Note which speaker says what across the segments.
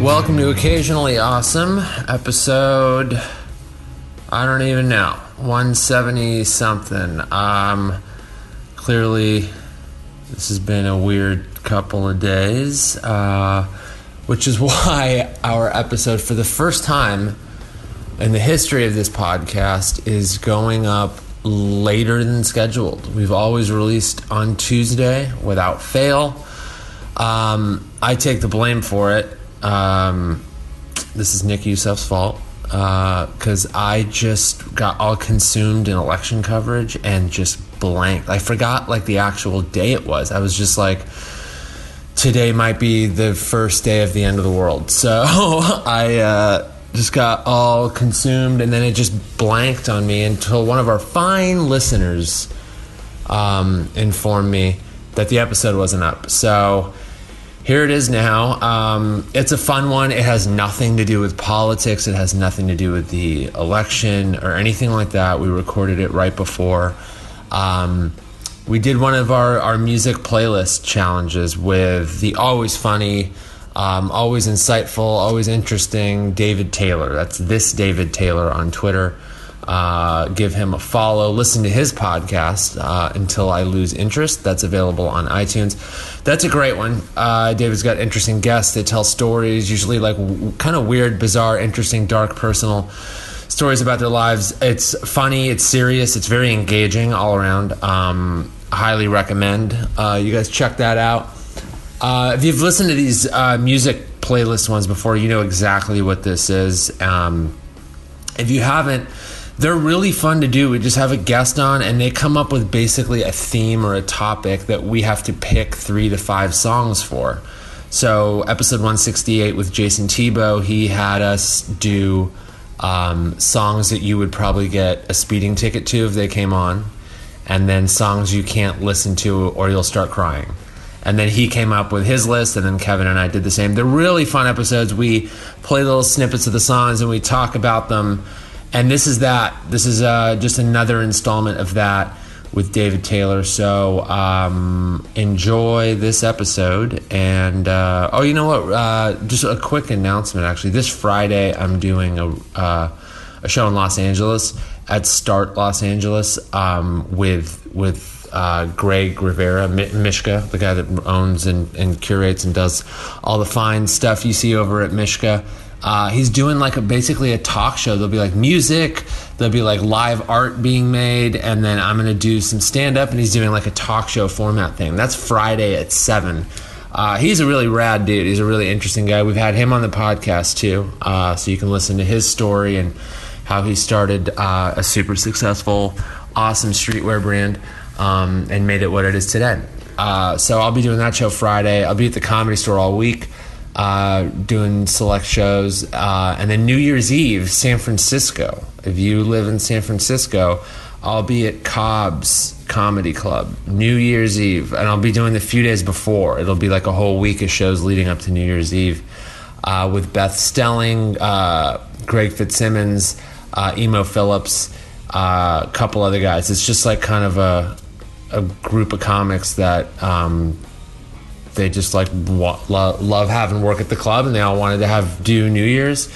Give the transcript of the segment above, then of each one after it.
Speaker 1: Welcome to Occasionally Awesome, episode. I don't even know. 170 something. Um, clearly, this has been a weird couple of days, uh, which is why our episode, for the first time in the history of this podcast, is going up later than scheduled. We've always released on Tuesday without fail. Um, I take the blame for it. Um, this is Nick Youssef's fault because I just got all consumed in election coverage and just blanked. I forgot like the actual day it was. I was just like, today might be the first day of the end of the world. So I uh, just got all consumed and then it just blanked on me until one of our fine listeners um, informed me that the episode wasn't up. So here it is now. Um, it's a fun one. It has nothing to do with politics, it has nothing to do with the election or anything like that. We recorded it right before. Um, we did one of our, our music playlist challenges with the always funny, um, always insightful, always interesting David Taylor. That's this David Taylor on Twitter. Uh, give him a follow. Listen to his podcast uh, until I lose interest. That's available on iTunes. That's a great one. Uh, David's got interesting guests that tell stories, usually like w- kind of weird, bizarre, interesting, dark, personal stories about their lives. It's funny, it's serious, it's very engaging all around. Um, highly recommend uh, you guys check that out. Uh, if you've listened to these uh, music playlist ones before, you know exactly what this is. Um, if you haven't, they're really fun to do. We just have a guest on, and they come up with basically a theme or a topic that we have to pick three to five songs for. So, episode 168 with Jason Tebow, he had us do um, songs that you would probably get a speeding ticket to if they came on, and then songs you can't listen to or you'll start crying. And then he came up with his list, and then Kevin and I did the same. They're really fun episodes. We play little snippets of the songs and we talk about them. And this is that. This is uh, just another installment of that with David Taylor. So um, enjoy this episode. And uh, oh, you know what? Uh, just a quick announcement. Actually, this Friday I'm doing a uh, a show in Los Angeles at Start Los Angeles um, with with. Uh, Greg Rivera, Mi- Mishka, the guy that owns and, and curates and does all the fine stuff you see over at Mishka. Uh, he's doing like a, basically a talk show. There'll be like music, there'll be like live art being made, and then I'm gonna do some stand up. And he's doing like a talk show format thing. That's Friday at seven. Uh, he's a really rad dude. He's a really interesting guy. We've had him on the podcast too, uh, so you can listen to his story and how he started uh, a super successful, awesome streetwear brand um, and made it what it is today. Uh, so I'll be doing that show Friday. I'll be at the comedy store all week uh, doing select shows. Uh, and then New Year's Eve, San Francisco. If you live in San Francisco, I'll be at Cobb's Comedy Club New Year's Eve, and I'll be doing the few days before. It'll be like a whole week of shows leading up to New Year's Eve uh, with Beth Stelling, uh, Greg Fitzsimmons, uh, Emo Phillips, uh, a couple other guys. It's just like kind of a, a group of comics that um, they just like wa- lo- love having work at the club, and they all wanted to have do New Year's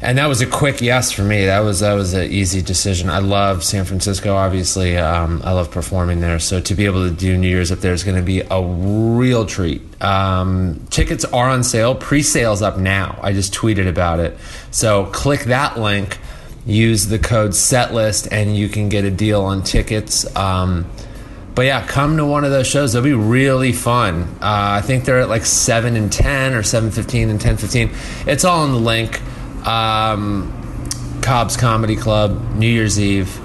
Speaker 1: and that was a quick yes for me. That was that was an easy decision. I love San Francisco, obviously. Um, I love performing there, so to be able to do New Year's up there is going to be a real treat. Um, tickets are on sale, pre-sales up now. I just tweeted about it, so click that link, use the code SETLIST, and you can get a deal on tickets. Um, but yeah, come to one of those shows. They'll be really fun. Uh, I think they're at like seven and ten, or seven fifteen and ten fifteen. It's all in the link. Um, Cobb's Comedy Club, New Year's Eve.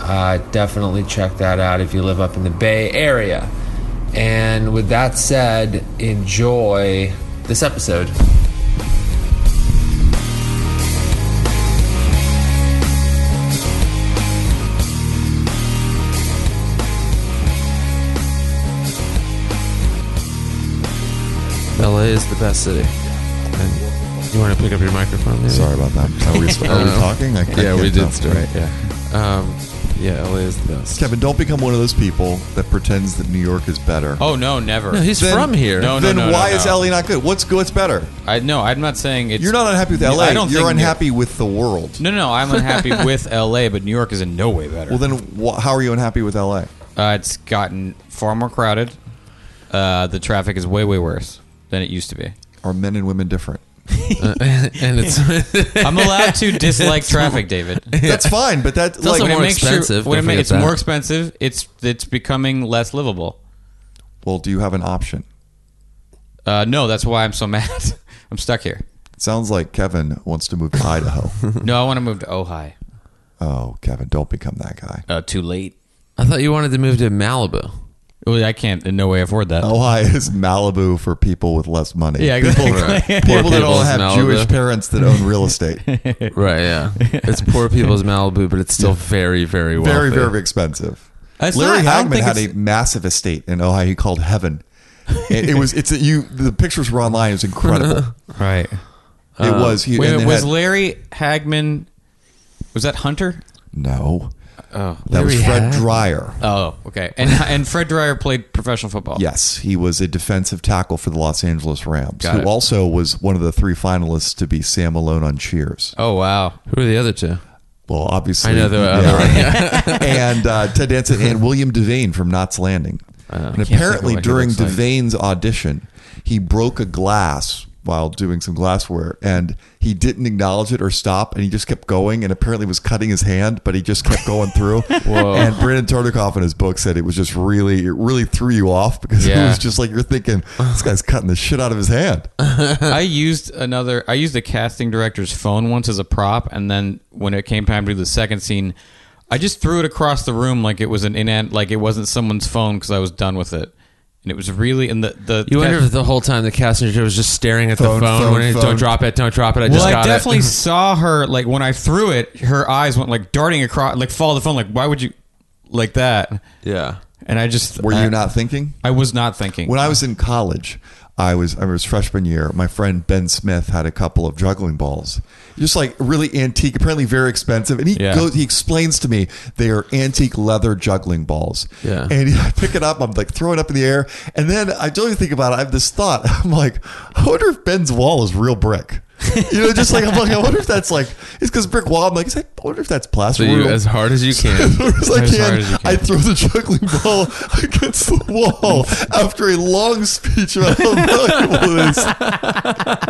Speaker 1: Uh, definitely check that out if you live up in the Bay Area. And with that said, enjoy this episode. LA is the best city. And you want to pick up your microphone? Maybe?
Speaker 2: Sorry about that. Are we, are we talking? I, I
Speaker 3: yeah, we did
Speaker 2: can't tell.
Speaker 3: start.
Speaker 2: Right.
Speaker 3: Yeah. Um,
Speaker 2: Yeah, LA is the best.
Speaker 3: Kevin, don't become one of those people that pretends that New York is better.
Speaker 4: Oh no, never.
Speaker 1: No, he's
Speaker 3: Then-
Speaker 1: from here.
Speaker 4: No,
Speaker 3: then
Speaker 4: no,
Speaker 3: why
Speaker 4: no.
Speaker 3: is LA not good? What's good? What's better?
Speaker 4: I no, I'm not saying it's.
Speaker 3: You're not unhappy with
Speaker 4: No,
Speaker 3: LA.
Speaker 4: I don't
Speaker 3: You're
Speaker 4: think-
Speaker 3: unhappy with the world.
Speaker 4: No, no, I'm unhappy with LA, but New York is in no way better.
Speaker 3: Well, then wh- how are you unhappy with LA?
Speaker 4: uh, it's gotten far more crowded. Uh, the traffic is way, way worse than it used to be.
Speaker 3: Are men and women different?
Speaker 1: and it's
Speaker 4: I'm allowed to dislike traffic, David.
Speaker 3: That's fine, but that's
Speaker 1: also
Speaker 3: like
Speaker 1: more
Speaker 4: it makes your-
Speaker 1: expensive,
Speaker 4: when it
Speaker 1: don't
Speaker 4: ma-
Speaker 1: forget
Speaker 4: it's
Speaker 1: that.
Speaker 4: more expensive. It's it's becoming less livable.
Speaker 3: well, do you have an option?
Speaker 4: Uh, no, that's why I'm so mad. I'm stuck here.
Speaker 3: It sounds like Kevin wants to move to Idaho.
Speaker 4: No, I want to move to Ojai.
Speaker 3: oh, Kevin, don't become that guy.
Speaker 4: Uh, too late.
Speaker 1: I thought you wanted to move to Malibu.
Speaker 4: Well, I can't in no way afford that.
Speaker 3: Ojai is Malibu for people with less money.
Speaker 4: Yeah,
Speaker 3: people,
Speaker 4: exactly.
Speaker 3: people
Speaker 1: Poor
Speaker 3: that all
Speaker 1: people's
Speaker 3: have
Speaker 1: Malibu.
Speaker 3: Jewish parents that own real estate.
Speaker 1: Right, yeah. it's poor people's Malibu, but it's still very, very wealthy.
Speaker 3: very, very expensive.
Speaker 4: It's
Speaker 3: Larry
Speaker 4: not- I don't
Speaker 3: Hagman
Speaker 4: think
Speaker 3: had a
Speaker 4: it's-
Speaker 3: massive estate in Ohio he called Heaven. It, it was it's you the pictures were online. It was incredible.
Speaker 4: Right.
Speaker 3: It was he
Speaker 4: Uh, Wait,
Speaker 3: and they
Speaker 4: was
Speaker 3: had-
Speaker 4: Larry Hagman? Was that Hunter?
Speaker 3: no
Speaker 4: Oh.
Speaker 3: that was
Speaker 1: Larry
Speaker 3: Fred
Speaker 1: Hagman?
Speaker 3: Dreyer.
Speaker 4: Oh, okay. And and Fred Dreyer played professional football.
Speaker 3: Yes, he was a defensive tackle for the Los Angeles Rams,
Speaker 4: Got
Speaker 3: who
Speaker 4: it.
Speaker 3: also was one of the three finalists to be Sam Malone on Cheers.
Speaker 4: Oh wow.
Speaker 1: Who are the other two?
Speaker 3: Well, obviously,
Speaker 1: I know the
Speaker 3: yeah. and uh, Ted Danson and William Devane from Knots Landing. and
Speaker 4: think of
Speaker 3: apparently,
Speaker 4: what he
Speaker 3: during
Speaker 4: looks like.
Speaker 3: Devane's audition, he broke a glass while doing some glassware, and he didn't acknowledge it or stop, and he just kept going, and apparently was cutting his hand, but he just kept going through. And Brandon Tartikoff in his book said it was just really, it really threw you off because it
Speaker 4: Yeah.
Speaker 3: was just like you're thinking this guy's cutting the shit out of his hand.
Speaker 4: I used another. I used the casting director's phone once as a prop, and then when it came time to do the second scene, I just threw it across the room like it was an inan like it wasn't someone's phone because I was done with it, and it was really and the the
Speaker 1: You wonder if the whole time the cast director was just staring at
Speaker 3: Phone,
Speaker 1: the phone,
Speaker 3: phone,
Speaker 1: when it-
Speaker 3: phone.
Speaker 1: Don't drop it, don't drop it. I just
Speaker 4: well, I
Speaker 1: got
Speaker 4: definitely
Speaker 1: it.
Speaker 4: saw her like when I threw it, her eyes went like darting across, like follow the phone, like why would you like that?
Speaker 1: Yeah.
Speaker 4: And I just
Speaker 3: Were
Speaker 4: I-
Speaker 3: you not thinking?
Speaker 4: I was not thinking.
Speaker 3: When I was in college, I was I was freshman year. My friend Ben Smith had a couple of juggling balls, just like really antique, apparently very expensive. And he
Speaker 4: Yeah.
Speaker 3: goes, he explains to me they are antique leather juggling balls.
Speaker 1: Yeah.
Speaker 3: And I pick it up, I'm like throwing it up in the air, and then I don't even think about it. I have this thought. I'm like, I wonder if Ben's wall is real brick. You know, just like I'm like, I wonder if that's like it's because brick wall. I'm like, is that, I wonder if that's
Speaker 1: So
Speaker 3: plastic.
Speaker 1: you, as hard as you can.
Speaker 3: As I
Speaker 4: As hard
Speaker 3: can,
Speaker 4: as you can.
Speaker 3: I throw the juggling ball against the wall after a long speech about how valuable it is.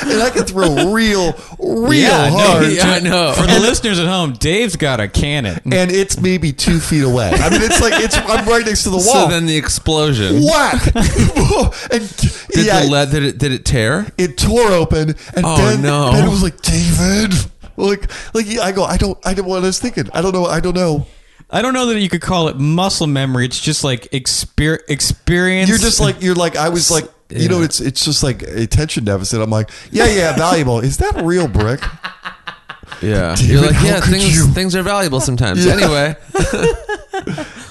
Speaker 3: And I can throw real, real
Speaker 4: Yeah, no,
Speaker 3: hard.
Speaker 1: yeah, I know.
Speaker 4: For the listeners at home, Dave's got a cannon.
Speaker 3: And it's maybe two feet away. I mean, it's like it's. I'm right next to the wall.
Speaker 1: So then the explosion.
Speaker 3: whack! and
Speaker 1: Did
Speaker 3: yeah,
Speaker 1: the lead, did it, did it tear?
Speaker 3: it tore open, and
Speaker 1: Oh,
Speaker 3: Ben,
Speaker 1: no.
Speaker 3: Ben was like, "David." Like, like yeah, I go, I don't, I don't. What I was thinking, I don't know, I don't know.
Speaker 4: I don't know that you could call it muscle memory. It's just like exper- experience.
Speaker 3: you're just like you're like I was like you know it's it's just like attention deficit. I'm like yeah yeah valuable. Is that real brick?
Speaker 1: Yeah.
Speaker 3: David,
Speaker 1: You're like,
Speaker 3: how
Speaker 1: yeah,
Speaker 3: could
Speaker 1: things,
Speaker 3: you?"
Speaker 1: things are valuable sometimes.
Speaker 3: Yeah.
Speaker 1: Anyway.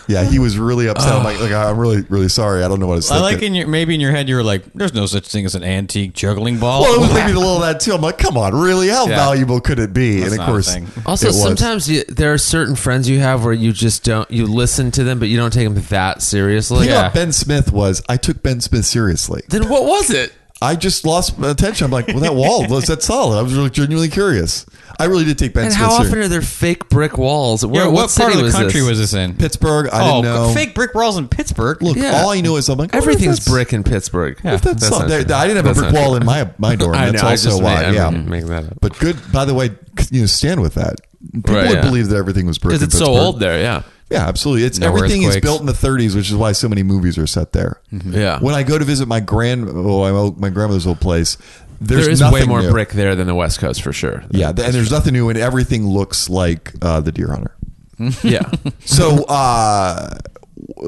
Speaker 3: Yeah, he was really upset. I'm like, like I'm really really sorry. I don't know what it's.
Speaker 4: I like in your maybe in your head you were like, "There's no such thing as an antique juggling ball."
Speaker 3: Well, it was maybe a little of that too. I'm like, come on, really? How valuable could it be? and of
Speaker 4: not a
Speaker 3: course,
Speaker 4: thing.
Speaker 1: Also,
Speaker 3: it was.
Speaker 1: sometimes you, there are certain friends you have where you just don't, you listen to them, but you don't take them that
Speaker 3: The
Speaker 1: seriously.
Speaker 3: thing about Ben Smith was I took Ben Smith seriously.
Speaker 1: Then what was it?
Speaker 3: I just lost my attention. I'm like, well, that wall was that solid. I was really genuinely curious. I really did take Ben
Speaker 1: And
Speaker 3: Smith
Speaker 1: how often
Speaker 3: seriously.
Speaker 1: are there fake brick walls? Where,
Speaker 4: yeah,
Speaker 1: what,
Speaker 4: what, part
Speaker 1: city
Speaker 4: of the
Speaker 1: was
Speaker 4: country
Speaker 1: this?
Speaker 4: was this in?
Speaker 3: Pittsburgh, I
Speaker 4: oh,
Speaker 3: didn't know.
Speaker 4: fake brick walls in Pittsburgh.
Speaker 3: Look,
Speaker 1: Yeah.
Speaker 3: all I knew is I'm like, I wonder if
Speaker 1: Everything's
Speaker 3: that's-
Speaker 1: brick in Pittsburgh.
Speaker 3: If that's,
Speaker 1: That's
Speaker 3: something,
Speaker 1: not true.
Speaker 3: I didn't have a
Speaker 1: That's
Speaker 3: brick
Speaker 1: not
Speaker 3: wall
Speaker 1: true.
Speaker 3: in my my dorm.
Speaker 1: I
Speaker 3: That's
Speaker 1: know, I
Speaker 3: also
Speaker 1: just
Speaker 3: why.
Speaker 1: made- I'm
Speaker 3: yeah,
Speaker 1: making that up.
Speaker 3: But good. By the way, you know, stand with that. People
Speaker 1: Right,
Speaker 3: would
Speaker 1: yeah.
Speaker 3: believe that everything was brick
Speaker 1: Because
Speaker 3: in
Speaker 1: it's so
Speaker 3: Pittsburgh.
Speaker 1: old there, yeah.
Speaker 3: Yeah, absolutely. It's
Speaker 4: No
Speaker 3: everything is
Speaker 4: earthquakes.
Speaker 3: built in the 30s, which is why so many movies are set there.
Speaker 1: Mm-hmm. Yeah.
Speaker 3: When I go to visit my grand, oh, my old- my grandmother's old place, there's
Speaker 1: There is
Speaker 3: nothing
Speaker 1: way more
Speaker 3: new.
Speaker 1: brick there than the West Coast for sure.
Speaker 3: Yeah, and there's nothing new, and everything looks like uh, the Deer Hunter.
Speaker 1: yeah.
Speaker 3: So uh,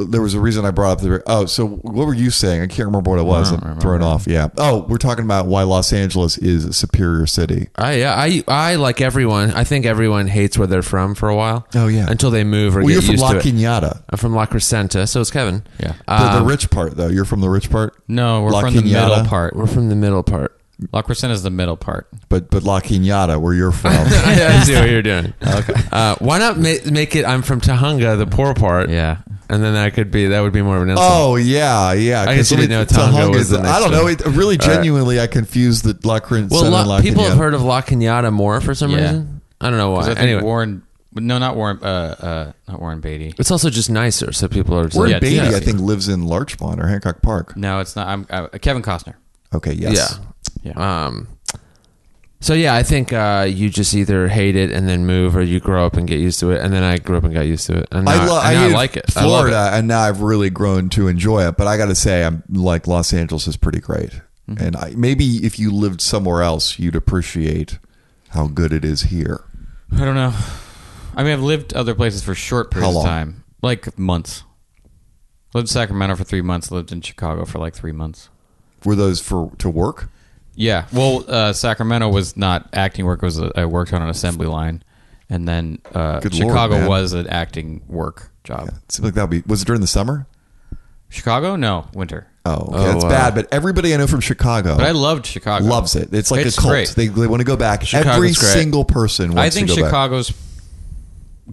Speaker 3: there was a reason I brought up the. Oh, so what were you saying? I can't remember what it was. I'm thrown off. Yeah. Oh, we're talking about why Los Angeles is a superior city.
Speaker 1: I, I I like everyone. I think everyone hates where they're from for a while.
Speaker 3: Oh, yeah.
Speaker 1: until they move or
Speaker 3: Well,
Speaker 1: get
Speaker 3: you're from
Speaker 1: used
Speaker 3: La
Speaker 1: to it.
Speaker 3: Quinata,
Speaker 1: I'm from La Crescenta, so it's Kevin.
Speaker 4: Yeah.
Speaker 3: the, the
Speaker 1: Um,
Speaker 3: rich part though. You're from the rich part.
Speaker 4: No, we're
Speaker 3: La
Speaker 4: from the
Speaker 3: Quinata.
Speaker 4: middle part.
Speaker 1: we're from the middle part.
Speaker 4: La Crescenta is the middle part.
Speaker 3: but but La Quinata, where you're from.
Speaker 5: I see what you're doing. Okay. Uh, why not ma- make it? I'm from Tahunga, the poor part.
Speaker 4: Yeah.
Speaker 5: And then that could be that would be more of an insult.
Speaker 3: Oh yeah, yeah.
Speaker 5: I
Speaker 3: 'cause
Speaker 5: guess you
Speaker 3: let
Speaker 5: didn't
Speaker 3: me-
Speaker 5: know Tonga
Speaker 3: Tahunga
Speaker 5: was the
Speaker 3: is-
Speaker 5: next
Speaker 3: I don't know.
Speaker 5: one.
Speaker 3: It, really,
Speaker 5: All right.
Speaker 3: genuinely, I confused the La Crescenta
Speaker 5: well,
Speaker 3: and
Speaker 5: La-
Speaker 3: La
Speaker 5: people have
Speaker 3: Quinata.
Speaker 5: heard of La Cunada more for some
Speaker 4: Yeah.
Speaker 5: reason. I don't know why.
Speaker 4: 'Cause I think
Speaker 5: Anyway,
Speaker 4: Warren, no, not Warren, uh, uh, not Warren Beatty.
Speaker 5: it's also just nicer, so people are. Just
Speaker 3: Warren
Speaker 5: like,
Speaker 3: Beatty,
Speaker 5: yeah.
Speaker 3: I think, lives in Larchmont or Hancock Park.
Speaker 4: No, it's not. I'm uh, Kevin Costner.
Speaker 3: Okay, yes.
Speaker 5: Yeah.
Speaker 4: Yeah.
Speaker 5: Um, so yeah, I think uh, you just either hate it and then move, or you grow up and get used to it. And then I grew up and got used to it, and now,
Speaker 3: I, lo-
Speaker 5: and now I,
Speaker 3: hated
Speaker 5: like it. I love it.
Speaker 3: Florida, and now I've really grown to enjoy it. But I got to say, I'm like Los Angeles is pretty great,
Speaker 5: Mm-hmm.
Speaker 3: and I, maybe if you lived somewhere else, you'd appreciate how good it is here.
Speaker 4: I don't know. I mean, I've lived other places for short
Speaker 3: How
Speaker 4: periods of
Speaker 3: long?
Speaker 4: time, like months. Lived in Sacramento for three months. Lived in Chicago for like three months.
Speaker 3: Were those for to work?
Speaker 4: Yeah. Well, uh, Sacramento was not acting work. It was a, I worked on an assembly line, and then uh,
Speaker 3: Good lord,
Speaker 4: Chicago
Speaker 3: man.
Speaker 4: was an acting work job.
Speaker 3: Yeah, it seemed like that would be. Was it during the summer?
Speaker 4: Chicago? No, winter.
Speaker 3: Oh, okay,
Speaker 5: Oh,
Speaker 3: that's
Speaker 5: wow.
Speaker 3: bad. But everybody I know from Chicago
Speaker 4: But I loved Chicago.
Speaker 3: Oh. loves it. It's like
Speaker 4: It's
Speaker 3: a cult.
Speaker 4: great.
Speaker 3: They, they want to go back.
Speaker 5: Chicago's
Speaker 3: Every
Speaker 5: great.
Speaker 3: single person wants
Speaker 4: I think
Speaker 3: to go back.
Speaker 4: Chicago's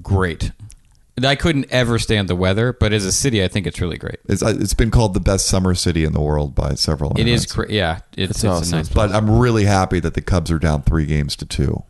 Speaker 4: great. I couldn't ever stand the weather, but as a city, I think it's really great.
Speaker 3: It's, uh, it's been called the best summer city in the world by several.
Speaker 4: It is
Speaker 3: outlets.
Speaker 4: great. Yeah, it's, it's,
Speaker 5: awesome.
Speaker 4: a nice.
Speaker 3: But I'm really happy that the Cubs are down three games to two.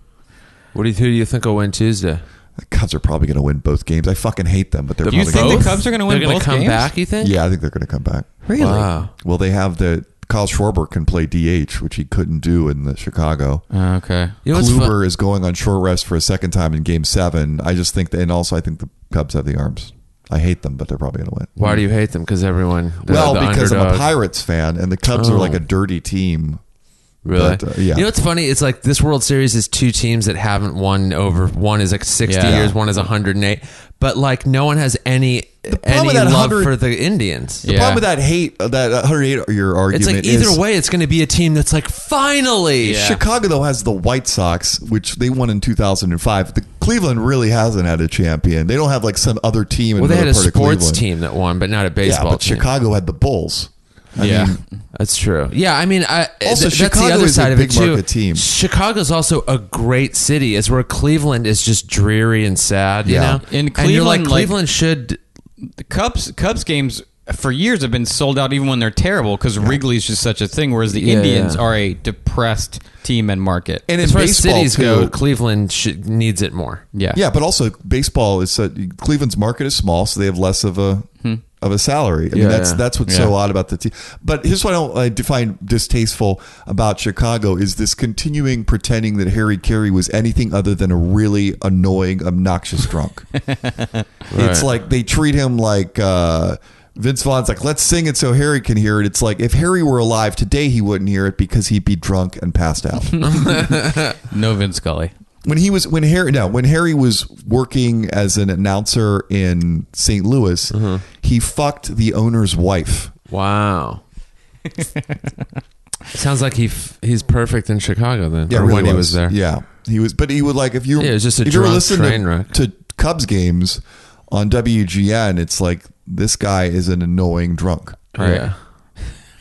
Speaker 5: What do you, who do you think will win Tuesday?
Speaker 3: The Cubs are probably going to win both games. I fucking hate them, but they're
Speaker 4: Do you
Speaker 3: probably
Speaker 4: think
Speaker 3: gonna
Speaker 4: the Cubs are going to win
Speaker 5: They're gonna
Speaker 4: both
Speaker 5: come
Speaker 4: games?
Speaker 5: back. You think?
Speaker 3: Yeah, I think they're going to come back.
Speaker 4: Really?
Speaker 5: Wow.
Speaker 3: Well, they have the Kyle Schwarber can play DH, which he couldn't do in the Chicago.
Speaker 4: Okay.
Speaker 5: You know what's fun-
Speaker 3: Kluber is going on short rest for a second time in Game Seven. I just think, that, and also I think the Cubs have the arms. I hate them, but they're probably going to win.
Speaker 5: Why do you hate them? Because everyone. they're
Speaker 3: Well,
Speaker 5: the
Speaker 3: because I'm a
Speaker 5: underdog.
Speaker 3: Pirates fan, and the Cubs
Speaker 5: Oh.
Speaker 3: are like a dirty team.
Speaker 5: Really?
Speaker 3: But, uh, yeah.
Speaker 5: You know what's funny? It's like this World Series is two teams that haven't won over. One is like sixty
Speaker 4: Yeah.
Speaker 5: years. One is hundred and eight. But like no one has any
Speaker 3: problem
Speaker 5: any
Speaker 3: with that
Speaker 5: love
Speaker 3: 100
Speaker 5: for the Indians.
Speaker 3: The
Speaker 4: Yeah.
Speaker 3: problem with that hate, uh, that 108 year argument
Speaker 5: It's like
Speaker 3: is
Speaker 5: either way, it's going to be a team that's like finally.
Speaker 4: Yeah.
Speaker 3: Chicago though has the White Sox, which they won in 2005. The Cleveland really hasn't had a champion. They don't have like some other team. In
Speaker 5: Well, they had
Speaker 3: another
Speaker 5: a
Speaker 3: part of
Speaker 5: sports
Speaker 3: Cleveland.
Speaker 5: team that won, but not a
Speaker 3: Yeah,
Speaker 5: baseball
Speaker 3: but
Speaker 5: team.
Speaker 3: Chicago had the Bulls. I
Speaker 4: yeah.
Speaker 3: mean,
Speaker 5: That's true. Yeah, I mean, I,
Speaker 3: Also,
Speaker 5: th- that's the
Speaker 3: Chicago
Speaker 5: other
Speaker 3: is a
Speaker 5: side of
Speaker 3: big
Speaker 5: it too.
Speaker 3: market team.
Speaker 5: Chicago's also a great city, is where Cleveland is just dreary and sad. You
Speaker 3: Yeah.
Speaker 5: know,
Speaker 4: In
Speaker 5: and you're like
Speaker 4: Cleveland, like-
Speaker 5: Cleveland should.
Speaker 4: the Cubs Cubs games for years have been sold out even when they're terrible because Wrigley's just such a thing. Whereas the
Speaker 5: Yeah,
Speaker 4: Indians
Speaker 5: yeah.
Speaker 4: are a depressed team and market.
Speaker 3: and in
Speaker 5: As far as
Speaker 3: baseball
Speaker 5: cities
Speaker 3: too,
Speaker 5: go, Cleveland should, needs it more.
Speaker 4: yeah,
Speaker 3: yeah, but also baseball is so, Cleveland's market is small, so they have less of a of a salary. I mean,
Speaker 5: Yeah,
Speaker 3: that's
Speaker 5: yeah.
Speaker 3: that's what's
Speaker 4: Yeah.
Speaker 3: so odd about the team. But here's what I don't I define distasteful about Chicago is this continuing pretending that Harry Carey was anything other than a really annoying, obnoxious drunk. It's like they treat him like. Uh, Vince Vaughn's like, let's sing it so Harry can hear it. It's like if Harry were alive today, he wouldn't hear it because he'd be drunk and passed out.
Speaker 4: no Vince Scully.
Speaker 3: when he was when Harry no when Harry was working as an announcer in St. Louis,
Speaker 5: Mm-hmm.
Speaker 3: he fucked the owner's wife.
Speaker 5: Wow. Sounds like he f- he's perfect in Chicago then.
Speaker 3: it
Speaker 5: or
Speaker 3: really
Speaker 5: when he was there.
Speaker 3: yeah, he was. But he would like if you
Speaker 5: Yeah, it was just a
Speaker 3: if you were
Speaker 5: drunk
Speaker 3: listening
Speaker 5: train
Speaker 3: to,
Speaker 5: wreck.
Speaker 3: to Cubs games on WGN, it's like this guy is an annoying drunk.
Speaker 4: Right.
Speaker 5: Yeah.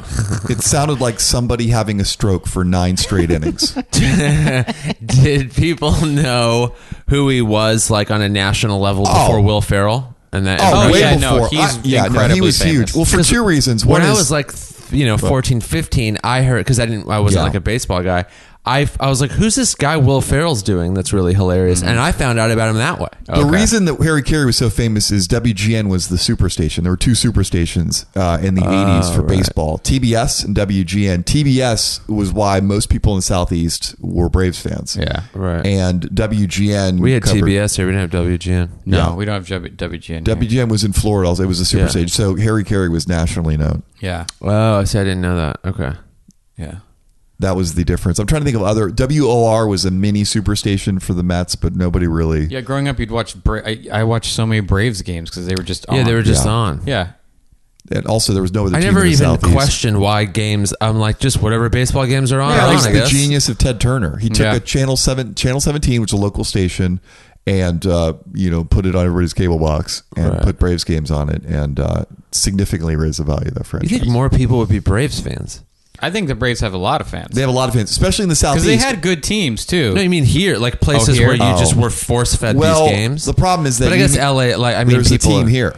Speaker 5: Uh-huh.
Speaker 3: It sounded like somebody having a stroke for nine straight innings.
Speaker 5: Did people know who he was like on a national level
Speaker 3: Oh.
Speaker 5: before Will Ferrell? And that
Speaker 3: Oh,
Speaker 4: Oh,
Speaker 3: way
Speaker 4: yeah, no,
Speaker 3: before.
Speaker 4: he's
Speaker 3: yeah, no, he
Speaker 4: incredibly
Speaker 3: was
Speaker 4: famous.
Speaker 3: huge. Well, for two reasons.
Speaker 5: when
Speaker 3: One
Speaker 5: I
Speaker 3: is-
Speaker 5: was like, th- you know, 14, 15, I heard because I didn't, I wasn't
Speaker 3: Yeah.
Speaker 5: like a baseball guy. I, I was like, who's this guy Will Ferrell's doing that's really hilarious? And I found out about him that way.
Speaker 3: Mm-hmm. The reason that Harry Carey was so famous is WGN was the superstation. There were two superstations uh, in the
Speaker 5: Oh,
Speaker 3: 80s for baseball TBS and WGN. TBS was why most people in the Southeast were Braves fans.
Speaker 4: Yeah.
Speaker 5: Right.
Speaker 3: And WGN.
Speaker 5: we had
Speaker 3: covered-
Speaker 5: TBS here. We didn't have WGN.
Speaker 4: No,
Speaker 3: Yeah.
Speaker 4: we don't have W- WGN. here.
Speaker 3: WGN was in Florida. also. It was a
Speaker 5: Yeah.
Speaker 3: superstation. So Harry Carey was nationally known.
Speaker 4: yeah,
Speaker 5: Oh, I see. I didn't know that. Okay.
Speaker 4: yeah.
Speaker 3: That was the difference. I'm trying to think of other. WOR was a mini superstation for the Mets, but nobody really.
Speaker 4: Yeah, growing up, you'd watch. Bra- I, I watched so many Braves games because they were just. On.
Speaker 5: Yeah, they were just
Speaker 3: Yeah.
Speaker 5: on.
Speaker 4: Yeah,
Speaker 3: And also, there was no other
Speaker 5: I
Speaker 3: team
Speaker 5: never
Speaker 3: in the
Speaker 5: even
Speaker 3: Southeast.
Speaker 5: questioned why games. I'm like, just whatever baseball games are on.
Speaker 3: Yeah,
Speaker 5: are on,
Speaker 3: that's
Speaker 5: I
Speaker 3: the
Speaker 5: guess.
Speaker 3: genius of Ted Turner. He took
Speaker 4: Yeah.
Speaker 3: a channel seven, channel seventeen, which is a local station, and uh, you know put it on everybody's cable box and
Speaker 5: Right.
Speaker 3: put Braves games on it, and uh, significantly raised the value of that
Speaker 5: You
Speaker 3: franchise.
Speaker 5: think more people would be Braves fans?
Speaker 4: I think the Braves have a lot of fans
Speaker 3: They have a lot of fans, especially in the southeast.
Speaker 4: because they had good teams too.
Speaker 1: No, you mean here, like places
Speaker 4: here?
Speaker 1: where you just
Speaker 3: Oh.
Speaker 1: were force fed
Speaker 3: well,
Speaker 1: these games.
Speaker 3: the problem is that
Speaker 1: but I guess
Speaker 3: you-
Speaker 1: LA, like I mean,
Speaker 3: there's a
Speaker 1: people
Speaker 3: team
Speaker 1: are-
Speaker 3: here.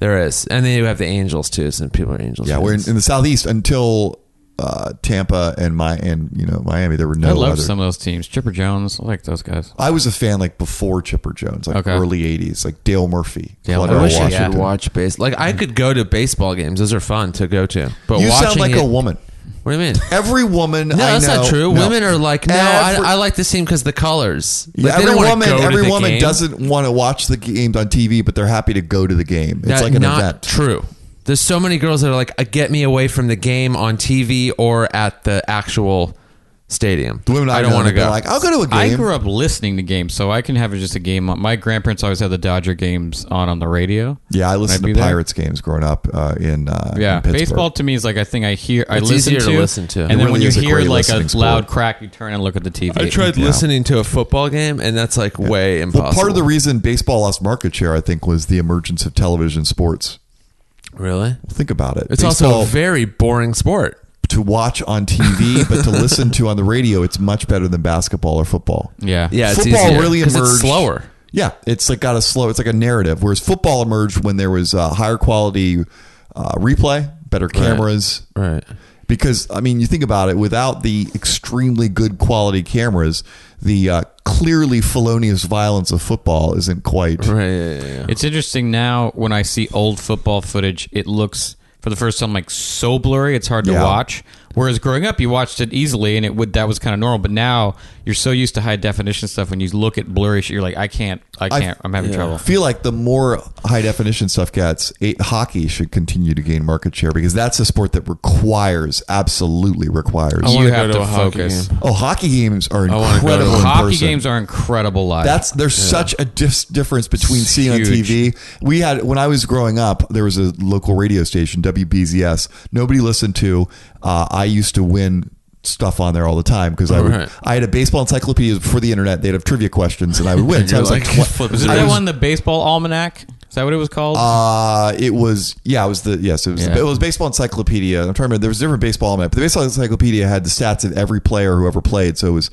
Speaker 1: There is, and then you have the Angels too. So people are Angels.
Speaker 3: Yeah, we're in,
Speaker 1: fans.
Speaker 3: in the southeast until uh, Tampa and my and you know Miami. There were no
Speaker 4: I love
Speaker 3: other.
Speaker 4: some of those teams. Chipper Jones, I like those guys.
Speaker 3: I was a fan like before Chipper Jones, like
Speaker 4: Okay.
Speaker 3: early '80s, like Dale Murphy.
Speaker 4: Dale
Speaker 3: Flutter
Speaker 1: I
Speaker 4: Murphy.
Speaker 1: wish I
Speaker 3: Washington.
Speaker 1: could watch base. Like I could go to baseball games; those are fun to go to. But
Speaker 3: You
Speaker 1: watching
Speaker 3: sound like
Speaker 1: it-
Speaker 3: a woman.
Speaker 1: What do you mean?
Speaker 3: Every woman.
Speaker 1: No,
Speaker 3: I
Speaker 1: that's
Speaker 3: know,
Speaker 1: not true.
Speaker 3: No.
Speaker 1: Women are like, no,
Speaker 3: Every-
Speaker 1: I, I like this team because the colors. Like,
Speaker 3: Yeah,
Speaker 1: they
Speaker 3: every
Speaker 1: don't wanna
Speaker 3: woman,
Speaker 1: go to
Speaker 3: every
Speaker 1: the
Speaker 3: woman
Speaker 1: game.
Speaker 3: doesn't want to watch the games on TV, but they're happy to go to the game. It's
Speaker 1: That-
Speaker 3: like an
Speaker 1: not
Speaker 3: event.
Speaker 1: True. There's so many girls that are like, "Uh, get me away from the game on TV or at the actual stadium.
Speaker 3: The women I,
Speaker 1: I don't
Speaker 3: know,
Speaker 1: want to
Speaker 3: they'd be
Speaker 1: go.
Speaker 3: Like I'll go to a game.
Speaker 4: I grew up listening to games, so I can have just a game. on My grandparents always had the Dodger games on on the radio.
Speaker 3: yeah, I listened
Speaker 4: I'd be
Speaker 3: to
Speaker 4: there.
Speaker 3: Pirates games growing up uh, in uh,
Speaker 4: Yeah,
Speaker 3: in Pittsburgh.
Speaker 4: baseball to me is like I think I hear, I
Speaker 1: It's
Speaker 4: listen
Speaker 1: easier
Speaker 4: to,
Speaker 1: to listen to. It
Speaker 4: and then
Speaker 3: really
Speaker 4: when you
Speaker 3: is a
Speaker 4: hear
Speaker 3: great
Speaker 4: like a
Speaker 3: listening sport.
Speaker 4: loud crack, you turn and look at the TV.
Speaker 1: I tried
Speaker 3: Yeah.
Speaker 1: listening to a football game, and that's like way impossible.
Speaker 3: Well, part of the reason baseball lost market share, I think, was the emergence of television sports.
Speaker 1: really,
Speaker 3: Think about it.
Speaker 1: it's also
Speaker 3: Baseball-
Speaker 1: a very boring sport.
Speaker 3: to watch on TV, but to listen to on the radio, it's much better than basketball or football.
Speaker 4: Yeah,
Speaker 1: Yeah, it's
Speaker 3: football
Speaker 1: easier,
Speaker 3: really
Speaker 1: 'cause
Speaker 3: emerged
Speaker 1: It's slower.
Speaker 3: Yeah, it's like got a slow. It's like a narrative. Whereas football emerged when there was uh, higher quality uh, replay, better cameras.
Speaker 1: Right.
Speaker 3: Because I mean, you think about it. Without the extremely good quality cameras, the uh, clearly felonious violence of football isn't quite.
Speaker 1: Right. Yeah, yeah, yeah.
Speaker 4: It's interesting now when I see old football footage, it looks for the first time like so blurry it's hard to
Speaker 3: Yeah.
Speaker 4: watch. Whereas growing up you watched it easily and it would that was kind of normal, but now you're so used to high definition stuff when you look at blurry shit you're like I can't I
Speaker 3: I-
Speaker 4: can't I, am having
Speaker 1: yeah.
Speaker 4: trouble.
Speaker 3: I feel like the more high definition stuff gets, eight, hockey should continue to gain market share because that's a sport that requires, absolutely requires.
Speaker 1: I wanna
Speaker 4: You
Speaker 1: go
Speaker 4: have to
Speaker 1: a hockey
Speaker 4: focus.
Speaker 1: game.
Speaker 3: Oh, hockey games are
Speaker 1: wanna go to
Speaker 3: incredible.
Speaker 1: one.
Speaker 3: in
Speaker 4: Hockey
Speaker 3: person.
Speaker 4: games are incredible live.
Speaker 3: That's there's such a dis- difference between
Speaker 4: It's
Speaker 3: seeing
Speaker 4: huge.
Speaker 3: on TV. We had when I was growing up, there was a local radio station, WBZS. Nobody listened to. Uh, I used to win stuff on there all the time because I would,
Speaker 1: Right.
Speaker 3: I had a baseball encyclopedia before the internet. They'd have trivia questions and I would win. so I was like, tw-
Speaker 4: was it
Speaker 3: I
Speaker 4: that
Speaker 3: was-
Speaker 4: one the baseball almanac? Is that what it was called?
Speaker 3: Uh, it was yeah, it was the yes, it was
Speaker 4: Yeah.
Speaker 3: it was baseball encyclopedia. I'm trying to remember there was different baseball map, but the baseball encyclopedia had the stats of every player who ever played. So it was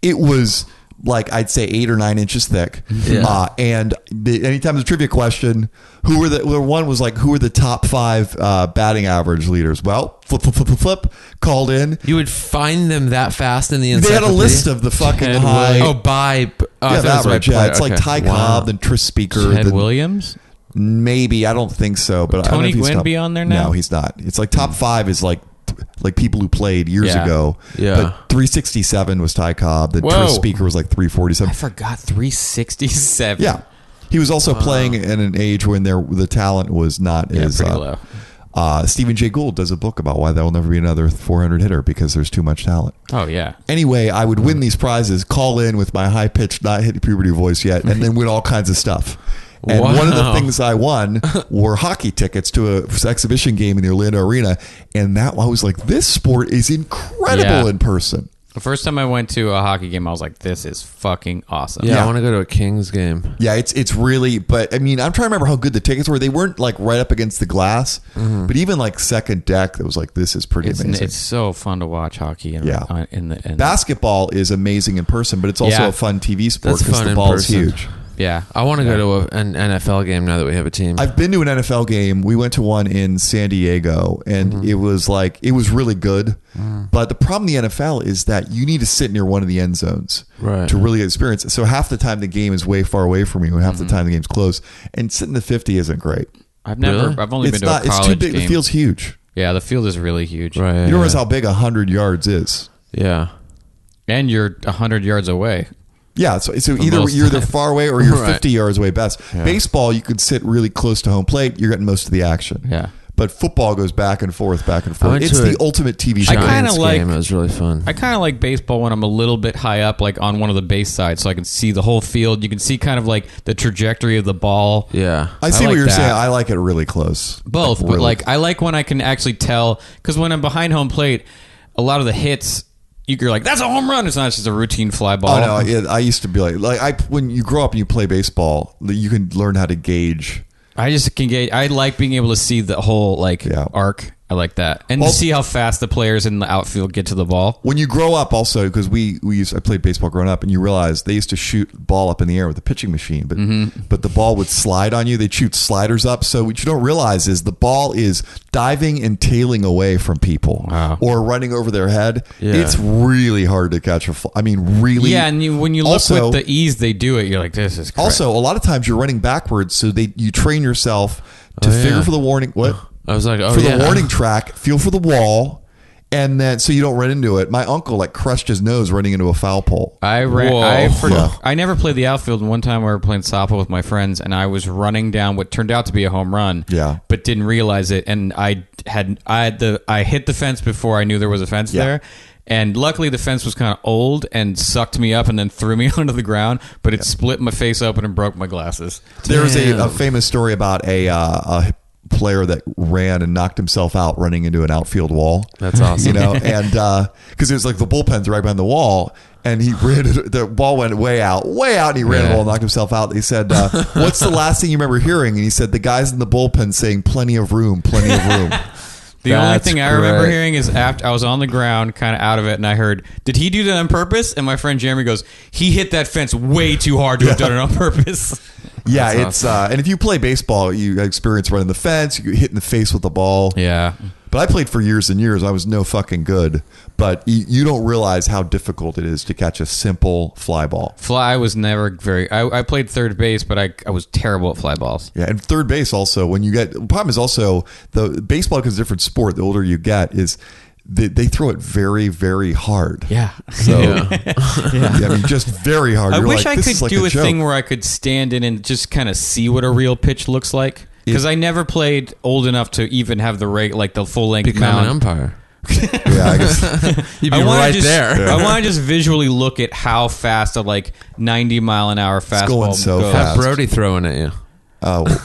Speaker 3: it was like I'd say eight or nine inches thick.
Speaker 1: Yeah.
Speaker 3: Uh, and the, anytime there's a trivia question, who were the well, one was like who were the top five uh, batting average leaders? Well, flip flip flip flip flip called in.
Speaker 1: You would find them that fast in the
Speaker 3: They had
Speaker 1: encyclopedia.
Speaker 3: a list of the fucking
Speaker 4: Ted
Speaker 3: high.
Speaker 1: oh, by oh, I thought it
Speaker 3: yeah,
Speaker 1: was
Speaker 3: that
Speaker 1: by
Speaker 3: right. Yeah,
Speaker 1: player.
Speaker 3: it's like
Speaker 1: Okay.
Speaker 3: Ty
Speaker 1: Wow.
Speaker 3: Cobb, then Tris Speaker,
Speaker 4: Ted
Speaker 3: then
Speaker 4: Williams?
Speaker 3: Maybe I don't think so, but I don't
Speaker 4: Tony
Speaker 3: know if he's
Speaker 4: Gwynn
Speaker 3: top-
Speaker 4: be on there now?
Speaker 3: No, he's not. It's like top five is like like people who played years
Speaker 4: Yeah.
Speaker 3: ago.
Speaker 1: Yeah.
Speaker 3: but three sixty seven was Ty Cobb. The
Speaker 4: Whoa.
Speaker 3: Tris Speaker was like three forty
Speaker 4: I
Speaker 3: seven.
Speaker 4: forgot 367.
Speaker 3: Yeah, he was also playing in an age when there the talent was not as
Speaker 4: pretty
Speaker 3: uh,
Speaker 4: low.
Speaker 3: Uh, Stephen Jay Gould does a book about why there will never be another four hundred hitter because there's too much talent.
Speaker 4: Oh yeah.
Speaker 3: Anyway, I would win these prizes, call in with my high pitched, not hit puberty voice yet, and then win all kinds of stuff. And one of the
Speaker 1: Wow.
Speaker 3: things I won were hockey tickets to an exhibition game in the Orlando Arena. And that I was like, this sport is incredible
Speaker 4: Yeah.
Speaker 3: in person.
Speaker 4: The first time I went to a hockey game, I was like, "This is fucking awesome."
Speaker 1: Yeah,
Speaker 3: Yeah.
Speaker 1: I want to go to a Kings game.
Speaker 3: Yeah, it's it's really, but I mean, I'm trying to remember how good the tickets were. They weren't like right up against the glass,
Speaker 1: Mm-hmm.
Speaker 3: but even like second deck, it was like, this is pretty
Speaker 4: it's,
Speaker 3: amazing.
Speaker 4: it's so fun to watch hockey. In,
Speaker 3: Yeah.
Speaker 4: on- in the in,
Speaker 3: Basketball is amazing in person, but it's also
Speaker 4: Yeah.
Speaker 3: a fun TV sport
Speaker 1: That's
Speaker 3: because
Speaker 1: fun
Speaker 3: the
Speaker 1: in
Speaker 3: ball is
Speaker 1: person.
Speaker 3: huge.
Speaker 4: yeah.
Speaker 1: I want to go to a, an NFL game now that we have a team.
Speaker 3: I've been to an NFL game. We went to one in San Diego, and
Speaker 4: Mm-hmm.
Speaker 3: it was like it was really good.
Speaker 4: Mm.
Speaker 3: But the problem in the NFL is that you need to sit near one of the end zones
Speaker 1: Right.
Speaker 3: to really experience. it. So half the time the game is way far away from you, and half the
Speaker 4: Mm-hmm.
Speaker 3: time the game's close. And sitting in the fifty isn't great.
Speaker 4: I've never.
Speaker 1: Really?
Speaker 4: I've only
Speaker 3: it's
Speaker 4: been to
Speaker 3: not.
Speaker 4: a
Speaker 3: It's
Speaker 4: college
Speaker 3: too big.
Speaker 4: game.
Speaker 3: The field's huge.
Speaker 4: yeah, the field is really huge.
Speaker 1: right. Yeah.
Speaker 3: You don't realize
Speaker 1: yeah.
Speaker 3: how big hundred yards is.
Speaker 1: yeah.
Speaker 4: And you're hundred yards away.
Speaker 3: Yeah, so, so either
Speaker 4: most
Speaker 3: you're either far away or you're
Speaker 1: Right.
Speaker 3: 50 yards away best. Baseball, you could sit really close to home plate. You're getting most of the action.
Speaker 4: Yeah.
Speaker 3: But football goes back and forth, back and forth.
Speaker 1: went
Speaker 3: It's
Speaker 1: to
Speaker 3: the
Speaker 1: a
Speaker 3: ultimate TV show.
Speaker 4: I kinda
Speaker 1: Giants
Speaker 4: like-
Speaker 1: game. It was really fun.
Speaker 4: I kind of like baseball when I'm a little bit high up, like on one of the base sides, so I can see the whole field. You can see kind of like the trajectory of the ball.
Speaker 1: yeah.
Speaker 3: I see
Speaker 4: like
Speaker 3: what you're
Speaker 4: that.
Speaker 3: saying. I like it really close.
Speaker 4: both but
Speaker 3: really-
Speaker 4: like i like when i can actually tell because when i'm behind home plate a lot of the hits you- you're like that's a home run it's not just a routine fly ball
Speaker 3: oh no, yeah, I used to be like, like I when you grow up and you play baseball, you can learn how to gauge.
Speaker 4: i just can get i like being able to see the whole like
Speaker 3: Yeah.
Speaker 4: arc I like that. And
Speaker 3: Well-
Speaker 4: to see how fast the players in the outfield get to the ball.
Speaker 3: When you grow up, also because we we used I played baseball growing up, and you realize they used to shoot the ball up in the air with a pitching machine, but
Speaker 4: Mm-hmm.
Speaker 3: but the ball would slide on you. They would shoot sliders up. So what you don't realize is the ball is diving and tailing away from people
Speaker 4: Wow.
Speaker 3: or running over their head.
Speaker 1: Yeah.
Speaker 3: It's really hard to catch a. Fl- I mean, really.
Speaker 4: Yeah, and you, when you look
Speaker 3: Also-
Speaker 4: with the ease they do it, you're like, this is crazy.
Speaker 3: also a lot of times you're running backwards, so they you train yourself to
Speaker 1: Oh,
Speaker 3: figure
Speaker 1: yeah.
Speaker 3: for the warning. What?
Speaker 1: I was like, oh
Speaker 3: for
Speaker 1: yeah.
Speaker 3: the warning track, feel for the wall, and then so you don't run into it. My uncle like crushed his nose running into a foul pole.
Speaker 4: I ran.
Speaker 1: Whoa.
Speaker 4: I, for-
Speaker 3: Yeah.
Speaker 4: I never played the outfield. and One time we were playing softball with my friends, and I was running down what turned out to be a home run.
Speaker 3: Yeah.
Speaker 4: but didn't realize it, and I had I had the I hit the fence before I knew there was a fence there. And luckily, the fence was kind of old and sucked me up and then threw me onto the ground. But it split my face open and broke my glasses.
Speaker 3: There's a, a
Speaker 1: Damn.
Speaker 3: famous story about a, uh, a player that ran and knocked himself out running into an outfield wall.
Speaker 1: That's awesome.
Speaker 3: You know, and because it was like the bullpen's right behind the wall. And he ran, the ball went way out, way out, and he ran the
Speaker 4: Yeah.
Speaker 3: ball and knocked himself out. They said, uh, What's the last thing you remember hearing? And he said, The guys in the bullpen saying, Plenty of room, plenty of room.
Speaker 4: The only
Speaker 1: That's
Speaker 4: thing I remember
Speaker 1: great.
Speaker 4: hearing is after I was on the ground, kind of out of it, and I heard, "Did he do that on purpose?" And my friend Jeremy goes, "He hit that fence way too hard to have done it on purpose."
Speaker 3: yeah,
Speaker 1: That's
Speaker 3: it's, uh, and if you play baseball, you experience running the fence, you get hit in the face with the ball.
Speaker 4: Yeah,
Speaker 3: But I played for years and years. I was no fucking good. But you, you don't realize how difficult it is to catch a simple fly ball.
Speaker 4: Fly was never very. I, I played third base, but I, I was terrible at fly balls.
Speaker 3: Yeah, and third base also. When you get the problem is also the baseball because it's a different sport. The older you get, is they, they throw it very very hard.
Speaker 4: Yeah.
Speaker 3: So, yeah. I mean, just very hard.
Speaker 4: I
Speaker 3: You're
Speaker 4: wish
Speaker 3: like,
Speaker 4: I
Speaker 3: "This
Speaker 4: could
Speaker 3: is like
Speaker 4: do a,
Speaker 3: joke."
Speaker 4: thing where I could stand in and just kind of see what a real pitch looks like. Because I never played old enough to even have the reg, like the full length
Speaker 1: become an
Speaker 4: mound.
Speaker 1: umpire.
Speaker 3: Yeah, I guess.
Speaker 1: You'd be
Speaker 4: I wanna
Speaker 1: right
Speaker 4: just,
Speaker 1: there.
Speaker 4: I want to just visually look at how fast a like ninety mile an hour fastball
Speaker 3: going so
Speaker 4: goes.
Speaker 1: Have
Speaker 3: fast.
Speaker 1: Brody throwing at you.
Speaker 3: Oh, yeah.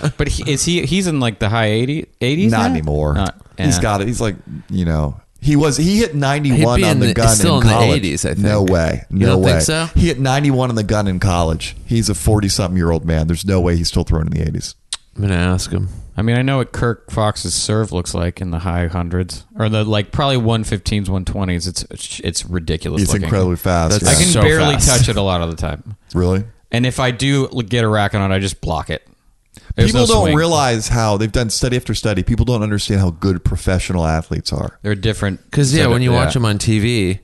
Speaker 4: yeah, but he, is he? He's in like the high 80, 80s
Speaker 3: not
Speaker 4: now?
Speaker 3: anymore.
Speaker 4: Not-
Speaker 3: He's
Speaker 4: yeah.
Speaker 3: got it. He's like you know. He was he hit ninety
Speaker 1: He'd
Speaker 3: one
Speaker 1: be
Speaker 3: on
Speaker 1: in
Speaker 3: the,
Speaker 1: the-
Speaker 3: gun
Speaker 1: still
Speaker 3: in
Speaker 1: in the
Speaker 3: college.
Speaker 1: 80s, I
Speaker 3: No
Speaker 1: think.
Speaker 3: way, no
Speaker 1: You don't
Speaker 3: way.
Speaker 1: think so?
Speaker 3: He hit ninety one on the gun in college. He's a forty something year old man. There's no way he's still throwing in the eighties.
Speaker 1: I'm gonna ask him.
Speaker 4: I mean, I know what Kirk Fox's serve looks like in the high hundreds or the like, probably one fifteens, one twenties. It's it's ridiculous.
Speaker 3: He's
Speaker 4: looking.
Speaker 3: incredibly fast.
Speaker 1: That's-
Speaker 4: I
Speaker 3: yeah.
Speaker 4: can
Speaker 1: So
Speaker 4: barely
Speaker 1: fast.
Speaker 4: touch it a lot of the time,
Speaker 3: really.
Speaker 4: and if I do get a racket on it, I just block it. There's
Speaker 3: People
Speaker 4: no
Speaker 3: don't
Speaker 4: swing.
Speaker 3: realize how they've done study after study. People don't understand how good professional athletes are.
Speaker 4: they're different.
Speaker 1: Because yeah,
Speaker 4: set of-
Speaker 1: when you watch
Speaker 4: yeah.
Speaker 1: him on TV,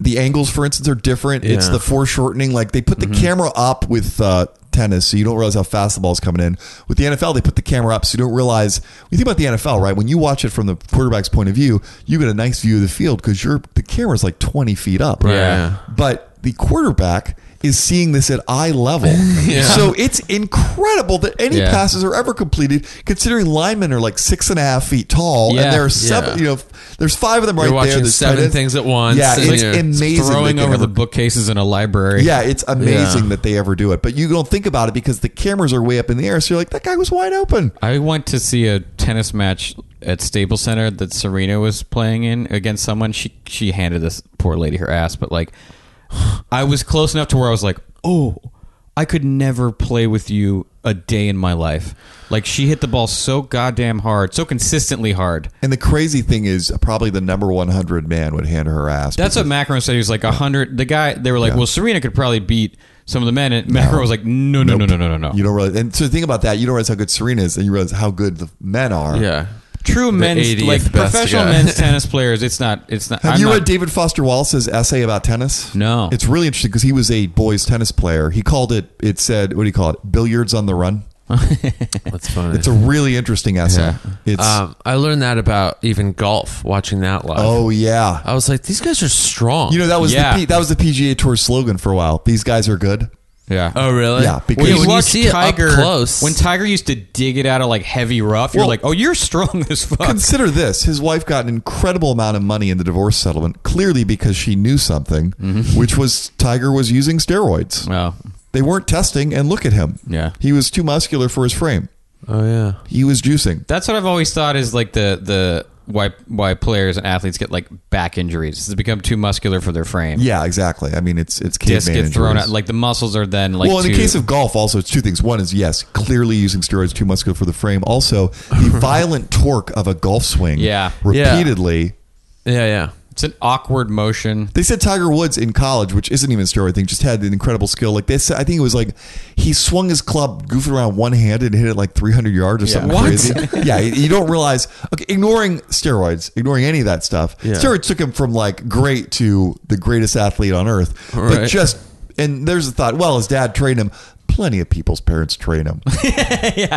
Speaker 3: The angles, for instance, are different. It's
Speaker 1: Yeah.
Speaker 3: the foreshortening. Like they put the camera up with uh, tennis, so you don't realize how fast the ball's coming in. With the NFL, they put the camera up, so you don't realize. When you think about the NFL, right? When you watch it from the quarterback's point of view, you get a nice view of the field because you're the camera's like twenty feet up.
Speaker 1: Right.
Speaker 4: Yeah.
Speaker 3: But the quarterback is seeing this at eye level.
Speaker 1: Yeah.
Speaker 3: So it's incredible that any
Speaker 4: Yeah.
Speaker 3: passes are ever completed, considering linemen are like six and a half feet tall,
Speaker 4: Yeah.
Speaker 3: and there are seven.
Speaker 1: Yeah.
Speaker 3: You know, there's five of them right
Speaker 1: you're
Speaker 3: there.
Speaker 1: watching
Speaker 3: There's tight
Speaker 1: seven
Speaker 3: ends.
Speaker 1: things at once.
Speaker 3: Yeah,
Speaker 1: and
Speaker 3: it's
Speaker 1: you're-
Speaker 3: amazing.
Speaker 4: throwing
Speaker 3: that they
Speaker 4: over the
Speaker 3: ever-
Speaker 4: bookcases in a library.
Speaker 3: yeah, it's amazing
Speaker 1: Yeah.
Speaker 3: that they ever do it. But you don't think about it because the cameras are way up in the air. So you're like, that guy was wide open.
Speaker 4: I went to see a tennis match at Staples Center that Serena was playing in against someone. She she handed this poor lady her ass, but like I was close enough to where I was like, "Oh, I could never play with you a day in my life." Like she hit the ball so goddamn hard, so consistently hard.
Speaker 3: And the crazy thing is, probably the number 100 man would hand her ass.
Speaker 4: That's what Macron said. He was like, "100." The guy they were like,
Speaker 3: Yeah.
Speaker 4: "Well, Serena could probably beat some of the men." And Macron was like, "No, no, no, no, no, no, no."
Speaker 3: you don't realize. And so think about that. You don't realize how good Serena is, and you realize how good the men are.
Speaker 1: yeah.
Speaker 4: True men's
Speaker 1: 80th
Speaker 4: like
Speaker 1: best
Speaker 4: professional
Speaker 1: guy.
Speaker 4: men's tennis players. It's not. It's not.
Speaker 3: Have
Speaker 4: I'm
Speaker 3: you
Speaker 4: not-
Speaker 3: read David Foster Wallace's essay about tennis?
Speaker 4: No.
Speaker 3: It's really interesting because he was a boys tennis player. He called it, it said, what do you call it? Billiards on the run.
Speaker 1: That's funny.
Speaker 3: It's a really interesting essay. It's,
Speaker 1: um, I learned that about even golf watching that live.
Speaker 3: oh yeah.
Speaker 1: I was like, these guys are strong.
Speaker 3: You know, that was,
Speaker 4: Yeah.
Speaker 3: the P, that was the PGA Tour slogan for a while. These guys are good.
Speaker 4: Yeah.
Speaker 1: oh really?
Speaker 3: Yeah, because-
Speaker 1: when,
Speaker 3: When
Speaker 1: you
Speaker 4: watch
Speaker 1: see it up close,
Speaker 4: When Tiger used to dig it out of like heavy rough, you're
Speaker 3: Well-
Speaker 4: like, oh, you're strong as fuck.
Speaker 3: Consider this: his wife got an incredible amount of money in the divorce settlement, clearly because she knew something,
Speaker 4: Mm-hmm.
Speaker 3: which was Tiger was using steroids.
Speaker 4: well,
Speaker 3: They weren't testing, and look at him.
Speaker 4: Yeah.
Speaker 3: he was too muscular for his frame.
Speaker 1: oh yeah,
Speaker 3: He was juicing.
Speaker 4: that's what I've always thought is like the the why why players and athletes get like back injuries. They become too muscular for their frame.
Speaker 3: Yeah, exactly. I mean, it's it's
Speaker 4: Discs
Speaker 3: caveman
Speaker 4: get thrown
Speaker 3: injuries.
Speaker 4: out. Like the muscles are then like.
Speaker 3: well, in
Speaker 4: too-
Speaker 3: the case of golf, also it's two things. One is yes, clearly using steroids too much for the frame. Also, the violent torque of a golf swing,
Speaker 4: Yeah.
Speaker 1: Yeah.
Speaker 3: repeatedly.
Speaker 1: Yeah, yeah.
Speaker 4: it's an awkward motion.
Speaker 3: They said Tiger Woods in college, which isn't even a steroid thing, just had an incredible skill. Like this, I think it was like he swung his club, goofed around one hand, and hit it like 300 yards or something
Speaker 4: What?
Speaker 3: crazy. yeah, you- you don't realize. Okay, ignoring steroids, ignoring any of that stuff.
Speaker 1: Yeah.
Speaker 3: Steroids took him from like great to the greatest athlete on earth, but
Speaker 1: Right.
Speaker 3: just and there's a thought. Well, his dad trained him. Plenty of people's parents train him.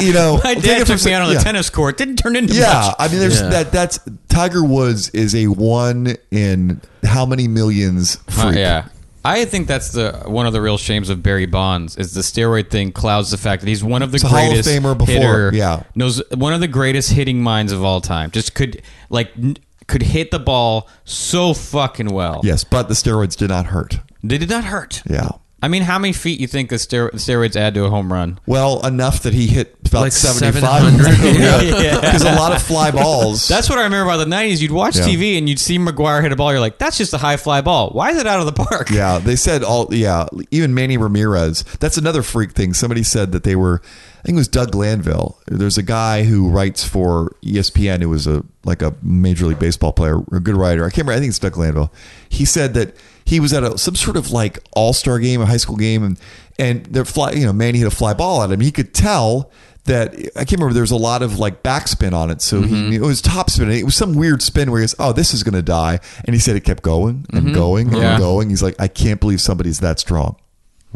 Speaker 3: You know,
Speaker 4: My
Speaker 3: take it
Speaker 4: dad
Speaker 3: from
Speaker 4: took me out on
Speaker 3: yeah.
Speaker 4: a tennis court. Didn't turn into
Speaker 3: Yeah,
Speaker 4: much.
Speaker 3: I mean, there's
Speaker 1: Yeah.
Speaker 3: that. That's Tiger Woods is a one in how many millions?
Speaker 4: Huh,
Speaker 3: Freak.
Speaker 4: Uh, yeah. I think that's the one of the real shames of Barry Bonds is the steroid thing clouds the fact that he's one of the
Speaker 3: a Hall of
Speaker 4: greatest
Speaker 3: Famer before,
Speaker 4: hitter,
Speaker 3: yeah.
Speaker 4: knows one of the greatest hitting minds of all time. Just could like n- could hit the ball so fucking well.
Speaker 3: Yes, but the steroids did not hurt.
Speaker 4: they did not hurt.
Speaker 3: Yeah.
Speaker 4: I mean, how many feet you think the stero- steroids add to a home run?
Speaker 3: Well, enough that he hit about
Speaker 1: Like
Speaker 3: 75.
Speaker 1: 700.
Speaker 3: Because a lot of fly balls.
Speaker 4: That's what I remember about the '90s. You'd watch
Speaker 3: Yeah.
Speaker 4: TV and you'd see McGuire hit a ball. You're like, that's just a high fly ball. Why is it out of the park?
Speaker 3: yeah, they said all. Yeah, even Manny Ramirez. That's another freak thing. Somebody said that they were. I think it was Doug Glanville. There's a guy who writes for E ESPN who was a like a major league baseball player, a good writer. I can't remember. I think it's Doug Glanville. He said that he was at a, some sort of like all star game, a high school game, and and their fly. You know, Manny hit a fly ball at him. He could tell that I can't remember. There was a lot of like backspin on it, so he knew it was top spin. It was some weird spin where he goes, "Oh, this is going to die," and he said it kept going and going and
Speaker 4: Yeah.
Speaker 3: going. He's like, "I can't believe somebody's that strong."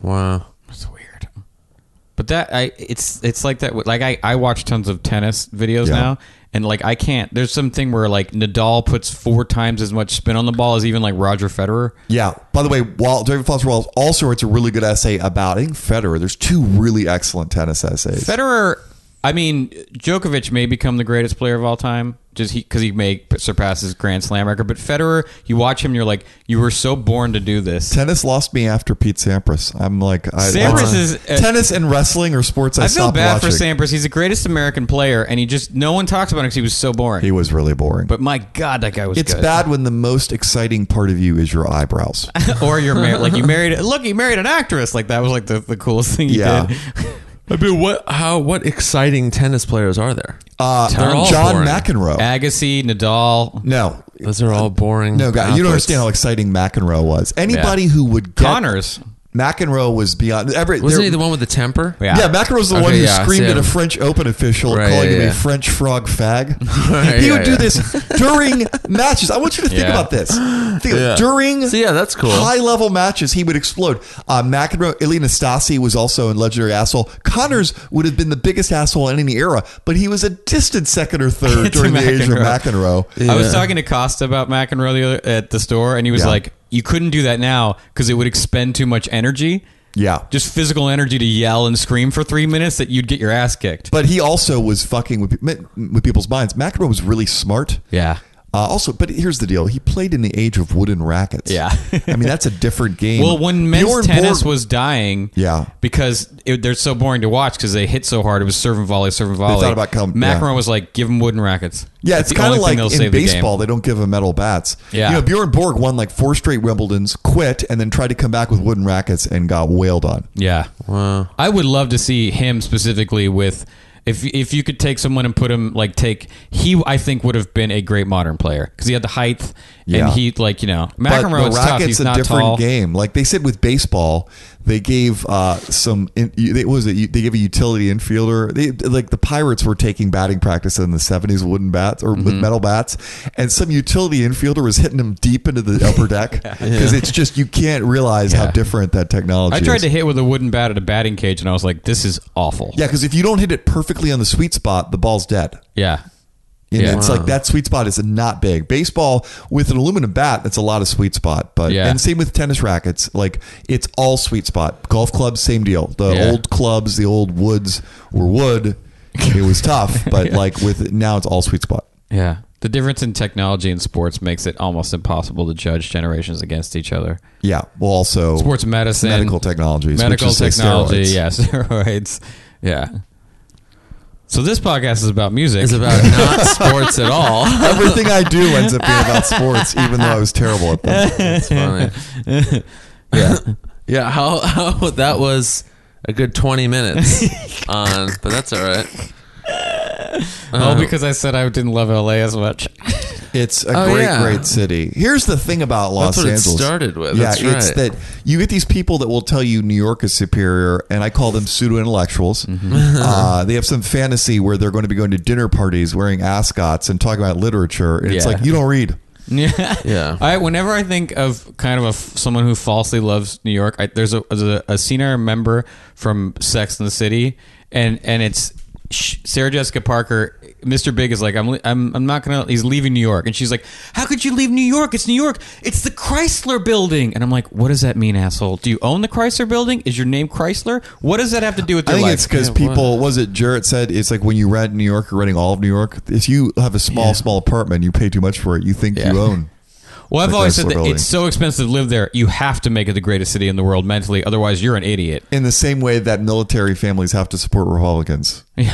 Speaker 1: Wow.
Speaker 4: It's weird. But that I it's it's like that with- like I I watch tons of tennis videos
Speaker 3: Yeah.
Speaker 4: now and like I can't there's something where like Nadal puts four times as much spin on the ball as even like Roger Federer.
Speaker 3: Yeah. By the way, Wall, David Foster Wallace also writes a really good essay about I think Federer. There's two really excellent tennis essays.
Speaker 4: Federer I mean Djokovic may become the greatest player of all time just he cuz he may surpass his grand slam record but Federer you watch him you're like you were so born to do this.
Speaker 3: Tennis lost me after Pete Sampras. I'm like, I,
Speaker 4: Sampras
Speaker 3: I-
Speaker 4: is-
Speaker 3: tennis and wrestling are sports I,
Speaker 4: I feel
Speaker 3: stopped
Speaker 4: bad
Speaker 3: watching.
Speaker 4: for Sampras. He's the greatest American player, and he just no one talks about him because he was so boring.
Speaker 3: He was really boring.
Speaker 4: but my God, that guy was.
Speaker 3: it's
Speaker 4: good.
Speaker 3: bad when the most exciting part of you is your eyebrows.
Speaker 4: or you're married. Like you married. Look, he married an actress. Like that was like the, the coolest thing you
Speaker 3: Yeah.
Speaker 4: did.
Speaker 1: I mean, what? How? What exciting tennis players are there?
Speaker 3: Uh,
Speaker 1: They're all
Speaker 3: John
Speaker 1: boring.
Speaker 3: McEnroe.
Speaker 4: Agassi, Nadal,
Speaker 3: no,
Speaker 1: Those are all boring.
Speaker 3: no, guy. You don't
Speaker 1: athletes.
Speaker 3: understand how exciting McEnroe was. Anybody who would get
Speaker 4: Connors.
Speaker 3: McEnroe was beyond. Every,
Speaker 1: Wasn't
Speaker 3: there-
Speaker 1: he the one with the temper?
Speaker 4: Yeah.
Speaker 3: Yeah, McEnroe's the
Speaker 1: Okay,
Speaker 3: one who
Speaker 1: yeah, I see
Speaker 3: screamed at a
Speaker 1: him.
Speaker 3: French Open official
Speaker 1: Right,
Speaker 3: calling
Speaker 1: yeah,
Speaker 3: him a
Speaker 1: yeah.
Speaker 3: French frog fag.
Speaker 1: Right,
Speaker 3: he
Speaker 1: yeah,
Speaker 3: would do
Speaker 1: yeah.
Speaker 3: this during matches. I want you to think
Speaker 4: Yeah.
Speaker 3: about this. Think
Speaker 1: Yeah.
Speaker 3: During
Speaker 1: So, yeah, that's cool.
Speaker 3: high level matches, he would explode. Uh, McEnroe, Ilya Nastasi was also a legendary asshole. Connors would have been the biggest asshole in any era, but he was a distant second or third
Speaker 4: To
Speaker 3: during the age of
Speaker 4: McEnroe.
Speaker 3: McEnroe.
Speaker 4: I was
Speaker 1: Yeah.
Speaker 4: talking to Costa about McEnroe the other, at the store, and he was
Speaker 3: Yeah.
Speaker 4: like, "You couldn't do that now because it would expend too much energy,
Speaker 3: Yeah.
Speaker 4: just physical energy to yell and scream for three minutes that you'd get your ass kicked."
Speaker 3: But he also was fucking with, with people's minds. McEnroe was really smart.
Speaker 4: yeah,
Speaker 3: Uh, also, but here's the deal: he played in the age of wooden rackets.
Speaker 4: Yeah.
Speaker 3: I mean that's a different game.
Speaker 4: Well, when men's
Speaker 3: Bjorn
Speaker 4: tennis
Speaker 3: Borg-
Speaker 4: was dying,
Speaker 3: Yeah.
Speaker 4: because it, they're so boring to watch because they hit so hard. It was serving volley, serving volley.
Speaker 3: thought about come- yeah.
Speaker 4: McEnroe was like, give them wooden rackets.
Speaker 3: yeah,
Speaker 4: That's
Speaker 3: it's
Speaker 4: the
Speaker 3: kind of
Speaker 4: only thing
Speaker 3: like
Speaker 4: that'll
Speaker 3: in
Speaker 4: save the game.
Speaker 3: baseball, they don't give them metal bats.
Speaker 4: Yeah.
Speaker 3: you know Bjorn Borg won like four straight Wimbledon's, quit, and then tried to come back with wooden rackets and got wailed on.
Speaker 4: Yeah. Wow. I would love to see him specifically with if if you could take someone and put him like take he I think would have been a great modern player because he had the height
Speaker 3: Yeah.
Speaker 4: and he like you know
Speaker 3: But
Speaker 4: McEnroe
Speaker 3: the
Speaker 4: is tough.
Speaker 3: rackets
Speaker 4: He's
Speaker 3: a
Speaker 4: not
Speaker 3: different
Speaker 4: tall.
Speaker 3: game. Like they said with baseball, they gave uh, some. In, you- they, what was it? You- They gave a utility infielder. They like the Pirates were taking batting practice in the seventies, wooden bats or
Speaker 4: Mm-hmm.
Speaker 3: with metal bats, and some utility infielder was hitting them deep into the upper deck because it's just you can't realize how
Speaker 4: Yeah.
Speaker 3: different that technology.
Speaker 4: I tried
Speaker 3: is.
Speaker 4: to hit with a wooden bat at a batting cage and I was like this is awful.
Speaker 3: Yeah, because if you don't hit it perfectly on the sweet spot, the ball's dead.
Speaker 4: Yeah.
Speaker 3: And
Speaker 4: Yeah.
Speaker 3: it's like that sweet spot is not big. Baseball with an aluminum bat, that's a lot of sweet spot. But
Speaker 4: Yeah.
Speaker 3: and same with tennis rackets, like it's all sweet spot. Golf clubs, same deal. The
Speaker 4: Yeah.
Speaker 3: old clubs, the old woods were wood. It was tough, but like with now it's all sweet spot.
Speaker 4: Yeah. The difference in technology and sports makes it almost impossible to judge generations against each other.
Speaker 3: Yeah. Well, also
Speaker 4: Sports medicine,
Speaker 3: medical technologies, which
Speaker 4: medical
Speaker 3: is, say,
Speaker 4: technology,
Speaker 3: steroids.
Speaker 4: yeah, steroids, yeah. So this podcast is about music.
Speaker 5: It's about not sports at all.
Speaker 3: Everything I do ends up being about sports, even though I was terrible at them.
Speaker 5: It's funny. Yeah. Yeah, how, how that was a good 20 minutes on, but that's all right.
Speaker 4: oh,
Speaker 3: Uh-huh.
Speaker 1: Uh,
Speaker 4: because I said I didn't love LA as much.
Speaker 3: It's a
Speaker 5: Oh,
Speaker 3: great,
Speaker 5: yeah.
Speaker 3: great city. Here's the thing about Los
Speaker 5: That's what it
Speaker 3: Angeles.
Speaker 5: started with.
Speaker 3: Yeah,
Speaker 5: That's
Speaker 3: it's
Speaker 5: right.
Speaker 3: that you get these people that will tell you New York is superior, and I call them pseudo intellectuals.
Speaker 5: Mm-hmm.
Speaker 3: uh, they have some fantasy where they're going to be going to dinner parties wearing ascots and talking about literature, and it's
Speaker 4: Yeah.
Speaker 3: like you don't read.
Speaker 4: yeah.
Speaker 5: Yeah.
Speaker 3: Uh-huh.
Speaker 4: I whenever I think of kind of a, someone who falsely loves New York, I, there's a, there's a a scene I remember from Sex and the City, and and it's sh- Sarah Jessica Parker. Mr. Big is like, I'm, le- I'm, I'm not gonna. He's leaving New York, and she's like, How could you leave New York? It's New York. It's the Chrysler Building, and I'm like, What does that mean, asshole? Do you own the Chrysler Building? Is your name Chrysler? What does that have to do with
Speaker 3: I
Speaker 4: your
Speaker 3: think
Speaker 4: life?
Speaker 3: it's because people was it Jarrett said it's like when you rent New York, you're renting all of New York. If you have a small, small apartment, you pay too much for it. You think
Speaker 4: Yeah.
Speaker 3: you own.
Speaker 4: Well, I've
Speaker 3: Like
Speaker 4: always
Speaker 3: Chrysler
Speaker 4: said that
Speaker 3: Building.
Speaker 4: it's so expensive to live there. You have to make it the greatest city in the world mentally, otherwise you're an idiot.
Speaker 3: In the same way that military families have to support Republicans,
Speaker 4: Yeah.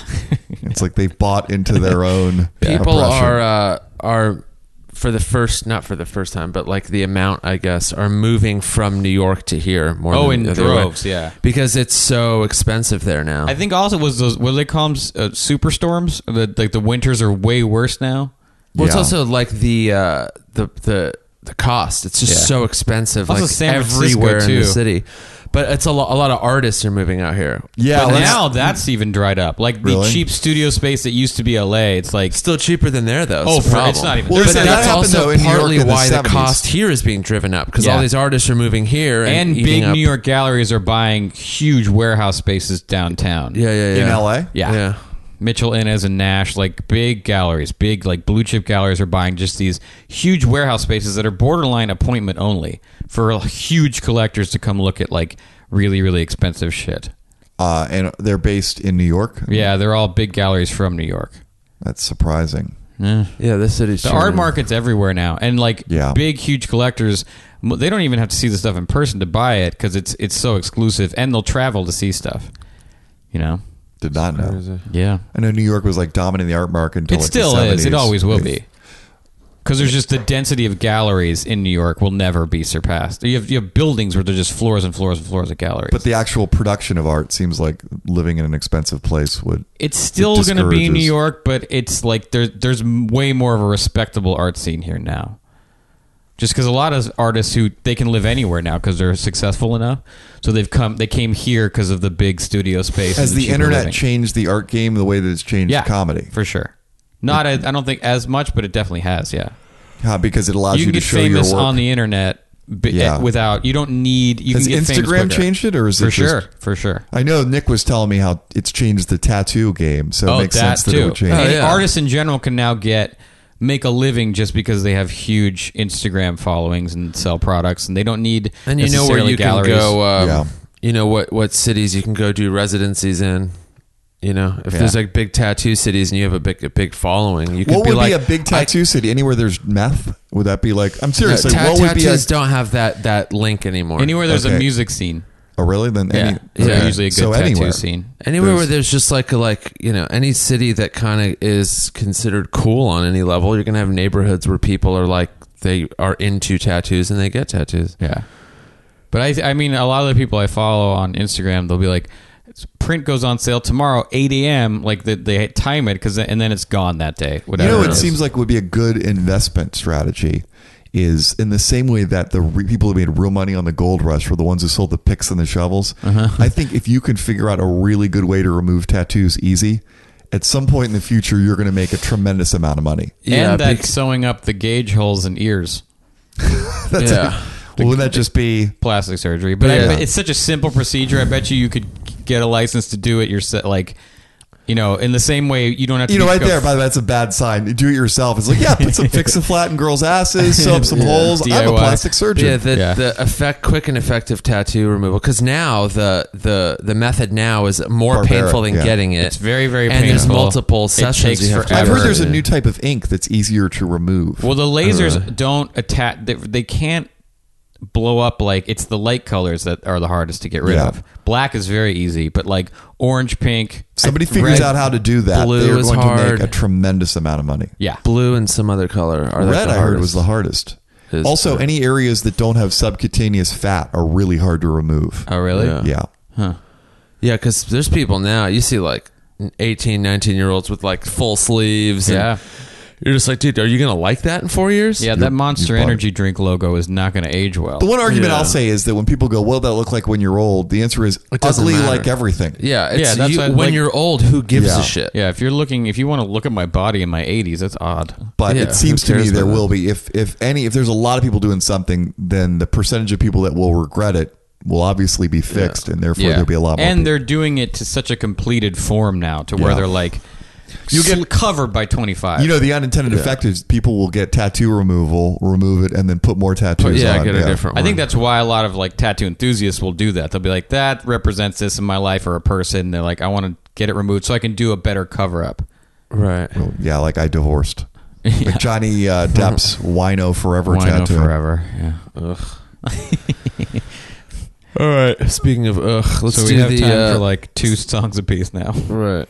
Speaker 3: it's like they've bought into their own.
Speaker 5: people
Speaker 3: oppression.
Speaker 5: are uh, are for the first not for the first time but like the amount i guess are moving from new york to here more
Speaker 4: Oh,
Speaker 5: than
Speaker 4: in
Speaker 5: the other way.
Speaker 4: droves, yeah.
Speaker 5: because it's so expensive there now
Speaker 4: I think also was those what do they call them uh, superstorms? The, like the winters are way worse now.
Speaker 5: well it's
Speaker 3: Yeah.
Speaker 5: also like the uh the the the cost it's just
Speaker 4: Yeah.
Speaker 5: so expensive
Speaker 4: Also
Speaker 5: like
Speaker 4: San Francisco,
Speaker 5: everywhere in
Speaker 4: too.
Speaker 5: the city but it's a, lo- a lot of artists are moving out here
Speaker 3: Yeah,
Speaker 4: but
Speaker 3: let's-
Speaker 4: now that's even dried up. Like the
Speaker 3: Really?
Speaker 4: cheap studio space that used to be LA, it's like
Speaker 5: still cheaper than there though
Speaker 4: Oh,
Speaker 5: It's the
Speaker 4: for- it's
Speaker 5: problem.
Speaker 4: not even-
Speaker 3: Well,
Speaker 5: but
Speaker 3: that
Speaker 5: that's
Speaker 3: happened, though,
Speaker 5: also
Speaker 3: in New York
Speaker 5: partly
Speaker 3: in the
Speaker 5: why the
Speaker 3: 70s.
Speaker 5: cost here is being driven up because
Speaker 4: Yeah.
Speaker 5: all these artists are moving here and,
Speaker 4: and
Speaker 5: eating
Speaker 4: big
Speaker 5: up-
Speaker 4: New York galleries are buying huge warehouse spaces downtown.
Speaker 5: yeah yeah yeah
Speaker 3: In LA?
Speaker 4: Yeah.
Speaker 5: yeah
Speaker 4: Mitchell Innes and Nash, like big galleries, big like blue chip galleries are buying just these huge warehouse spaces that are borderline appointment only for huge collectors to come look at like really, really expensive shit.
Speaker 3: uh, and they're based in New York.
Speaker 4: Yeah, they're all big galleries from New York.
Speaker 3: That's surprising.
Speaker 5: Yeah, this city's
Speaker 4: The art market's everywhere now, and like
Speaker 3: Yeah.
Speaker 4: big, huge collectors, m- they don't even have to see the stuff in person to buy it because it's it's so exclusive, and they'll travel to see stuff. You know?
Speaker 3: Did not know.
Speaker 4: Yeah.
Speaker 3: I know New York was like dominating the art market until
Speaker 4: It
Speaker 3: like, the
Speaker 4: still is. It
Speaker 3: 70s.
Speaker 4: always will be. Because there's just the density of galleries in New York will never be surpassed. You have you have buildings where there's just floors and floors and floors of galleries.
Speaker 3: But the actual production of art seems like living in an expensive place would.
Speaker 4: it's still going to be
Speaker 3: discourages-
Speaker 4: New York, but it's like there's there's m- way more of a respectable art scene here now. Just because a lot of artists who they can live anywhere now because they're successful enough, so they've come they came here because of the big studio space.
Speaker 3: Has
Speaker 4: and
Speaker 3: the
Speaker 4: cheaper
Speaker 3: internet
Speaker 4: living.
Speaker 3: changed the art game the way that it's changed
Speaker 4: Yeah,
Speaker 3: comedy?
Speaker 4: for sure. Not I I don't think as much, but it definitely has. Yeah,
Speaker 3: Huh, because it allows you,
Speaker 4: you can
Speaker 3: to
Speaker 4: get
Speaker 3: show your
Speaker 4: famous
Speaker 3: work.
Speaker 4: on the internet b- eh,
Speaker 3: Yeah.
Speaker 4: without you don't need you
Speaker 3: Has
Speaker 4: can get famous
Speaker 3: Instagram
Speaker 4: quicker.
Speaker 3: changed it, or is
Speaker 4: for
Speaker 3: it just-
Speaker 4: sure for sure.
Speaker 3: I know Nick was telling me how it's changed the tattoo game, so it
Speaker 4: oh,
Speaker 3: makes
Speaker 4: that
Speaker 3: sense that
Speaker 4: too.
Speaker 3: it would change.
Speaker 5: Oh,
Speaker 4: Any
Speaker 5: yeah.
Speaker 4: artists in general can now get make a living just because they have huge Instagram followings and sell products, and they don't need
Speaker 5: And you know where
Speaker 4: necessarily
Speaker 5: you
Speaker 4: galleries.
Speaker 5: can go. Um,
Speaker 3: Yeah.
Speaker 5: You know what what cities you can go do residencies in. You know, if
Speaker 4: Yeah.
Speaker 5: there's like big tattoo cities and you have a big a big following, you could
Speaker 3: What
Speaker 5: be
Speaker 3: would
Speaker 5: like
Speaker 3: be a big
Speaker 5: I-
Speaker 3: tattoo city? Anywhere there's meth? Would that be like? I'm
Speaker 5: No,
Speaker 3: serious. like,
Speaker 5: ta-
Speaker 3: what would be a,
Speaker 5: tattoos don't have that that link anymore.
Speaker 4: Anywhere there's a
Speaker 3: Okay.
Speaker 4: music scene,
Speaker 3: oh, really? Then
Speaker 4: yeah,
Speaker 3: any,
Speaker 4: there's
Speaker 5: okay.
Speaker 4: usually a good
Speaker 3: So
Speaker 4: tattoo
Speaker 3: anywhere.
Speaker 4: scene.
Speaker 5: Anywhere
Speaker 3: There's-
Speaker 5: where there's just like a like you know any city that kind of is considered cool on any level, you're gonna have neighborhoods where people are like they are into tattoos and they get tattoos.
Speaker 4: Yeah. But I, I mean, a lot of the people I follow on Instagram, they'll be like, print goes on sale tomorrow, 8 a.m. Like they, they time it, cause, and then it's gone that day.
Speaker 3: You
Speaker 4: Whatever
Speaker 3: know, e-,
Speaker 4: it
Speaker 3: it
Speaker 4: is.
Speaker 3: seems like would be a good investment strategy is in the same way that the re- people who made real money on the gold rush were the ones who sold the picks and the shovels.
Speaker 4: Uh-huh.
Speaker 3: I think if you can figure out a really good way to remove tattoos easy, at some point in the future, you're going to make a tremendous amount of money.
Speaker 5: Yeah,
Speaker 4: and that
Speaker 5: bec-
Speaker 4: sewing up the gauge holes and ears,
Speaker 3: That's
Speaker 5: Yeah.
Speaker 3: it. Well, wouldn't that just be?
Speaker 4: plastic surgery. But I
Speaker 5: Yeah.
Speaker 4: bet it's such a simple procedure. I bet you you could get a license to do it yourself. Like, you know, in the same way, you don't have to.
Speaker 3: You know,
Speaker 4: be-
Speaker 3: right
Speaker 4: go-
Speaker 3: there, by the way, that's a bad sign. Do it yourself. It's like, yeah, put some fix and flatten girls' asses, sew up some holes. I'm a
Speaker 4: DIY.
Speaker 3: plastic surgeon.
Speaker 5: Yeah, the,
Speaker 4: Yeah.
Speaker 5: the effect, quick and effective tattoo removal. Because now the the the method now is more
Speaker 3: Barbaric,
Speaker 5: painful than
Speaker 3: yeah.
Speaker 5: getting it.
Speaker 4: It's very, very
Speaker 5: and there's
Speaker 4: painful.
Speaker 5: multiple
Speaker 4: It
Speaker 5: sessions.
Speaker 4: takes
Speaker 5: You have to
Speaker 3: I've
Speaker 4: forever.
Speaker 5: do.
Speaker 3: heard there's a new type of ink that's easier to remove. Uh-huh.
Speaker 4: Well, the lasers don't attach. They, they can't blow up like it's the light colors that are the hardest to get rid
Speaker 3: Yeah.
Speaker 4: of. Black is very easy, but like orange, pink.
Speaker 3: Somebody figures
Speaker 4: red-
Speaker 3: out how to do that.
Speaker 1: blue
Speaker 3: They're
Speaker 1: is
Speaker 3: going
Speaker 1: hard.
Speaker 3: to make a tremendous amount of money.
Speaker 4: Yeah.
Speaker 1: Blue and some other color are like
Speaker 3: Red,
Speaker 1: the
Speaker 3: I heard, was the
Speaker 1: hardest.
Speaker 3: hardest.
Speaker 1: Is
Speaker 3: also,
Speaker 1: correct.
Speaker 3: any areas that don't have subcutaneous fat are really hard to remove.
Speaker 4: Oh, really?
Speaker 1: Yeah.
Speaker 3: yeah.
Speaker 1: Yeah, because there's people now, you see like 18, 19 year olds with like full sleeves. and
Speaker 4: Yeah.
Speaker 1: You're just like, dude, are you going to like that in four years?
Speaker 4: Yeah,
Speaker 3: You're-
Speaker 4: that Monster
Speaker 3: you're bugged.
Speaker 4: Energy drink logo is not going to age well.
Speaker 3: The one argument
Speaker 1: Yeah.
Speaker 3: I'll say is that when people go, "Well, that look like when you're old," the answer is
Speaker 1: It doesn't
Speaker 3: ugly
Speaker 1: matter.
Speaker 3: like everything.
Speaker 1: Yeah. It's,
Speaker 4: Yeah, that's
Speaker 1: you-
Speaker 4: what I'd
Speaker 1: when
Speaker 4: like-
Speaker 1: you're old, who gives
Speaker 3: Yeah.
Speaker 1: a shit?
Speaker 4: Yeah, if you're looking, if you want to look at my body in my 80s, that's odd.
Speaker 3: But
Speaker 1: Yeah,
Speaker 3: it seems
Speaker 1: who
Speaker 3: to me
Speaker 1: cares
Speaker 3: there
Speaker 1: about
Speaker 3: will be if if any if there's a lot of people doing something, then the percentage of people that will regret it will obviously be fixed, and therefore there'll be a lot more.
Speaker 4: And
Speaker 3: people.
Speaker 4: they're doing it to such a completed form now to where
Speaker 3: Yeah.
Speaker 4: they're like, you get covered by 25.
Speaker 3: you know the unintended effect is people will get tattoo removal, remove it, and then put more tattoos.
Speaker 1: Yeah,
Speaker 3: on.
Speaker 1: get a different
Speaker 4: I
Speaker 1: one.
Speaker 4: think that's why a lot of like tattoo enthusiasts will do that. They'll be like, that represents this in my life or a person. They're like, I want to get it removed so I can do a better cover up.
Speaker 1: Right.
Speaker 3: Yeah, like I divorced. Like Johnny uh, Depp's "Wino Forever"
Speaker 4: Wino
Speaker 3: tattoo.
Speaker 4: forever. Yeah.
Speaker 1: All right. Speaking of, ugh, let's
Speaker 4: so
Speaker 1: do
Speaker 4: we have
Speaker 1: the.
Speaker 4: time
Speaker 1: uh,
Speaker 4: for like two songs apiece now.
Speaker 1: right.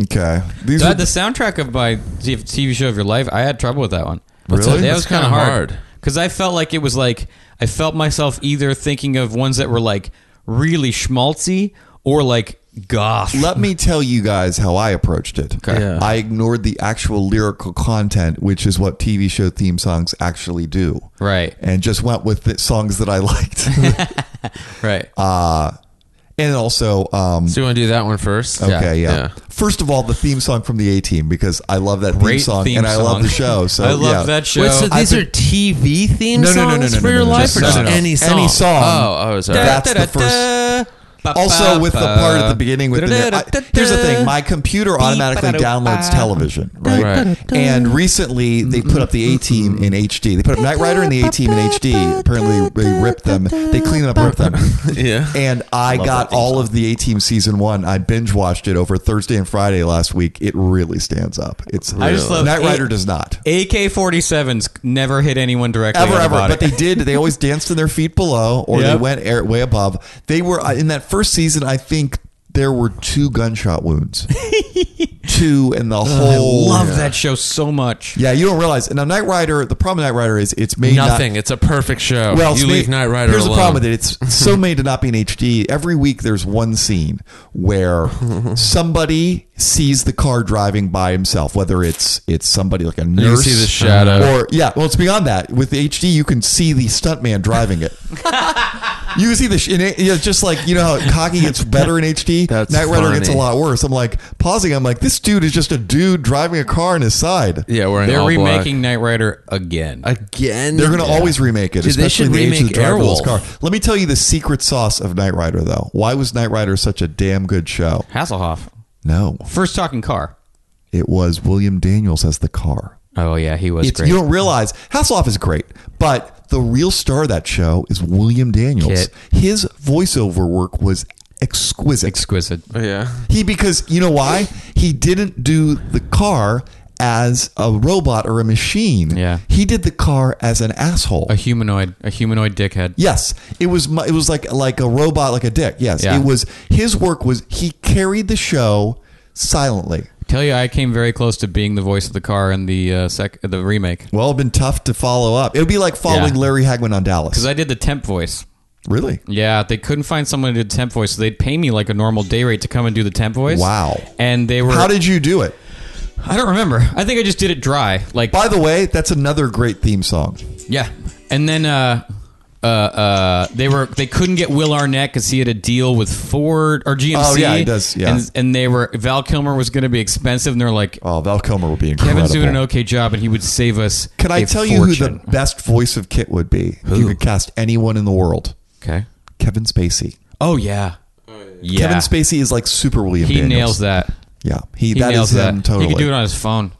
Speaker 3: Okay, these
Speaker 4: Dude,
Speaker 3: are
Speaker 4: the soundtrack of my TV show of your life, I had trouble with that one.
Speaker 3: Really?
Speaker 4: So That
Speaker 1: That's
Speaker 4: was kind of
Speaker 1: kinda
Speaker 4: hard
Speaker 1: hard.
Speaker 4: because I felt like it was like I felt myself either thinking of ones that were like really schmaltzy or like goth.
Speaker 3: Let me tell you guys how I approached it.
Speaker 4: Okay.
Speaker 1: Yeah.
Speaker 3: I ignored the actual lyrical content, which is what TV show theme songs actually do,
Speaker 4: right,
Speaker 3: and just went with the songs that I liked.
Speaker 4: right.
Speaker 3: and also, um,
Speaker 1: So you want to do that one first?
Speaker 3: okay, yeah. First of all, the theme song from the A Team because I love that theme
Speaker 4: Great
Speaker 3: song
Speaker 4: theme
Speaker 3: and I love
Speaker 4: song.
Speaker 3: the show. So
Speaker 4: I love
Speaker 3: yeah.
Speaker 4: that show.
Speaker 1: Wait, so these
Speaker 3: I've
Speaker 1: are TV theme
Speaker 3: No,
Speaker 1: songs
Speaker 3: no, no, no, no,
Speaker 1: for
Speaker 3: no,
Speaker 1: your
Speaker 3: no,
Speaker 1: life,
Speaker 3: no,
Speaker 1: or just
Speaker 3: no, no.
Speaker 1: any
Speaker 3: Any
Speaker 1: song?
Speaker 3: song.
Speaker 1: Oh, oh, sorry.
Speaker 3: That's the
Speaker 4: first.
Speaker 3: Also, with the part at the beginning with the I, here's the thing: my computer automatically downloads television, right?
Speaker 1: Right.
Speaker 3: And recently, they put up the A Team in HD. They put up Knight Rider and the A Team in HD. Apparently, they ripped them. They clean them up, ripped them.
Speaker 1: yeah.
Speaker 3: And I got all of the A Team season one. I binge watched it over Thursday and Friday last week. It really stands up. It's
Speaker 4: I just love
Speaker 3: Knight
Speaker 4: it-
Speaker 3: Rider does not
Speaker 4: AK-47s never hit anyone directly.
Speaker 3: ever
Speaker 4: in the
Speaker 3: ever
Speaker 4: body.
Speaker 3: but they did they always danced in their feet below or they
Speaker 4: Yep.
Speaker 3: went air, way above they were uh, in that first season i think there were two gunshot wounds two in the whole
Speaker 4: love that show so much.
Speaker 3: yeah you don't realize and now Knight rider the problem with Knight rider is it's made not-
Speaker 1: Nothing. it's a perfect show.
Speaker 3: well, it's
Speaker 1: you
Speaker 3: made-
Speaker 1: leave Knight Rider
Speaker 3: Here's
Speaker 1: alone.
Speaker 3: the problem with it: it's so made to not be in HD. Every week, there's one scene where somebody sees the car driving by himself. Whether it's it's somebody like a nurse,
Speaker 1: see the shadow.
Speaker 3: or yeah. Well, it's beyond that. With the HD, you can see the stuntman driving it. You can see the sh- in it, you know, just like you know how cocky gets better in HD.
Speaker 1: That's
Speaker 3: Knight Rider gets a
Speaker 1: funny.
Speaker 3: lot worse. I'm like pausing. I'm like, this dude is just a dude driving a car on his side.
Speaker 1: Yeah, wearing
Speaker 4: They're
Speaker 1: all
Speaker 4: remaking Knight Rider again.
Speaker 1: black. again.
Speaker 3: They're going to always remake it,
Speaker 1: Dude, they
Speaker 3: especially
Speaker 1: should
Speaker 3: the age of the
Speaker 1: remake
Speaker 3: driverless
Speaker 1: Airwolf.
Speaker 3: car. Let me tell you the secret sauce of Knight Rider, though. Why was Knight Rider such a damn good show?
Speaker 4: Hasselhoff,
Speaker 3: No,
Speaker 4: first talking car.
Speaker 3: it was William Daniels as the car.
Speaker 4: Oh yeah, he was
Speaker 3: It's,
Speaker 4: great.
Speaker 3: you don't realize Hasselhoff is great, but the real star of that show is William Daniels.
Speaker 4: Kit.
Speaker 3: His voiceover work was exquisite.
Speaker 4: Exquisite.
Speaker 5: Oh,
Speaker 1: Yeah.
Speaker 3: He because you know why he didn't do the car as a robot or a machine.
Speaker 4: Yeah.
Speaker 3: he did the car as an asshole.
Speaker 4: A humanoid. A humanoid dickhead.
Speaker 3: Yes, it was. mu- It was like like a robot, like a dick. Yes,
Speaker 4: Yeah.
Speaker 3: it was. His work was he carried the show silently.
Speaker 4: Tell you, I came very close to being the voice of the car in the uh, sec the remake
Speaker 3: Well, it'd been tough to follow up. It would be like following
Speaker 4: Yeah.
Speaker 3: Larry Hagman on Dallas.
Speaker 4: because I did the temp voice.
Speaker 3: really?
Speaker 4: Yeah, they couldn't find someone to do the temp voice, so they'd pay me like a normal day rate to come and do the temp voice.
Speaker 3: Wow.
Speaker 4: And they were.
Speaker 3: How did you do it?
Speaker 4: I don't remember. I think I just did it dry. Like
Speaker 3: By the way, that's another great theme song.
Speaker 4: Yeah, and then uh, uh, uh, they were they couldn't get Will Arnett because he had a deal with Ford or GMC.
Speaker 3: Oh, yeah, he does, yeah.
Speaker 4: and, and they were Val Kilmer was going to be expensive, and they're like,
Speaker 3: Oh, Val Kilmer would be incredible.
Speaker 4: Kevin's doing an okay job, and he would save us.
Speaker 3: Can I
Speaker 4: a
Speaker 3: tell you who the
Speaker 4: fortune."
Speaker 3: best voice of Kit would be? If you could cast anyone in the world,
Speaker 4: Okay.
Speaker 3: Kevin Spacey.
Speaker 4: Oh yeah. Yeah.
Speaker 3: Kevin Spacey is like super William.
Speaker 4: He
Speaker 3: Daniels.
Speaker 4: nails that.
Speaker 3: Yeah, he,
Speaker 4: He
Speaker 3: that
Speaker 4: nails
Speaker 3: is him
Speaker 4: that.
Speaker 3: totally.
Speaker 4: He could do it on his phone.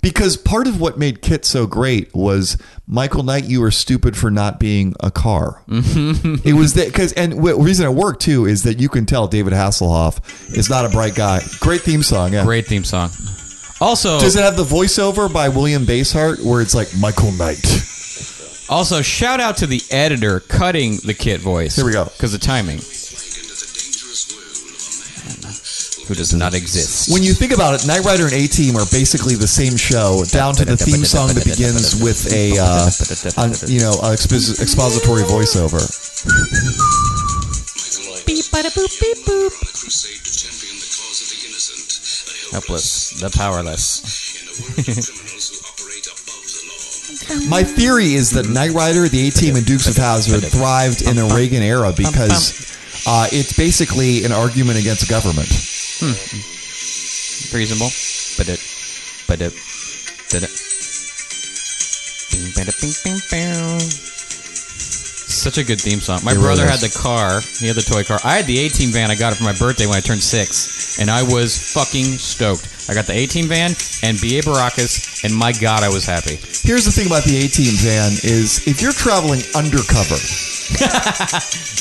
Speaker 3: Because part of what made Kit so great was Michael Knight, you were stupid for not being a car. it was that because and w- reason it worked too is that you can tell David Hasselhoff is not a bright guy. Great theme song. Yeah.
Speaker 4: Great theme song. Also,
Speaker 3: Does it have the voiceover by William Basehart where it's like Michael Knight?
Speaker 4: Also, shout out to the editor cutting the kid voice.
Speaker 3: Here we go.
Speaker 4: Because the timing. Who does not exist.
Speaker 3: When you think about it, Knight Rider and A Team are basically the same show, down to the theme song that begins with a, uh, un- you know, a expo- expository voiceover.
Speaker 2: Beep, bada, boop, beep, boop.
Speaker 6: on a crusade to champion the cause of the innocent, the helpless,
Speaker 4: Helpless, the powerless.
Speaker 6: in a world of criminals who operate above the law.
Speaker 3: My theory is that Knight Rider, the A Team, and Dukes of Hazard thrived in the Reagan era because uh, it's basically an argument against government.
Speaker 4: Reasonable. But it. But it. Did it. Bing, bada, bing, bing, bing. Such a good theme song. My
Speaker 3: It really
Speaker 4: brother
Speaker 3: is.
Speaker 4: had the car. He had the toy car. I had the 18 van. I got it for my birthday when I turned six, and I was fucking stoked. I got the 18 van and B.A. Baracus, and my god, I was happy.
Speaker 3: Here's the thing about the A Team van is if you're traveling undercover,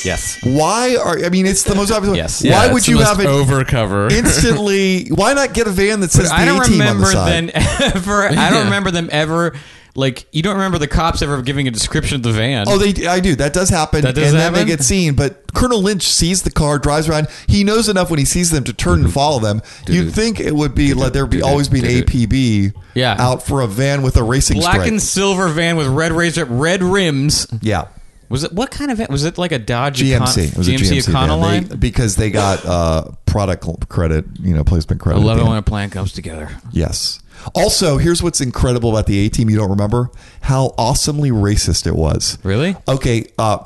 Speaker 4: Yes.
Speaker 3: why are I mean it's the most obvious. one.
Speaker 4: Yes.
Speaker 3: Why
Speaker 4: Yeah,
Speaker 3: would you have it
Speaker 5: over cover?
Speaker 3: instantly? Why not get a van that says the
Speaker 4: I
Speaker 3: A
Speaker 4: don't
Speaker 3: Team on the
Speaker 4: remember
Speaker 3: side?
Speaker 4: them ever. I
Speaker 5: Yeah.
Speaker 4: don't remember them ever. Like you don't remember the cops ever giving a description of the van.
Speaker 3: Oh, they I do. That does happen.
Speaker 4: That does
Speaker 3: and then they
Speaker 4: happen?
Speaker 3: get seen. But Colonel Lynch sees the car, drives around. He knows enough when he sees them to turn
Speaker 4: Mm-hmm.
Speaker 3: and follow them. You'd think it would be like there'd be always be an APB
Speaker 4: Yeah.
Speaker 3: out for a van with a racing
Speaker 4: black
Speaker 3: stripe.
Speaker 4: and silver van with red razor, red rims.
Speaker 3: yeah.
Speaker 4: Was it what kind of van? Was it like a Dodge Econ-
Speaker 3: GMC. It was
Speaker 4: GMC,
Speaker 3: a GMC van.
Speaker 4: Econoline?
Speaker 3: They- because they got uh, product credit, you know, placement credit.
Speaker 4: I love
Speaker 3: at
Speaker 4: it
Speaker 3: the
Speaker 4: when a
Speaker 3: end.
Speaker 4: plan comes together.
Speaker 3: Yes. Also, here's what's incredible about the A team you don't remember how awesomely racist it was.
Speaker 4: Really?
Speaker 3: Okay. Uh,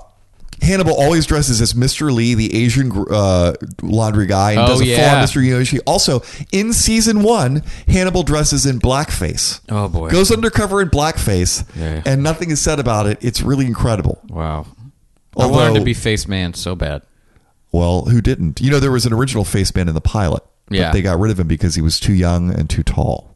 Speaker 3: Hannibal always dresses as Mr. Lee, the Asian gr- uh, laundry guy, and
Speaker 4: Oh,
Speaker 3: does a
Speaker 4: yeah.
Speaker 3: full-on Mr. Yoshi. Also, in season one, Hannibal dresses in blackface.
Speaker 4: Oh, boy.
Speaker 3: Goes undercover in blackface,
Speaker 4: Yeah.
Speaker 3: and nothing is said about it. It's really incredible.
Speaker 4: Wow.
Speaker 3: Although,
Speaker 4: I wanted to be face man so bad.
Speaker 3: well, who didn't? You know, there was an original face man in the pilot, but
Speaker 4: Yeah. Mm.
Speaker 3: they got rid of him because he was too young and too tall.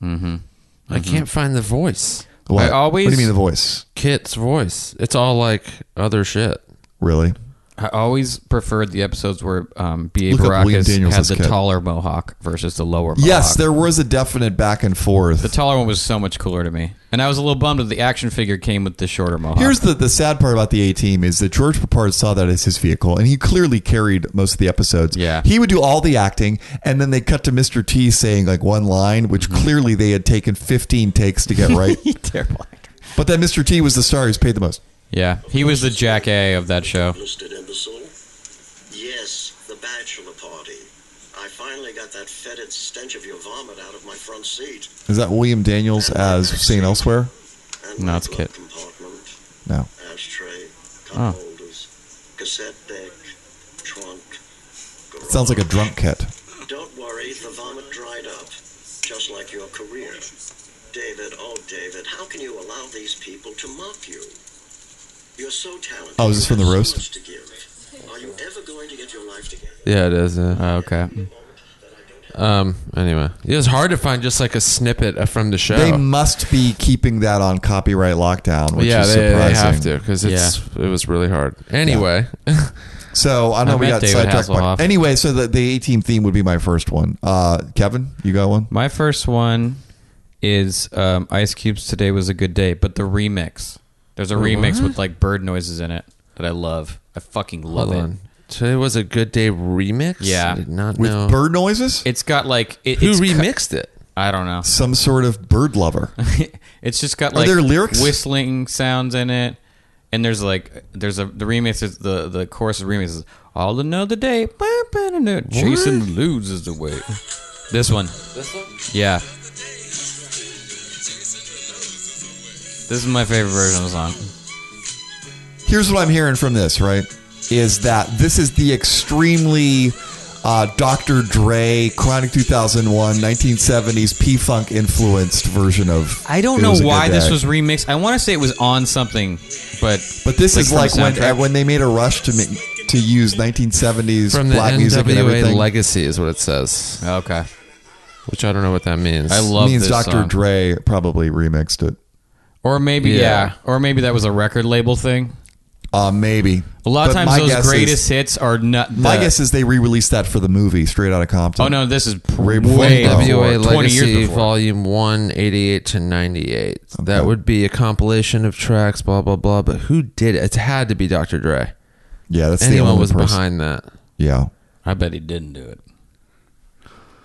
Speaker 5: I can't find the voice.
Speaker 3: What?
Speaker 4: always-
Speaker 3: what do you mean the voice?
Speaker 5: Kit's voice. It's all like other shit.
Speaker 4: Uh,
Speaker 3: Really?
Speaker 4: I always preferred the episodes where um, B.A.
Speaker 3: Look up William
Speaker 4: Baracus
Speaker 3: Daniels
Speaker 4: had
Speaker 3: as
Speaker 4: the
Speaker 3: kid.
Speaker 4: taller mohawk versus the lower mohawk.
Speaker 3: Yes, there was a definite back and forth.
Speaker 4: The taller one was so much cooler to me, and I was a little bummed that the action figure came with the shorter mohawk.
Speaker 3: Here's the, the sad part about the A team is that George Papard saw that as his vehicle, and he clearly carried most of the episodes.
Speaker 4: Yeah.
Speaker 3: he would do all the acting, and then they cut to Mr. T saying like one line, which clearly they had taken 15 takes to get right.
Speaker 4: terrible actor.
Speaker 3: but then Mr. T was the star who's paid the most.
Speaker 4: Yeah, he was the Jack A of that show.
Speaker 7: Mr. Imbecile? Yes, the bachelor party. I finally got that fetid stench of your vomit out of my front seat.
Speaker 3: Is that William Daniels as seen elsewhere?
Speaker 7: And
Speaker 4: No,
Speaker 7: my
Speaker 4: it's
Speaker 7: glove
Speaker 4: Kit.
Speaker 7: Compartment,
Speaker 3: No.
Speaker 7: ashtray, cup
Speaker 4: Oh.
Speaker 7: holders, cassette deck, trunk. Garage.
Speaker 3: Sounds like a drunk kid.
Speaker 7: Don't worry, the vomit dried up, just like your career. David, oh David, how can you allow these people to mock you? You're so talented.
Speaker 3: Oh, is this
Speaker 7: you
Speaker 3: from the
Speaker 7: have
Speaker 3: roast?
Speaker 7: so much to give. Are you ever going to get your life together?
Speaker 5: Yeah, it is. Yeah.
Speaker 4: Oh, okay.
Speaker 5: Um. Anyway, it was hard to find just like a snippet of- from the show.
Speaker 3: They must be keeping that on copyright lockdown, which
Speaker 5: yeah,
Speaker 3: is
Speaker 5: they, they
Speaker 3: surprising.
Speaker 5: have to because it's it was really hard. Anyway,
Speaker 3: So I know
Speaker 4: I
Speaker 3: we
Speaker 4: met
Speaker 3: got
Speaker 4: David
Speaker 3: sidetracked.
Speaker 4: Hasselhoff.
Speaker 3: by- Anyway, so the, the A team theme would be my first one. Uh, Kevin, you got one?
Speaker 4: My first one is um, Ice Cube's "Today Was a Good Day," but the remix. There's a remix with like bird noises in it that I love. I fucking love
Speaker 5: hold
Speaker 4: it.
Speaker 5: on. Today was a good day remix.
Speaker 4: Yeah.
Speaker 5: I did not
Speaker 3: With
Speaker 5: know
Speaker 3: bird noises?
Speaker 4: It's got like it,
Speaker 5: who
Speaker 4: it's cu-
Speaker 5: remixed it.
Speaker 4: I don't know.
Speaker 3: some sort of bird lover.
Speaker 4: it's just got
Speaker 3: Are
Speaker 4: like
Speaker 3: there lyrics?
Speaker 4: whistling sounds in it, and there's like there's a the remix is the the chorus of the remix is all another day. bah, bah, nah, nah, Chasing the lose is the way. This one. This one. Yeah. This is my favorite version of the song.
Speaker 3: Here's what I'm hearing from this, right? Is that this is the extremely uh, Dr. Dre, Chronic 2001, 1970s P Funk influenced version of.
Speaker 4: I don't
Speaker 3: It
Speaker 4: know
Speaker 3: Was a Good
Speaker 4: why this
Speaker 3: Day.
Speaker 4: was remixed. I want to say it was on something, but
Speaker 3: But this is
Speaker 4: from
Speaker 3: like
Speaker 4: the
Speaker 3: when
Speaker 4: soundtrack.
Speaker 3: when they made a rush to ma- to use 1970s
Speaker 5: From the
Speaker 3: black music and
Speaker 5: NWA
Speaker 3: everything.
Speaker 5: legacy is what it says,
Speaker 4: okay.
Speaker 5: which I don't know what that means.
Speaker 4: I love
Speaker 3: means
Speaker 4: this
Speaker 3: Dr.
Speaker 4: song.
Speaker 3: Dre probably remixed it.
Speaker 4: or maybe
Speaker 5: Yeah.
Speaker 4: yeah. or maybe that was a record label thing.
Speaker 3: Uh, maybe.
Speaker 4: A lot of
Speaker 3: But my
Speaker 4: times
Speaker 3: guess
Speaker 4: those
Speaker 3: is-
Speaker 4: greatest hits are not. The,
Speaker 3: my guess is they re-released that for the movie Straight Outta Compton.
Speaker 4: Oh no, this is
Speaker 3: Way
Speaker 4: way
Speaker 3: before
Speaker 4: before,
Speaker 3: that.
Speaker 5: WA
Speaker 4: 20 years
Speaker 5: Legacy
Speaker 4: before.
Speaker 5: Volume 1, 88 to 98. That
Speaker 3: Okay.
Speaker 5: would be a compilation of tracks, blah, blah, blah. But who did it? It had to be Dr. Dre.
Speaker 3: Yeah, that's the
Speaker 5: Anyone
Speaker 3: only
Speaker 5: was
Speaker 3: person.
Speaker 5: behind that.
Speaker 3: Yeah.
Speaker 4: I bet he didn't do it.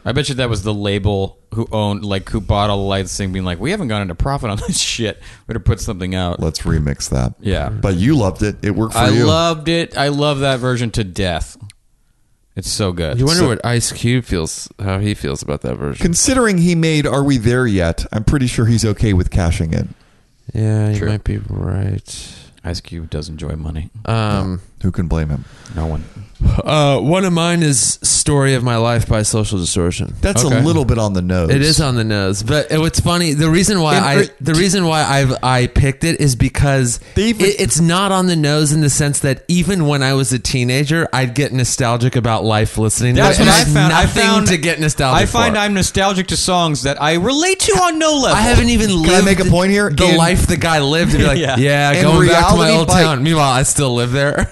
Speaker 4: I bet you that was the label who owned, like, who bought all the licensing, being like, "We haven't gone into profit on this shit. We're gonna put something out."
Speaker 3: Let's remix that.
Speaker 4: Yeah.
Speaker 3: But you loved it. It worked for
Speaker 4: I
Speaker 3: you.
Speaker 4: loved it. I love that version to death. It's so good.
Speaker 5: You wonder what Ice Cube feels, how he feels about that version.
Speaker 3: Considering he made Are We There Yet, I'm pretty sure he's okay with cashing in.
Speaker 5: yeah, you
Speaker 4: True.
Speaker 5: might be right.
Speaker 4: Ice Cube does enjoy money.
Speaker 5: Um,
Speaker 3: Who can blame him?
Speaker 4: No one.
Speaker 5: uh, one of mine is "Story of My Life" by Social Distortion.
Speaker 3: That's
Speaker 4: Okay.
Speaker 3: a little bit on the nose.
Speaker 5: It is on the nose, but it- what's funny? The reason why
Speaker 3: And
Speaker 5: I
Speaker 3: er-
Speaker 5: the reason why I've I picked it is because
Speaker 3: They even-
Speaker 5: it, it's not on the nose in the sense that even when I was a teenager, I'd get nostalgic about life listening.
Speaker 4: That's
Speaker 5: to it,
Speaker 4: what I
Speaker 5: and
Speaker 4: found. I
Speaker 5: Nothing
Speaker 4: found
Speaker 5: to get nostalgic.
Speaker 4: I find
Speaker 5: for.
Speaker 4: I'm nostalgic to songs that I relate to on no level.
Speaker 5: I haven't even lived.
Speaker 3: I make a point here?
Speaker 5: The
Speaker 3: In-
Speaker 5: life the guy lived. To be like,
Speaker 4: Yeah.
Speaker 5: yeah,
Speaker 3: In
Speaker 5: going back to my
Speaker 3: reality,
Speaker 5: old
Speaker 3: by-
Speaker 5: town. Meanwhile, I still live there.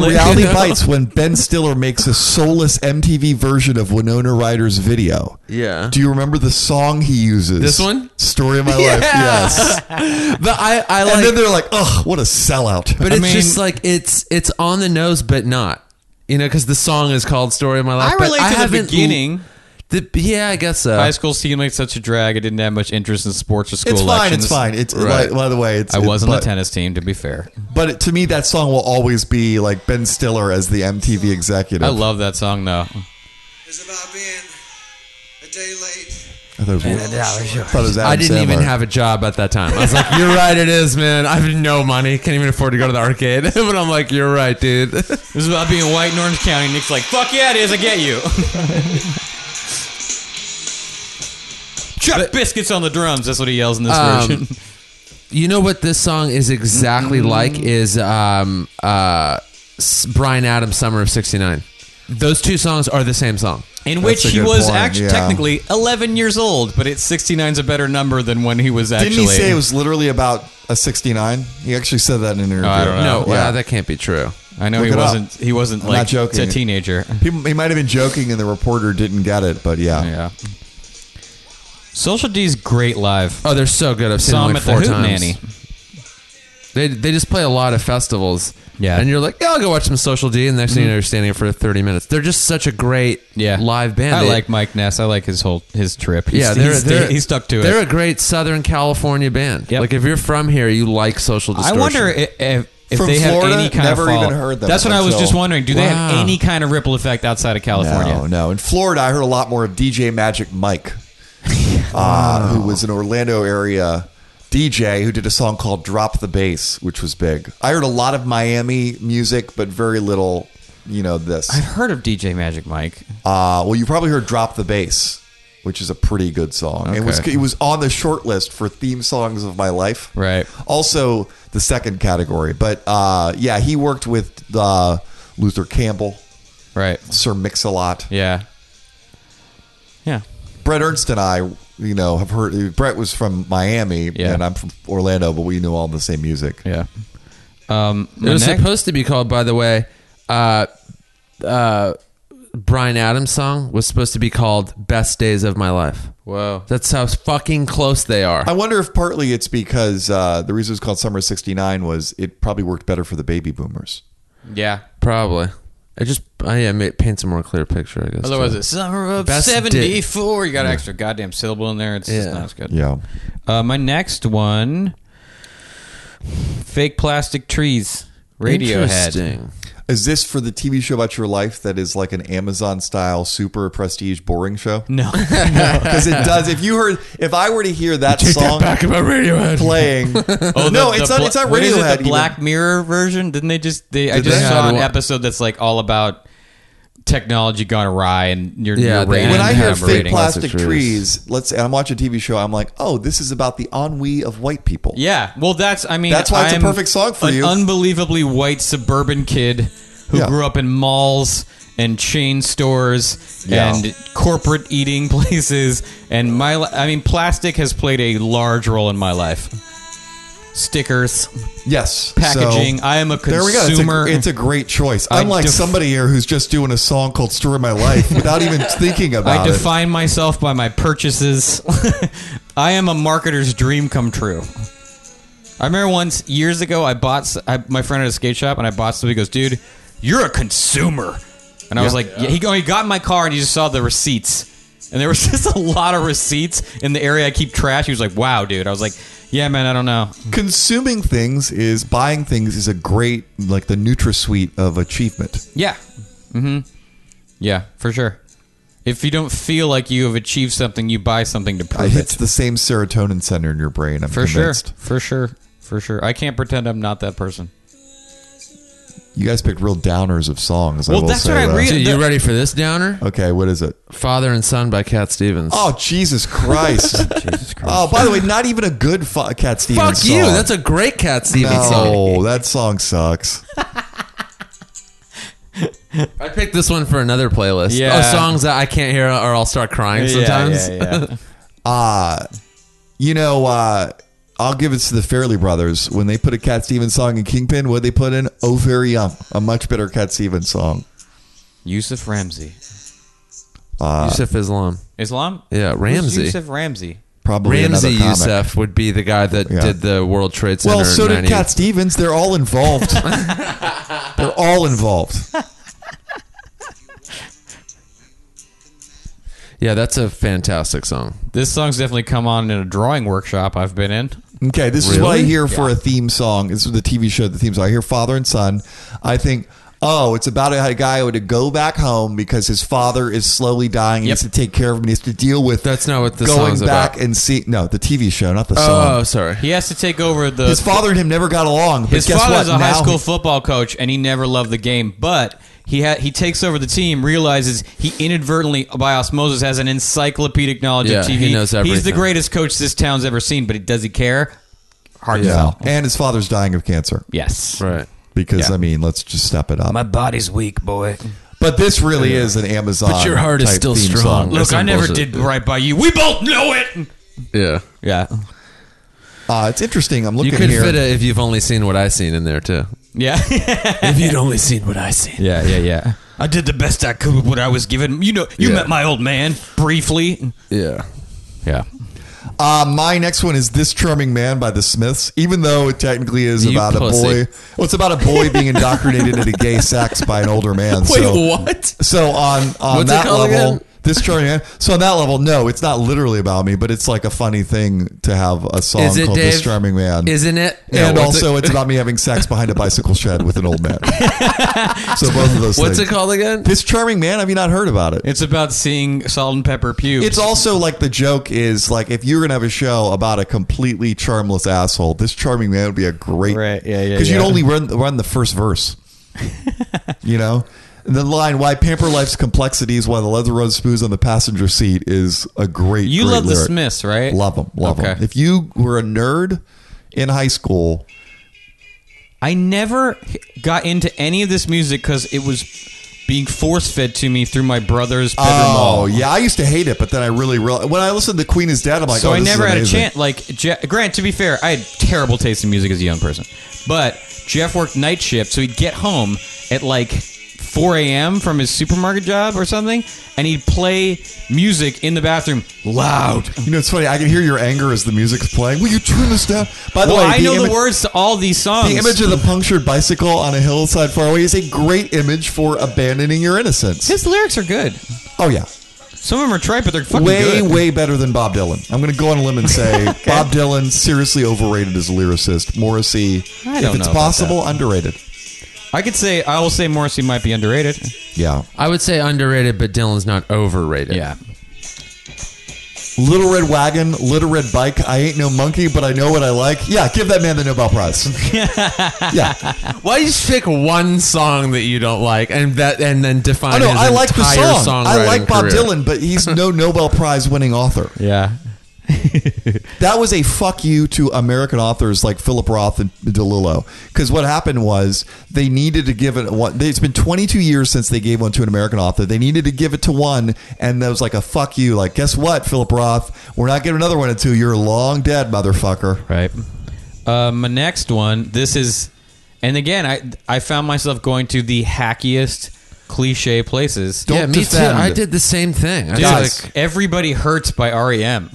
Speaker 5: Like,
Speaker 3: Reality
Speaker 5: you know?
Speaker 3: Bites, when Ben Stiller makes a soulless MTV version of Winona Ryder's video.
Speaker 5: Yeah.
Speaker 3: Do you remember the song he uses?
Speaker 5: This one?
Speaker 3: Story of My
Speaker 5: Yeah.
Speaker 3: Life. Yes.
Speaker 5: but I, I like.
Speaker 3: and then they're like, ugh, what a sellout.
Speaker 5: But
Speaker 4: I
Speaker 5: it's
Speaker 4: mean-
Speaker 5: just like it's it's on the nose, but not. You know, because the song is called "Story of My Life."
Speaker 4: I
Speaker 5: but
Speaker 4: relate to the
Speaker 5: haven't l-
Speaker 4: beginning.
Speaker 5: the- yeah, I guess so.
Speaker 4: High school seemed like such a drag. I didn't have much interest in sports or school.
Speaker 3: it's fine.
Speaker 4: elections.
Speaker 3: It's fine. It's
Speaker 4: Right.
Speaker 3: like, by the way, it's
Speaker 4: I
Speaker 3: it-
Speaker 4: was on the
Speaker 3: but-
Speaker 4: tennis team, to be fair.
Speaker 3: But to me, that song will always be like Ben Stiller as the MTV executive.
Speaker 4: I love that song though.
Speaker 7: It's about being a day late.
Speaker 3: I thought it was, I thought it was Adam
Speaker 5: I didn't even
Speaker 3: Sandler.
Speaker 5: have a job at that time. I was like, "You're right, it is, man. I have no money, can't even afford to go to the arcade." but I'm like, "You're right, dude."
Speaker 4: This is about being white in Orange County. Nick's like, "Fuck yeah, it is. I get you." Chuck biscuits on the drums. That's what he yells in this
Speaker 5: Um,
Speaker 4: version.
Speaker 5: you know what this song is exactly
Speaker 4: Mm-hmm.
Speaker 5: like is um, uh, S- Brian Adams' "Summer of '69." Those two songs are the same song.
Speaker 4: In which
Speaker 3: a
Speaker 4: he
Speaker 3: good
Speaker 4: was
Speaker 3: point,
Speaker 4: actually
Speaker 3: yeah.
Speaker 4: technically 11 years old, but it's 69's a better number than when he was actually.
Speaker 3: Didn't he say it was literally about a 69? He actually said that in an interview.
Speaker 4: I don't know.
Speaker 5: No,
Speaker 3: Yeah.
Speaker 5: Oh, wow, that can't be true.
Speaker 4: I know
Speaker 3: Look
Speaker 4: he
Speaker 3: it up.
Speaker 4: wasn't. He wasn't
Speaker 3: I'm
Speaker 4: like
Speaker 3: not joking.
Speaker 4: a teenager.
Speaker 3: He, he might have been joking and the reporter didn't get it, but yeah.
Speaker 4: Yeah. Social D's great live.
Speaker 5: Oh, they're so good. I've seen
Speaker 4: Saw
Speaker 5: them like
Speaker 4: him at the
Speaker 5: four
Speaker 4: Hoot
Speaker 5: times.
Speaker 4: Nanny.
Speaker 5: They they just play a lot of festivals.
Speaker 4: Yeah. Mm-hmm.
Speaker 5: And you're like, yeah, I'll go watch some Social D. And the next thing you know, you're standing there for 30 minutes. They're just such a great
Speaker 4: Yeah,
Speaker 5: live band.
Speaker 4: I
Speaker 5: They-
Speaker 4: like Mike Ness. I like his whole his trip. He's,
Speaker 5: yeah, they're,
Speaker 4: he's,
Speaker 5: they're,
Speaker 4: he stuck to
Speaker 5: They're
Speaker 4: it.
Speaker 5: a great Southern California band.
Speaker 4: Yep.
Speaker 5: Like, if you're from here, you like Social
Speaker 4: I
Speaker 5: Distortion.
Speaker 4: wonder i- if, if
Speaker 3: From
Speaker 4: they
Speaker 3: Florida,
Speaker 4: have any kind
Speaker 3: never
Speaker 4: of follow-
Speaker 3: even heard them
Speaker 4: That's what I was
Speaker 3: until-
Speaker 4: just wondering. Do they have
Speaker 5: Wow.
Speaker 4: any kind of ripple effect outside of California?
Speaker 3: No, no. In Florida, I heard a lot more of DJ Magic Mike, uh, who was an Orlando area DJ who did a song called Drop the Bass, which was big. I heard a lot of Miami music, but very little, you know, this.
Speaker 4: I've heard of DJ Magic Mike.
Speaker 3: Uh, well, you probably heard "Drop the Bass," which is a pretty good song. It was
Speaker 4: Okay.
Speaker 3: it was on the short list for theme songs of my life.
Speaker 4: Right.
Speaker 3: Also, the second category, but uh, yeah, he worked with uh, Luther Campbell,
Speaker 4: Right.
Speaker 3: Sir Mix-a-Lot,
Speaker 4: Yeah. Yeah.
Speaker 3: Brett Ernst, and I. You know, have heard Brett was from Miami,
Speaker 4: Yeah.
Speaker 3: and I'm from Orlando, but we knew all the same music.
Speaker 4: Yeah. Um,
Speaker 5: It
Speaker 4: my
Speaker 5: was
Speaker 4: next-
Speaker 5: supposed to be called, by the way, uh, uh, Brian Adams' song was supposed to be called Best Days of My Life.
Speaker 4: Whoa.
Speaker 5: That's how fucking close they are.
Speaker 4: Oh.
Speaker 3: I wonder if partly it's because uh, the reason it was called Summer of '69 was it probably worked better for the baby boomers.
Speaker 4: Yeah.
Speaker 5: Probably. It just I yeah, ma- paints a more clear picture, I guess.
Speaker 4: Otherwise,
Speaker 5: too.
Speaker 4: it's summer of
Speaker 5: Best day.
Speaker 4: '74. You got an extra goddamn syllable in there. It's just
Speaker 5: Yeah.
Speaker 4: not as good.
Speaker 3: Yeah,
Speaker 4: Uh, my next one, fake plastic trees. Radiohead.
Speaker 5: Interesting.
Speaker 3: Is this for the TV show about your life that is like an Amazon style super prestige boring show?
Speaker 4: No.
Speaker 3: Because it does. If you heard, if I were to hear that song
Speaker 5: about Radiohead.
Speaker 3: playing,
Speaker 4: Oh, the-
Speaker 3: no,
Speaker 4: the
Speaker 3: it's not.
Speaker 4: bla-
Speaker 3: It's not
Speaker 4: what is it,
Speaker 3: Radiohead.
Speaker 4: the Black Mirror version? Didn't they just? They, I
Speaker 3: Did
Speaker 4: just
Speaker 3: they?
Speaker 4: saw
Speaker 5: Had
Speaker 4: an
Speaker 5: one-
Speaker 4: episode that's like all about technology gone awry and you're,
Speaker 5: Yeah,
Speaker 4: you're
Speaker 5: they-
Speaker 4: rating
Speaker 3: even. When
Speaker 5: and
Speaker 3: I
Speaker 4: and
Speaker 3: hear
Speaker 5: have
Speaker 3: fake
Speaker 4: rating.
Speaker 5: plas-
Speaker 3: plastic
Speaker 5: Plastic trees.
Speaker 3: trees, let's. And I'm watching a TV show. I'm like, oh, this is about the ennui of white people.
Speaker 4: yeah, well, that's I mean
Speaker 3: That's why it's a
Speaker 4: I'm
Speaker 3: perfect song for
Speaker 4: an
Speaker 3: you.
Speaker 4: Unbelievably white suburban kid who
Speaker 3: Yeah.
Speaker 4: grew up in malls and chain stores
Speaker 3: Yeah.
Speaker 4: and corporate eating places and my li- I mean plastic has played a large role in my life. stickers,
Speaker 3: Yes.
Speaker 4: packaging.
Speaker 3: So-
Speaker 4: I am a consumer.
Speaker 3: There we go. It's a, it's a great choice.
Speaker 4: I
Speaker 3: Unlike
Speaker 4: def-
Speaker 3: somebody here who's just doing a song called "Story of My Life" without even thinking
Speaker 4: I
Speaker 3: about it.
Speaker 4: define myself by my purchases. I am a marketer's dream come true. I remember once years ago, I bought s I my friend at a skate shop, and I bought something. He goes, "Dude, you're a consumer," and I was like, yeah. "He go, he got in my car, and he just saw the receipts, and there was just a lot of receipts in the area I keep trash." He was like, "Wow, dude," I was like, "Yeah, man, I don't know."
Speaker 3: Consuming things is buying things is a great like the NutraSuite of achievement.
Speaker 4: Yeah. Mm-hmm. Yeah, for sure. If you don't feel like you have achieved something, you buy something to
Speaker 3: It
Speaker 4: prove it.
Speaker 3: hits the same serotonin center in your brain. I'm
Speaker 4: For
Speaker 3: convinced.
Speaker 4: sure. For sure. For sure. I can't pretend I'm not that person.
Speaker 3: You guys picked real downers of songs. I
Speaker 4: Well,
Speaker 3: will
Speaker 4: that's
Speaker 3: say
Speaker 4: what I
Speaker 3: that.
Speaker 4: really-
Speaker 5: Dude, you ready for this downer?
Speaker 3: Okay, what is it?
Speaker 5: Father and Son by Cat Stevens.
Speaker 3: Oh Jesus Christ! Jesus Christ! Oh, by the way, not even a good fu- Cat Stevens
Speaker 5: fuck
Speaker 3: song.
Speaker 5: you! That's a great Cat Stevens song.
Speaker 3: no. That song sucks.
Speaker 5: I picked this one for another playlist.
Speaker 4: Yeah.
Speaker 5: Of songs that I can't hear, or I'll start crying sometimes.
Speaker 3: Uh, You know, uh, I'll give it to the Fairley Brothers when they put a Cat Stevens song in Kingpin. What they put in? Oh, very young, a much better Cat Stevens song.
Speaker 4: Yusuf Ramsey.
Speaker 5: Yusuf Islam.
Speaker 4: Islam?
Speaker 5: Yeah,
Speaker 4: Who's
Speaker 5: Ramsey.
Speaker 4: Yusuf Ramsey.
Speaker 3: Probably
Speaker 5: Ramsey
Speaker 3: another comic.
Speaker 5: Youssef would be the guy that
Speaker 3: Yeah.
Speaker 5: did the World Trade Center.
Speaker 3: Well, so
Speaker 5: in
Speaker 3: did
Speaker 5: 90.
Speaker 3: Cat Stevens. They're all involved. They're all involved.
Speaker 5: Yeah, that's a fantastic song.
Speaker 4: This song's definitely come on in a drawing workshop I've been in.
Speaker 3: Okay, this is what I
Speaker 5: Really?
Speaker 3: hear for a theme song. This is the TV show, the theme song. I hear father and son. I think, oh, it's about a guy who had to go back home because his father is slowly dying. He
Speaker 4: Yep.
Speaker 3: has to take care of him. He has to deal with
Speaker 5: That's not what the
Speaker 3: going
Speaker 5: song's
Speaker 3: back
Speaker 5: about.
Speaker 3: and see. No, the TV show, not the
Speaker 5: Oh,
Speaker 3: song.
Speaker 5: sorry.
Speaker 4: He has to take over the
Speaker 3: His father and him never got along. But
Speaker 4: His
Speaker 3: guess
Speaker 4: father's
Speaker 3: what?
Speaker 4: a high
Speaker 3: Now
Speaker 4: school
Speaker 3: he-
Speaker 4: football coach, and he never loved the game. But he ha- he takes over the team, realizes he inadvertently by osmosis has an encyclopedic knowledge
Speaker 5: Yeah,
Speaker 4: of TV.
Speaker 5: he knows
Speaker 4: He's the
Speaker 5: everything.
Speaker 4: greatest coach this town's ever seen, but he, does he care? Hard to
Speaker 3: yeah,
Speaker 4: tell.
Speaker 3: and his father's dying of cancer.
Speaker 4: Yes.
Speaker 5: Right.
Speaker 3: Because I mean, let's just step it up.
Speaker 4: body's weak, boy.
Speaker 3: but this really is an Amazon.
Speaker 5: But your heart is
Speaker 3: type
Speaker 5: still
Speaker 3: theme
Speaker 5: strong.
Speaker 3: song.
Speaker 4: Look,
Speaker 5: That's
Speaker 4: I
Speaker 5: some
Speaker 4: never
Speaker 5: bullshit.
Speaker 4: did right by you. We both know it.
Speaker 5: Yeah.
Speaker 4: Yeah.
Speaker 3: Uh, it's interesting. I'm
Speaker 5: You
Speaker 3: looking
Speaker 5: could
Speaker 3: here.
Speaker 5: fit it if you've only seen what I've seen in there, too.
Speaker 4: Yeah.
Speaker 5: if you'd only seen what I've seen.
Speaker 4: yeah. Yeah. Yeah. I did the best I could with what I was given. You know, you
Speaker 5: Yeah.
Speaker 4: met my old man briefly.
Speaker 5: Yeah.
Speaker 4: Yeah.
Speaker 3: Uh, my next one is "This Charming Man" by the Smiths. Even though it technically is
Speaker 5: You
Speaker 3: about a
Speaker 5: pussy.
Speaker 3: boy, well, it's about a boy being indoctrinated into gay sex by an older man.
Speaker 5: Wait,
Speaker 3: so,
Speaker 5: what?
Speaker 3: so on on
Speaker 5: What's it
Speaker 3: that
Speaker 5: called
Speaker 3: level,
Speaker 5: again?
Speaker 3: "This Charming Man." So on that level, no, it's not literally about me, but it's like a funny thing to have a song
Speaker 5: Is it
Speaker 3: called "This
Speaker 5: Dave?
Speaker 3: Charming Man."
Speaker 5: Isn't it?
Speaker 3: and
Speaker 5: No, what's
Speaker 3: also,
Speaker 5: it-
Speaker 3: it's about me having sex behind a bicycle shed with an old man. so both of those.
Speaker 5: What's it
Speaker 3: things.
Speaker 5: called again?
Speaker 3: "This Charming Man"? Have you not heard about it?
Speaker 4: It's about seeing salt and pepper pubes.
Speaker 3: It's also like the joke is like if you're gonna have a show about a completely charmless asshole, this charming man would be a great
Speaker 4: Right, yeah, yeah,
Speaker 3: because
Speaker 4: yeah.
Speaker 3: you'd only run run the first verse, you know. And the line "Why pamper life's complexities while the leather runs smooth on the passenger seat" is a great.
Speaker 4: You
Speaker 3: great
Speaker 4: love the
Speaker 3: lyric.
Speaker 4: Smiths, right?
Speaker 3: Love them, love
Speaker 4: Okay.
Speaker 3: them. If you were a nerd in high school,
Speaker 4: I never got into any of this music because it was being force fed to me through my brother's bedroom
Speaker 3: oh
Speaker 4: wall.
Speaker 3: yeah, I used to hate it, but then I really real when I listened to Queen is Dead, I'm like,
Speaker 4: So
Speaker 3: oh,
Speaker 4: I
Speaker 3: this is
Speaker 4: never had a
Speaker 3: amazing.
Speaker 4: chance. Like Je- Grant, to be fair, I had terrible taste in music as a young person. But Jeff worked night shift, so he'd get home at like 4 a.m. from his supermarket job or something, and he'd play music in the bathroom loud.
Speaker 3: You know, it's funny. I can hear your anger as the music's playing. Will you tune this down? By the
Speaker 4: Well,
Speaker 3: way,
Speaker 4: I know the
Speaker 3: image-
Speaker 4: words to all these songs.
Speaker 3: The image of the punctured bicycle on a hillside far away is a great image for abandoning your innocence.
Speaker 4: his lyrics are good.
Speaker 3: Oh yeah,
Speaker 4: Some of them are trite, but they're fucking
Speaker 3: way
Speaker 4: good.
Speaker 3: way better than Bob Dylan. I'm going to go on a limb and say Bob Dylan seriously overrated as a lyricist. Morrissey,
Speaker 4: I
Speaker 3: if
Speaker 4: don't
Speaker 3: it's
Speaker 4: know about
Speaker 3: possible, underrated.
Speaker 4: I could say I will say Morrissey might be underrated.
Speaker 3: Yeah,
Speaker 5: I would say underrated, but Dylan's not overrated.
Speaker 3: Little Red Wagon, Little Red Bike. I ain't no monkey, but I know what I like. Yeah, give that man the Nobel Prize. yeah,
Speaker 5: Why do you just pick one song that you don't like and that and then define
Speaker 3: I know.
Speaker 5: his
Speaker 3: Oh, I like the
Speaker 5: entire
Speaker 3: song. I
Speaker 5: songwriting
Speaker 3: like Bob
Speaker 5: career?
Speaker 3: Dylan, but he's no Nobel Prize winning author.
Speaker 4: yeah.
Speaker 3: That was a fuck you to American authors like Philip Roth and DeLillo. Because what happened was they needed to give it one. It's been 22 years since they gave one to an American author. They needed to give it to one, and that was like a fuck you. Like, guess what, Philip Roth? We're not getting another one until you're long dead, motherfucker.
Speaker 4: Right. Uh, my next one. This is, and again, I I found myself going to the hackiest cliche places.
Speaker 3: Don't
Speaker 5: yeah, me too.
Speaker 3: defend.
Speaker 5: I did the same thing. I
Speaker 4: Dude,
Speaker 5: was
Speaker 3: Guys.
Speaker 5: like,
Speaker 4: everybody hurts by E REM.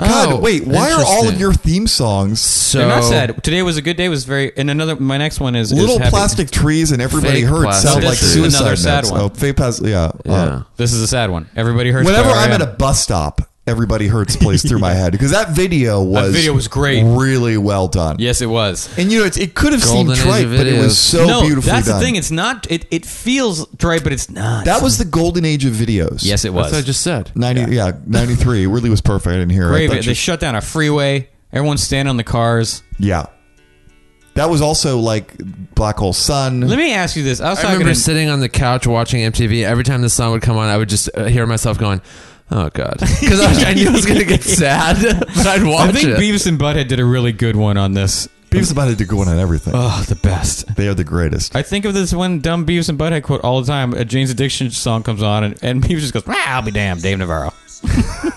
Speaker 3: God,
Speaker 5: oh,
Speaker 3: wait, why are all of
Speaker 5: interesting.
Speaker 3: your theme songs
Speaker 5: so
Speaker 4: They're not sad. Today was a good day. Was very. And another. My next one is is
Speaker 3: little
Speaker 4: happy-
Speaker 3: plastic trees and everybody
Speaker 5: Fake
Speaker 3: hurts
Speaker 5: plastic
Speaker 3: sound like
Speaker 4: trees. This is
Speaker 3: suicide
Speaker 4: another sad
Speaker 3: notes.
Speaker 4: one.
Speaker 3: Oh, fake plas- yeah.
Speaker 5: Yeah.
Speaker 3: Uh,
Speaker 4: This is a sad one. Everybody hurts.
Speaker 3: whenever
Speaker 4: by E
Speaker 3: I'm
Speaker 4: R.E.M..
Speaker 3: at a bus stop, everybody hurts plays through my head because that video was
Speaker 4: video was great.
Speaker 3: really well done.
Speaker 4: Yes, it was.
Speaker 3: And you know, it's, it could have seemed
Speaker 5: Golden age
Speaker 3: trite,
Speaker 5: of
Speaker 3: but it
Speaker 5: videos.
Speaker 3: was so
Speaker 4: no,
Speaker 3: beautifully
Speaker 4: that's
Speaker 3: done.
Speaker 4: the thing. It's not. It, it feels dry, but it's not.
Speaker 3: that was the golden age of videos.
Speaker 4: yes,
Speaker 5: That's
Speaker 4: it
Speaker 5: what I
Speaker 4: was.
Speaker 5: just said.
Speaker 3: 90, yeah. 93 really was perfect. I didn't hear
Speaker 4: Great.
Speaker 3: it. I
Speaker 4: They
Speaker 3: thought you-
Speaker 4: shut down a freeway. Everyone's standing on the cars.
Speaker 3: yeah. That was also like Black Hole Sun.
Speaker 4: Let me ask you this. I was
Speaker 5: I
Speaker 4: talking.
Speaker 5: remember
Speaker 4: to-
Speaker 5: sitting on the couch watching MTV. Every time the song would come on, I would just uh, hear myself going, "Oh God," because I, I knew I was going to get sad, but I'd watch
Speaker 4: I think
Speaker 5: it.
Speaker 4: Beavis and Butthead did a really good one on this.
Speaker 3: Beavis about it to go on on everything.
Speaker 4: Oh, the best.
Speaker 3: they are the greatest.
Speaker 4: I think of this one dumb Beavis and Butthead quote all the time. A Jane's Addiction song comes on, and, and Beavis just goes, "Ah, "I'll be damned, Dave Navarro."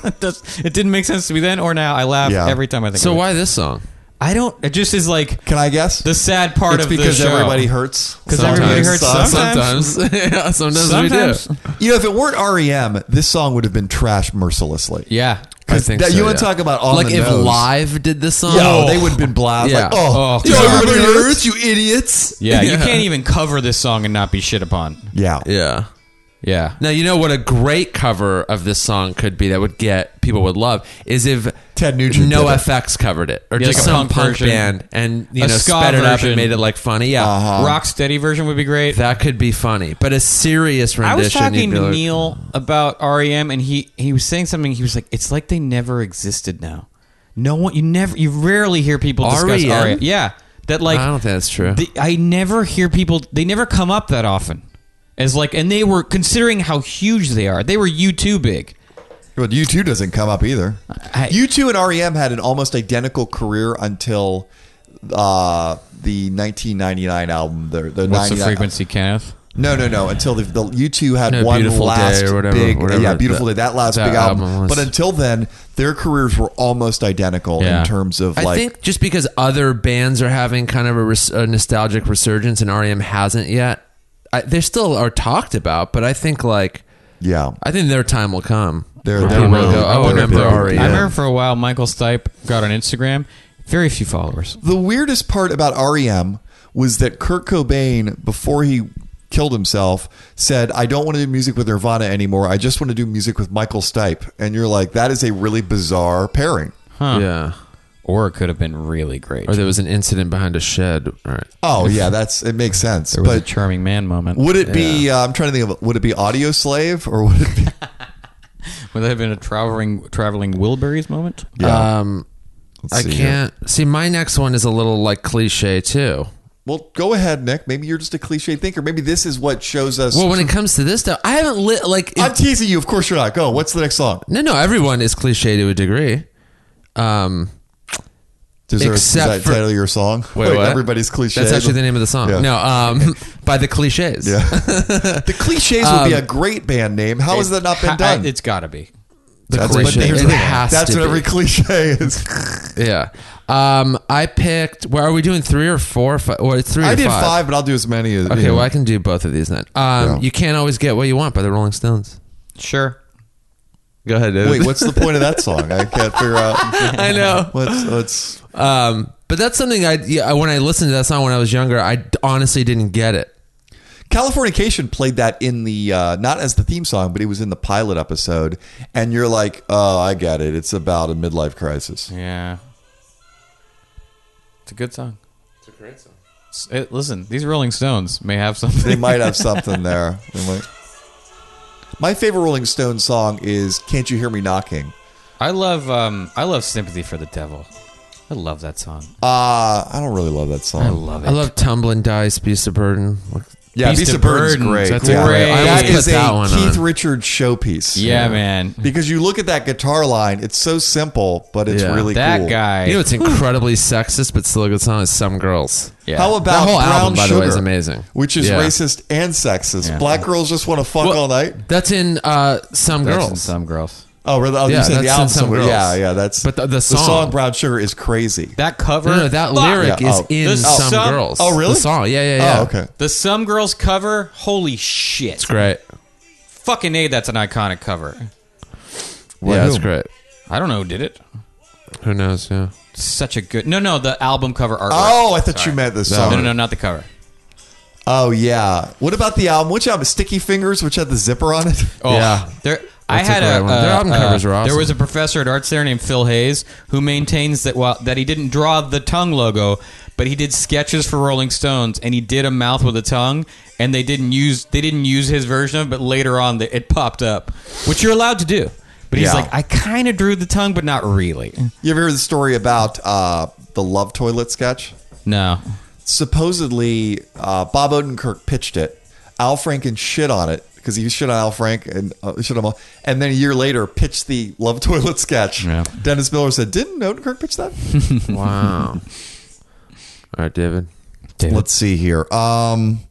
Speaker 4: it, does, it didn't make sense to me then or now. I laugh
Speaker 3: Yeah.
Speaker 4: every time I think.
Speaker 5: so
Speaker 4: of it.
Speaker 5: why this song?
Speaker 4: I don't. It just is like
Speaker 3: Can I guess?
Speaker 4: the sad part
Speaker 3: it's
Speaker 4: of
Speaker 3: because
Speaker 4: the show.
Speaker 3: everybody hurts.
Speaker 4: 'Cause everybody hurts sometimes.
Speaker 5: Sometimes, yeah, sometimes,
Speaker 4: Sometimes,
Speaker 5: we do.
Speaker 3: You know, if it weren't REM, this song would have been trashed mercilessly.
Speaker 4: yeah.
Speaker 5: I
Speaker 3: Because
Speaker 5: think
Speaker 3: that-
Speaker 5: so,
Speaker 3: you wanna
Speaker 5: yeah.
Speaker 3: talk about on
Speaker 5: like
Speaker 3: the
Speaker 5: if
Speaker 3: nose.
Speaker 5: Live did this song?
Speaker 3: Yeah, they would have been blasted.
Speaker 5: Oh. Yeah.
Speaker 3: Like, oh,
Speaker 4: Oh,
Speaker 3: you know,
Speaker 4: God.
Speaker 3: everybody hurts.
Speaker 5: you idiots.
Speaker 4: yeah, You can't even cover this song and not be shit upon.
Speaker 3: Yeah.
Speaker 5: Yeah.
Speaker 4: Yeah.
Speaker 5: Now you know what a great cover of this song could be that would get people would love is if
Speaker 3: Ted Nugent
Speaker 5: No
Speaker 3: did it.
Speaker 5: FX covered it or
Speaker 4: Yeah,
Speaker 5: just
Speaker 4: like a
Speaker 5: some
Speaker 4: punk
Speaker 5: punk
Speaker 4: version.
Speaker 5: band and you
Speaker 4: A
Speaker 5: know
Speaker 4: ska
Speaker 5: sped it up and
Speaker 4: version.
Speaker 5: made it like funny. Yeah,
Speaker 3: Uh-huh.
Speaker 4: Rock steady version would be great.
Speaker 5: that could be funny, but a serious rendition.
Speaker 4: I was
Speaker 5: you'd
Speaker 4: talking
Speaker 5: be
Speaker 4: to
Speaker 5: like,
Speaker 4: Neil about REM, and he he was saying something. He was like, "It's like they never existed now. No one, you never, you rarely hear people discuss
Speaker 5: R.E.M.?
Speaker 4: REM. Yeah, that like
Speaker 5: E I don't think that's true.
Speaker 4: the- I never hear people. They never come up that often. As like, and they were considering how huge they are. They were U two big.
Speaker 3: Well, U2 doesn't come up either.
Speaker 4: I-
Speaker 3: U2 and REM had an almost identical career until uh, the 1999 album. The, the
Speaker 4: What's the
Speaker 3: 99
Speaker 4: frequency, Kenneth?
Speaker 3: No, no, no. Until the, the U2 had
Speaker 5: No,
Speaker 3: one
Speaker 5: Beautiful
Speaker 3: last
Speaker 5: Day or whatever-
Speaker 3: big,
Speaker 5: whatever
Speaker 3: yeah, beautiful
Speaker 5: that-
Speaker 3: day. That last
Speaker 5: that
Speaker 3: big album.
Speaker 5: album was.
Speaker 3: But until then, their careers were almost identical
Speaker 4: Yeah.
Speaker 3: in terms of
Speaker 5: I
Speaker 3: like.
Speaker 5: think just because other bands are having kind of a, res- a nostalgic resurgence and REM hasn't yet, I, they uh, still are talked about. But I think like
Speaker 3: yeah,
Speaker 5: I think their time will come.
Speaker 3: They're-
Speaker 5: Where
Speaker 3: they're
Speaker 5: people
Speaker 3: really-
Speaker 5: go, oh, I
Speaker 3: they're
Speaker 5: remember
Speaker 3: big.
Speaker 5: REM.
Speaker 4: I
Speaker 3: Yeah.
Speaker 4: remember for a while Michael Stipe got on Instagram, very few followers.
Speaker 3: the weirdest part about REM was that Kurt Cobain, before he killed himself, said, "I don't want to do music with Nirvana anymore. I just want to do music with Michael Stipe." And you're like, that is a really bizarre pairing.
Speaker 5: Yeah.
Speaker 4: Or it could have been really great.
Speaker 5: Or there was an incident behind a shed. All right.
Speaker 3: Oh yeah, that's it makes sense.
Speaker 4: there was a
Speaker 3: But
Speaker 4: charming man moment.
Speaker 3: would it be? Uh, I'm trying to think of. Would it be Audio Slave or would it be?
Speaker 4: Would that have been a traveling traveling Wilburys moment?
Speaker 3: Yeah.
Speaker 5: Um,
Speaker 3: Let's
Speaker 5: I
Speaker 3: see here.
Speaker 5: can't see. My next one is a little like cliche too.
Speaker 3: Well, go ahead, Nick. Maybe you're just a cliche thinker. Maybe this is what shows us.
Speaker 5: Well, when it comes to this stuff, I haven't lit like.
Speaker 3: I'm teasing you. Of course you're not. Go. What's the next song?
Speaker 5: no, no, everyone is cliche to a degree. Um,
Speaker 3: Does, there, does
Speaker 5: Except
Speaker 3: that
Speaker 5: for-
Speaker 3: title your song?
Speaker 5: Wait, what?
Speaker 3: everybody's cliche.
Speaker 5: that's actually the name of the song.
Speaker 3: Yeah.
Speaker 5: No, um, by the cliches.
Speaker 3: Yeah. the cliches would
Speaker 5: Um,
Speaker 3: be a great band name. How has that not been
Speaker 4: I-
Speaker 3: done?
Speaker 4: I- Uh, it's got to be.
Speaker 5: the
Speaker 3: that's
Speaker 5: cliches.
Speaker 3: But here's
Speaker 5: It
Speaker 3: the thing.
Speaker 5: has
Speaker 3: That's
Speaker 5: to
Speaker 3: what
Speaker 5: be.
Speaker 3: every cliche is.
Speaker 5: Yeah. Um, I picked. Where are we doing? Three or four? Or five, or it's three.
Speaker 3: I
Speaker 5: or
Speaker 3: did five. but I'll do as many as.
Speaker 5: Okay,
Speaker 3: you know.
Speaker 5: well, I can do both of these then. Um,
Speaker 3: Yeah.
Speaker 5: You can't always get what you want by the Rolling Stones.
Speaker 4: Sure.
Speaker 5: Go ahead, dude.
Speaker 3: Wait, what's the point of that song? I can't figure out.
Speaker 5: I know.
Speaker 3: What's what's?
Speaker 5: Um, but that's something I yeah, I- when I listened to that song when I was younger, I d- honestly didn't get it.
Speaker 3: Californication played that in the uh, not as the theme song, but it was in the pilot episode. And you're like, oh, I get it. It's about a midlife crisis.
Speaker 4: Yeah. It's a good song. It's a great song. listen, these Rolling Stones may have
Speaker 3: They
Speaker 4: something.
Speaker 3: might have something there. They might. My favorite Rolling Stones song is "Can't You Hear Me Knocking."
Speaker 4: I love um I love Sympathy for the Devil. I love that song.
Speaker 3: Uh, I don't really love that song.
Speaker 4: I love it.
Speaker 5: I love Tumbling Dice, Beast of Burden. Like,
Speaker 3: Yeah,
Speaker 4: Beast
Speaker 3: Beast
Speaker 4: of
Speaker 3: of Burden's
Speaker 4: Burden.
Speaker 3: great.
Speaker 5: That's
Speaker 4: a
Speaker 3: yeah.
Speaker 4: great- I
Speaker 3: That
Speaker 5: almost
Speaker 3: is
Speaker 5: put that
Speaker 3: a
Speaker 5: one
Speaker 3: Keith
Speaker 5: on.
Speaker 3: Richards showpiece.
Speaker 4: yeah, man.
Speaker 3: Because you look at that guitar line, it's so simple, but it's
Speaker 5: Yeah.
Speaker 3: really
Speaker 4: That
Speaker 3: cool.
Speaker 4: guy.
Speaker 5: You know, it's incredibly sexist, but still a good song. Is Some Girls.
Speaker 4: Yeah.
Speaker 3: How about
Speaker 5: That whole
Speaker 3: Brown
Speaker 5: album, by the
Speaker 3: Sugar,
Speaker 5: way, is amazing.
Speaker 3: Which is
Speaker 5: Yeah.
Speaker 3: racist and sexist. Black girls just want to fuck
Speaker 5: Well-
Speaker 3: all night.
Speaker 5: That's in uh, Some
Speaker 4: That's in
Speaker 5: Girls.
Speaker 4: some girls.
Speaker 3: Oh, really?
Speaker 5: Yeah,
Speaker 3: Oh, you said
Speaker 5: that's
Speaker 3: the
Speaker 5: in
Speaker 3: album
Speaker 5: Some
Speaker 3: somewhere.
Speaker 5: Girls.
Speaker 3: Yeah, yeah. That's
Speaker 5: But the- the
Speaker 3: the
Speaker 5: song.
Speaker 3: song "Brown Sugar" is crazy.
Speaker 4: That cover.
Speaker 5: No, no, that
Speaker 4: Fuck.
Speaker 5: lyric
Speaker 3: Yeah,
Speaker 5: is
Speaker 3: oh.
Speaker 5: in
Speaker 4: This-
Speaker 5: some
Speaker 4: some-
Speaker 5: girls.
Speaker 3: oh, really?
Speaker 5: The song, yeah, yeah, yeah.
Speaker 3: Oh, okay.
Speaker 4: The Some Girls cover. Holy shit.
Speaker 5: It's great.
Speaker 4: Fucking A, that's an iconic cover.
Speaker 3: What,
Speaker 5: yeah, it's
Speaker 3: who?
Speaker 5: great.
Speaker 4: I don't know who did it.
Speaker 5: Who knows? Yeah.
Speaker 4: Such a good. No, no, the album cover artwork.
Speaker 3: Oh, I thought you meant the
Speaker 4: No,
Speaker 3: song.
Speaker 4: no, no, not the cover.
Speaker 3: Oh, yeah. What about the album? Which album? Sticky Fingers, which had the zipper on it.
Speaker 4: Oh,
Speaker 5: Yeah.
Speaker 4: There, I
Speaker 5: That's a
Speaker 4: had
Speaker 5: great
Speaker 4: a.
Speaker 5: one. Their
Speaker 4: uh,
Speaker 5: album covers
Speaker 4: uh,
Speaker 5: are awesome.
Speaker 4: There was a professor at arts there named Phil Hayes who maintains that while that he didn't draw the tongue logo, but he did sketches for Rolling Stones and he did a mouth with a tongue, and they didn't use they didn't use his version of, it, but later on the, it popped up, which you're allowed to do. But he's
Speaker 3: Yeah.
Speaker 4: like, I kind of drew the tongue, but not really.
Speaker 3: You ever heard the story about uh, the love toilet sketch?
Speaker 4: No.
Speaker 3: supposedly uh, Bob Odenkirk pitched it. Al Franken shit on it because he shit on Al Frank and uh, shit on him. And then a year later, pitched the Love Toilet sketch.
Speaker 4: Yeah.
Speaker 3: Dennis Miller said, "Didn't Odenkirk pitch that?"
Speaker 5: Wow. All right, David.
Speaker 3: let's see here. Um,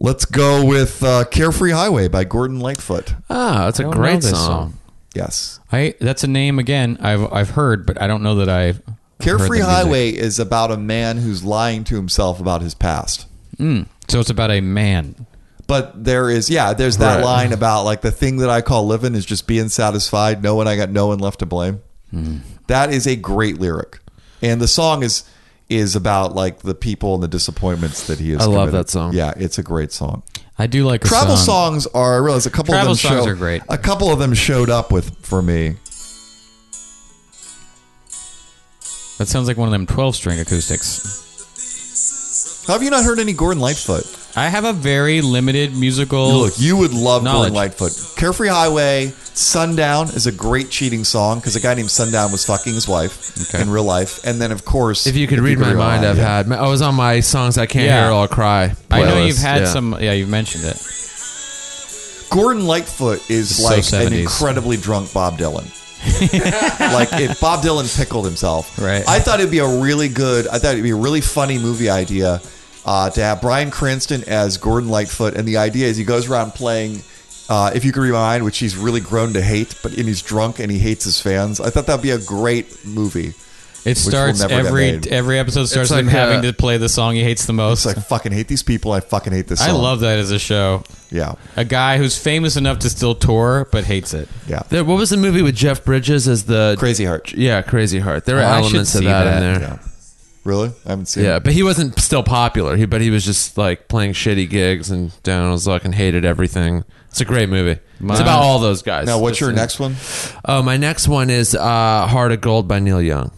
Speaker 3: let's go with uh, "Carefree Highway" by Gordon Lightfoot.
Speaker 5: Ah, that's a
Speaker 4: don't know
Speaker 5: great
Speaker 4: this
Speaker 5: song.
Speaker 4: song.
Speaker 3: Yes,
Speaker 4: I that's a name again. I've I've heard, but I don't know that I've. heard
Speaker 3: "Carefree
Speaker 4: the music.
Speaker 3: Highway" is about a man who's lying to himself about his past.
Speaker 4: So it's about a man.
Speaker 3: But there is, yeah, there's that
Speaker 5: Right.
Speaker 3: line about like the thing that I call living is just being satisfied, knowing I got no one left to blame. That is a great lyric, and the song is is about like the people and the disappointments that he has.
Speaker 5: I love
Speaker 3: committed.
Speaker 5: that song.
Speaker 3: Yeah, it's a great song.
Speaker 4: I do like a
Speaker 3: Travel
Speaker 4: song.
Speaker 3: songs are. I realize a couple
Speaker 4: Travel
Speaker 3: of them
Speaker 4: songs
Speaker 3: show-
Speaker 4: are great.
Speaker 3: A couple of them showed up with for me.
Speaker 4: That sounds like one of them 12 string acoustics.
Speaker 3: Have you not heard any Gordon Lightfoot?
Speaker 4: I have a very limited musical.
Speaker 3: Look, you would love
Speaker 4: Knowledge.
Speaker 3: Gordon Lightfoot. Carefree Highway, Sundown is a great cheating song because a guy named Sundown was fucking his wife
Speaker 4: Okay.
Speaker 3: in real life. And then, of course,
Speaker 5: If you could read my
Speaker 3: read
Speaker 5: mind,
Speaker 3: my
Speaker 5: I've
Speaker 3: mind,
Speaker 5: had. I was on my songs I can't
Speaker 4: Yeah.
Speaker 5: hear or cry.
Speaker 4: I know
Speaker 5: playlist.
Speaker 4: you've had
Speaker 5: Yeah.
Speaker 4: some. Yeah, you've mentioned it.
Speaker 3: Gordon Lightfoot is
Speaker 4: It's so
Speaker 3: like an
Speaker 4: 70s.
Speaker 3: incredibly drunk Bob Dylan. like if Bob Dylan pickled himself,
Speaker 4: Right.
Speaker 3: I thought it'd be a really good. I thought it'd be a really funny movie idea uh, to have Brian Cranston as Gordon Lightfoot, and the idea is he goes around playing. Uh, if you could read my mind, which he's really grown to hate, but and he's drunk and he hates his fans. I thought that'd be a great movie.
Speaker 4: It
Speaker 3: will
Speaker 4: starts
Speaker 3: never get
Speaker 4: every
Speaker 3: made.
Speaker 4: every episode
Speaker 5: It's
Speaker 4: starts with him
Speaker 5: like,
Speaker 4: having
Speaker 5: uh,
Speaker 4: to play the song he hates the most.
Speaker 3: It's like fucking hate these people. I fucking hate this. Song.
Speaker 4: I love that as a show.
Speaker 3: Yeah,
Speaker 4: A guy who's famous enough to still tour but hates it.
Speaker 3: yeah.
Speaker 5: There, what was the movie with Jeff Bridges as the
Speaker 3: Crazy Heart.
Speaker 5: Yeah, Crazy Heart. There were
Speaker 4: Oh, I should
Speaker 5: elements of
Speaker 4: see
Speaker 5: that,
Speaker 4: that.
Speaker 5: in there.
Speaker 3: Yeah. Really? I haven't seen.
Speaker 5: Yeah.
Speaker 3: it.
Speaker 5: but he wasn't still popular. He, but he was just like playing shitty gigs and down on his luck and hated everything. It's a great movie.
Speaker 4: My-
Speaker 5: it's about all those guys.
Speaker 3: Now, what's
Speaker 5: It's-
Speaker 3: your next one?
Speaker 5: Oh, my next one is uh, Heart of Gold by Neil Young.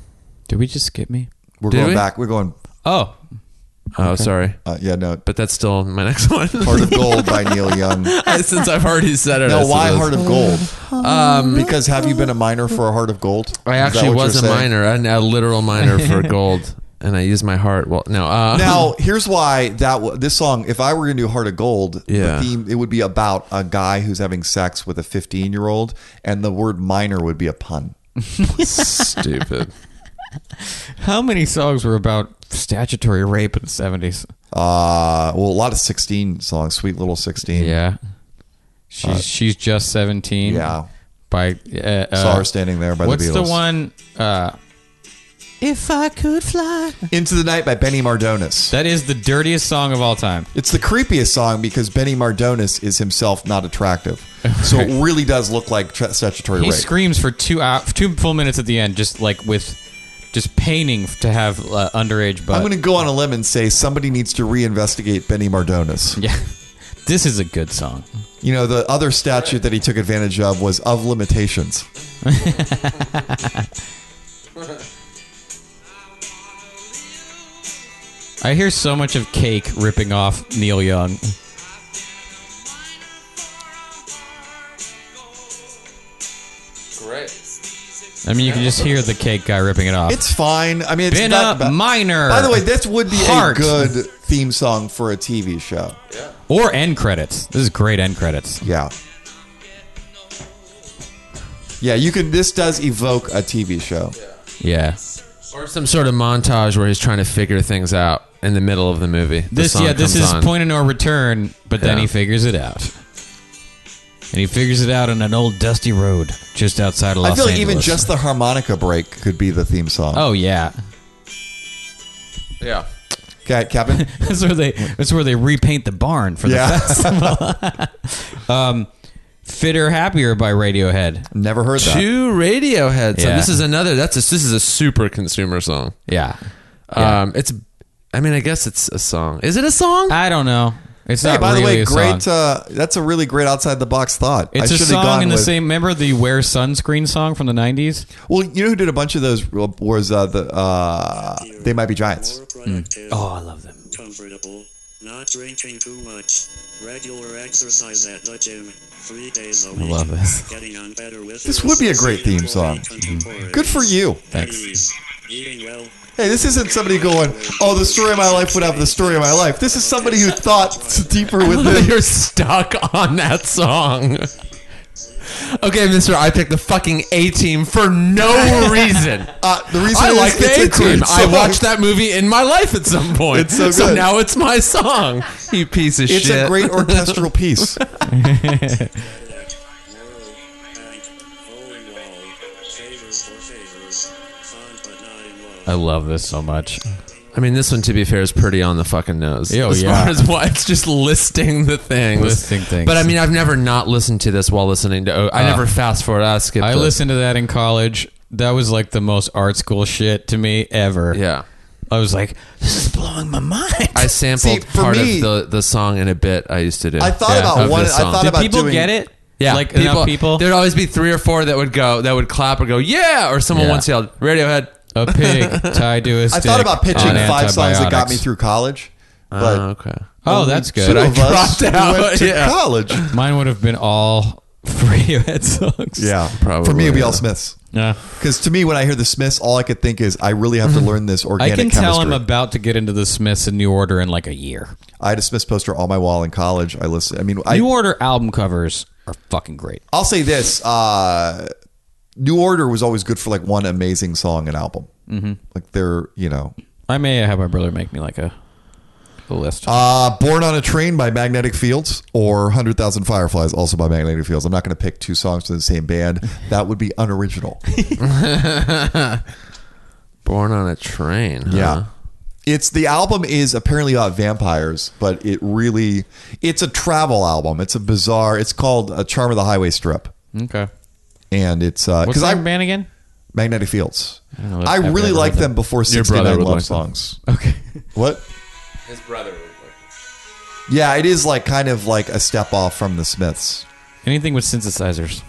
Speaker 4: Did we just skip me?
Speaker 3: We're
Speaker 5: Did
Speaker 3: going
Speaker 5: we?
Speaker 3: back. We're going.
Speaker 4: Oh,
Speaker 5: Oh, sorry,
Speaker 3: Uh, yeah, no.
Speaker 5: but that's still my next one.
Speaker 3: Heart of Gold by Neil Young.
Speaker 5: Since I've already said it. I
Speaker 3: No,
Speaker 5: said
Speaker 3: why
Speaker 5: this.
Speaker 3: Heart of Gold? Um, because have you been a miner for a Heart of Gold?
Speaker 5: I
Speaker 3: Is
Speaker 5: actually
Speaker 3: that what
Speaker 5: was a
Speaker 3: you're saying?
Speaker 5: miner, an- a literal miner for gold, and I used my heart. Well, no. Uh,
Speaker 3: Now, here's why that w- this song. If I were going to do Heart of Gold,
Speaker 5: Yeah.
Speaker 3: the theme it would be about a guy who's having sex with a 15 year old, and the word miner would be a pun.
Speaker 5: stupid.
Speaker 4: how many songs were about statutory rape in the seventies?
Speaker 3: Uh, well, a lot of 16 songs, sweet little 16.
Speaker 4: Yeah, she's she's just seventeen.
Speaker 3: yeah.
Speaker 4: by uh, uh,
Speaker 3: Saw her standing there by the
Speaker 4: what's
Speaker 3: Beatles.
Speaker 4: the one? Uh, if I could fly.
Speaker 3: Into the Night by Benny Mardones.
Speaker 4: That is the dirtiest song of all time.
Speaker 3: It's the creepiest song because Benny Mardones is himself not attractive. So it really does look like tra- statutory
Speaker 4: He
Speaker 3: rape.
Speaker 4: screams for two hour, two full minutes at the end, just like with just paining to have uh, underage butt.
Speaker 3: I'm going to go on a limb and say somebody needs to reinvestigate Benny Mardones.
Speaker 4: yeah, this is a good song.
Speaker 3: You know, the other statute that he took advantage of was of limitations.
Speaker 4: I hear so much of Cake ripping off Neil Young.
Speaker 5: Great.
Speaker 4: I mean, you can just hear the Cake guy ripping it off.
Speaker 3: It's fine. I mean, it's
Speaker 4: been
Speaker 3: not
Speaker 4: a
Speaker 3: ba-
Speaker 4: minor.
Speaker 3: By the way, this would be
Speaker 4: Heart.
Speaker 3: a good theme song for a TV show.
Speaker 4: or end credits. This is great end credits.
Speaker 3: Yeah. Yeah, you can. This does evoke a TV show.
Speaker 4: Yeah,
Speaker 5: Or some sort of montage where he's trying to figure things out in the middle of the movie. The
Speaker 4: this
Speaker 5: song
Speaker 4: yeah this
Speaker 5: comes
Speaker 4: is
Speaker 5: on.
Speaker 4: point of no return, but then
Speaker 5: Yeah.
Speaker 4: he figures it out. and he figures it out on an old dusty road just outside of Los
Speaker 3: I feel like
Speaker 4: Angeles.
Speaker 3: even just the harmonica break could be the theme song.
Speaker 4: oh yeah,
Speaker 5: Yeah.
Speaker 3: okay, Kevin.
Speaker 4: that's where they that's where they repaint the barn for the
Speaker 3: Yeah.
Speaker 4: festival. um, Fitter Happier by Radiohead.
Speaker 3: Never heard that.
Speaker 5: Two Radiohead. So
Speaker 4: Yeah.
Speaker 5: this is another. That's a, this is a super consumer song.
Speaker 4: Yeah,
Speaker 5: Um, it's. I mean, I guess it's a song. Is it a song?
Speaker 4: I don't know. It's
Speaker 3: Hey,
Speaker 4: not
Speaker 3: by the
Speaker 4: really
Speaker 3: way,
Speaker 4: a song.
Speaker 3: great. Uh, that's a really great outside the box thought.
Speaker 4: it's
Speaker 3: I
Speaker 4: a
Speaker 3: should've
Speaker 4: song
Speaker 3: gone
Speaker 4: in the
Speaker 3: with-
Speaker 4: same. Remember the wear sunscreen song from the '90s?
Speaker 3: Well, you know who did a bunch of those was uh, the uh, they might be giants. mm.
Speaker 4: Oh, I love them.
Speaker 8: comfortable, not drinking too much, regular exercise at the gym, three days a week.
Speaker 4: love this.
Speaker 8: Getting on better with
Speaker 3: This
Speaker 8: your
Speaker 3: would be a great
Speaker 8: associated
Speaker 3: theme song. Mm.
Speaker 8: contemporaries.
Speaker 3: Good for you.
Speaker 8: Thanks. Eating well,
Speaker 3: Hey, this isn't somebody going, "Oh, the story of my life would have the story of my life." This is somebody who thought deeper within.
Speaker 5: You're stuck on that song. Okay, Mister, I picked the fucking A Team for no reason.
Speaker 3: Uh, the reason
Speaker 5: I
Speaker 3: is
Speaker 5: like the
Speaker 3: it's a
Speaker 5: A Team.
Speaker 3: great
Speaker 5: I
Speaker 3: song.
Speaker 5: watched that movie in my life at some point.
Speaker 3: It's so good.
Speaker 5: now it's my song. You piece of
Speaker 3: It's
Speaker 5: shit.
Speaker 3: a great orchestral piece.
Speaker 8: moral, bank, bowling wall, favors for favors, fun but not in love.
Speaker 4: I love this so much.
Speaker 5: I mean, this one, to be fair, is pretty on the fucking nose.
Speaker 4: Oh,
Speaker 5: as
Speaker 4: yeah.
Speaker 5: far as what it's just listing the things,
Speaker 4: Listing things.
Speaker 5: But I mean, I've never not listened to this while listening to. I
Speaker 4: Uh,
Speaker 5: never fast forward. I skipped.
Speaker 4: I
Speaker 5: it.
Speaker 4: listened to that in college. That was like the most art school shit to me ever.
Speaker 5: Yeah,
Speaker 4: I was like, this is blowing my mind.
Speaker 5: I sampled
Speaker 3: for
Speaker 5: part
Speaker 3: me-
Speaker 5: of the the song in a bit I used to do.
Speaker 3: I thought
Speaker 5: Yeah,
Speaker 3: about
Speaker 5: of
Speaker 3: one. I
Speaker 5: this song.
Speaker 3: thought
Speaker 4: Did
Speaker 3: about
Speaker 4: people
Speaker 3: doing,
Speaker 4: get it?
Speaker 5: Yeah,
Speaker 4: like enough people.
Speaker 5: There'd always be three or four that would go, that would clap or go, yeah, or someone
Speaker 4: Yeah.
Speaker 5: once yelled, Radiohead.
Speaker 4: A pig tied to his.
Speaker 3: I thought about pitching five songs that got me through college, but
Speaker 5: Oh, okay.
Speaker 4: Oh, that's
Speaker 3: two
Speaker 4: good.
Speaker 3: of
Speaker 5: I
Speaker 3: us
Speaker 5: dropped out,
Speaker 3: went to
Speaker 5: yeah.
Speaker 3: college.
Speaker 4: Mine would have been all Radiohead songs.
Speaker 3: Yeah,
Speaker 5: Probably,
Speaker 3: For me, it'd be
Speaker 5: yeah.
Speaker 3: all Smiths.
Speaker 4: Yeah.
Speaker 3: Because to me, when I hear the Smiths, all I could think is I really have to learn this
Speaker 4: Mm-hmm. I
Speaker 3: organic
Speaker 4: can
Speaker 3: chemistry.
Speaker 4: tell I'm about to get into the Smiths in New Order in like a year.
Speaker 3: I had a Smiths poster on my wall in college. I listen. I mean, I,
Speaker 4: New Order album covers are fucking great.
Speaker 3: I'll say this: uh, New Order was always good for like one amazing song and album. Mm-hmm. Like they're, you know,
Speaker 4: I may have my brother make me like a, a list.
Speaker 3: uh, "Born on a Train" by Magnetic Fields or "100,000 Fireflies" also by Magnetic Fields. I'm not going to pick two songs from the same band. That would be unoriginal.
Speaker 5: Born on a train. huh?
Speaker 3: Yeah. It's the album is apparently about vampires, but it really it's a travel album. It's a bizarre. It's called a Charm of the Highway Strip,
Speaker 4: okay.
Speaker 3: and it's
Speaker 4: What's
Speaker 3: because
Speaker 4: that
Speaker 3: I
Speaker 4: band again?
Speaker 3: Magnetic Fields.
Speaker 4: know
Speaker 3: I,
Speaker 4: if I've
Speaker 3: really
Speaker 4: ever
Speaker 3: like
Speaker 4: heard
Speaker 3: them before
Speaker 5: Your
Speaker 3: sixty
Speaker 5: brother
Speaker 3: nine
Speaker 5: would
Speaker 3: love
Speaker 5: like them.
Speaker 3: songs.
Speaker 4: Okay.
Speaker 3: What?
Speaker 5: His brother.
Speaker 3: Yeah, it is like kind of like a step off from the Smiths.
Speaker 4: Anything with synthesizers.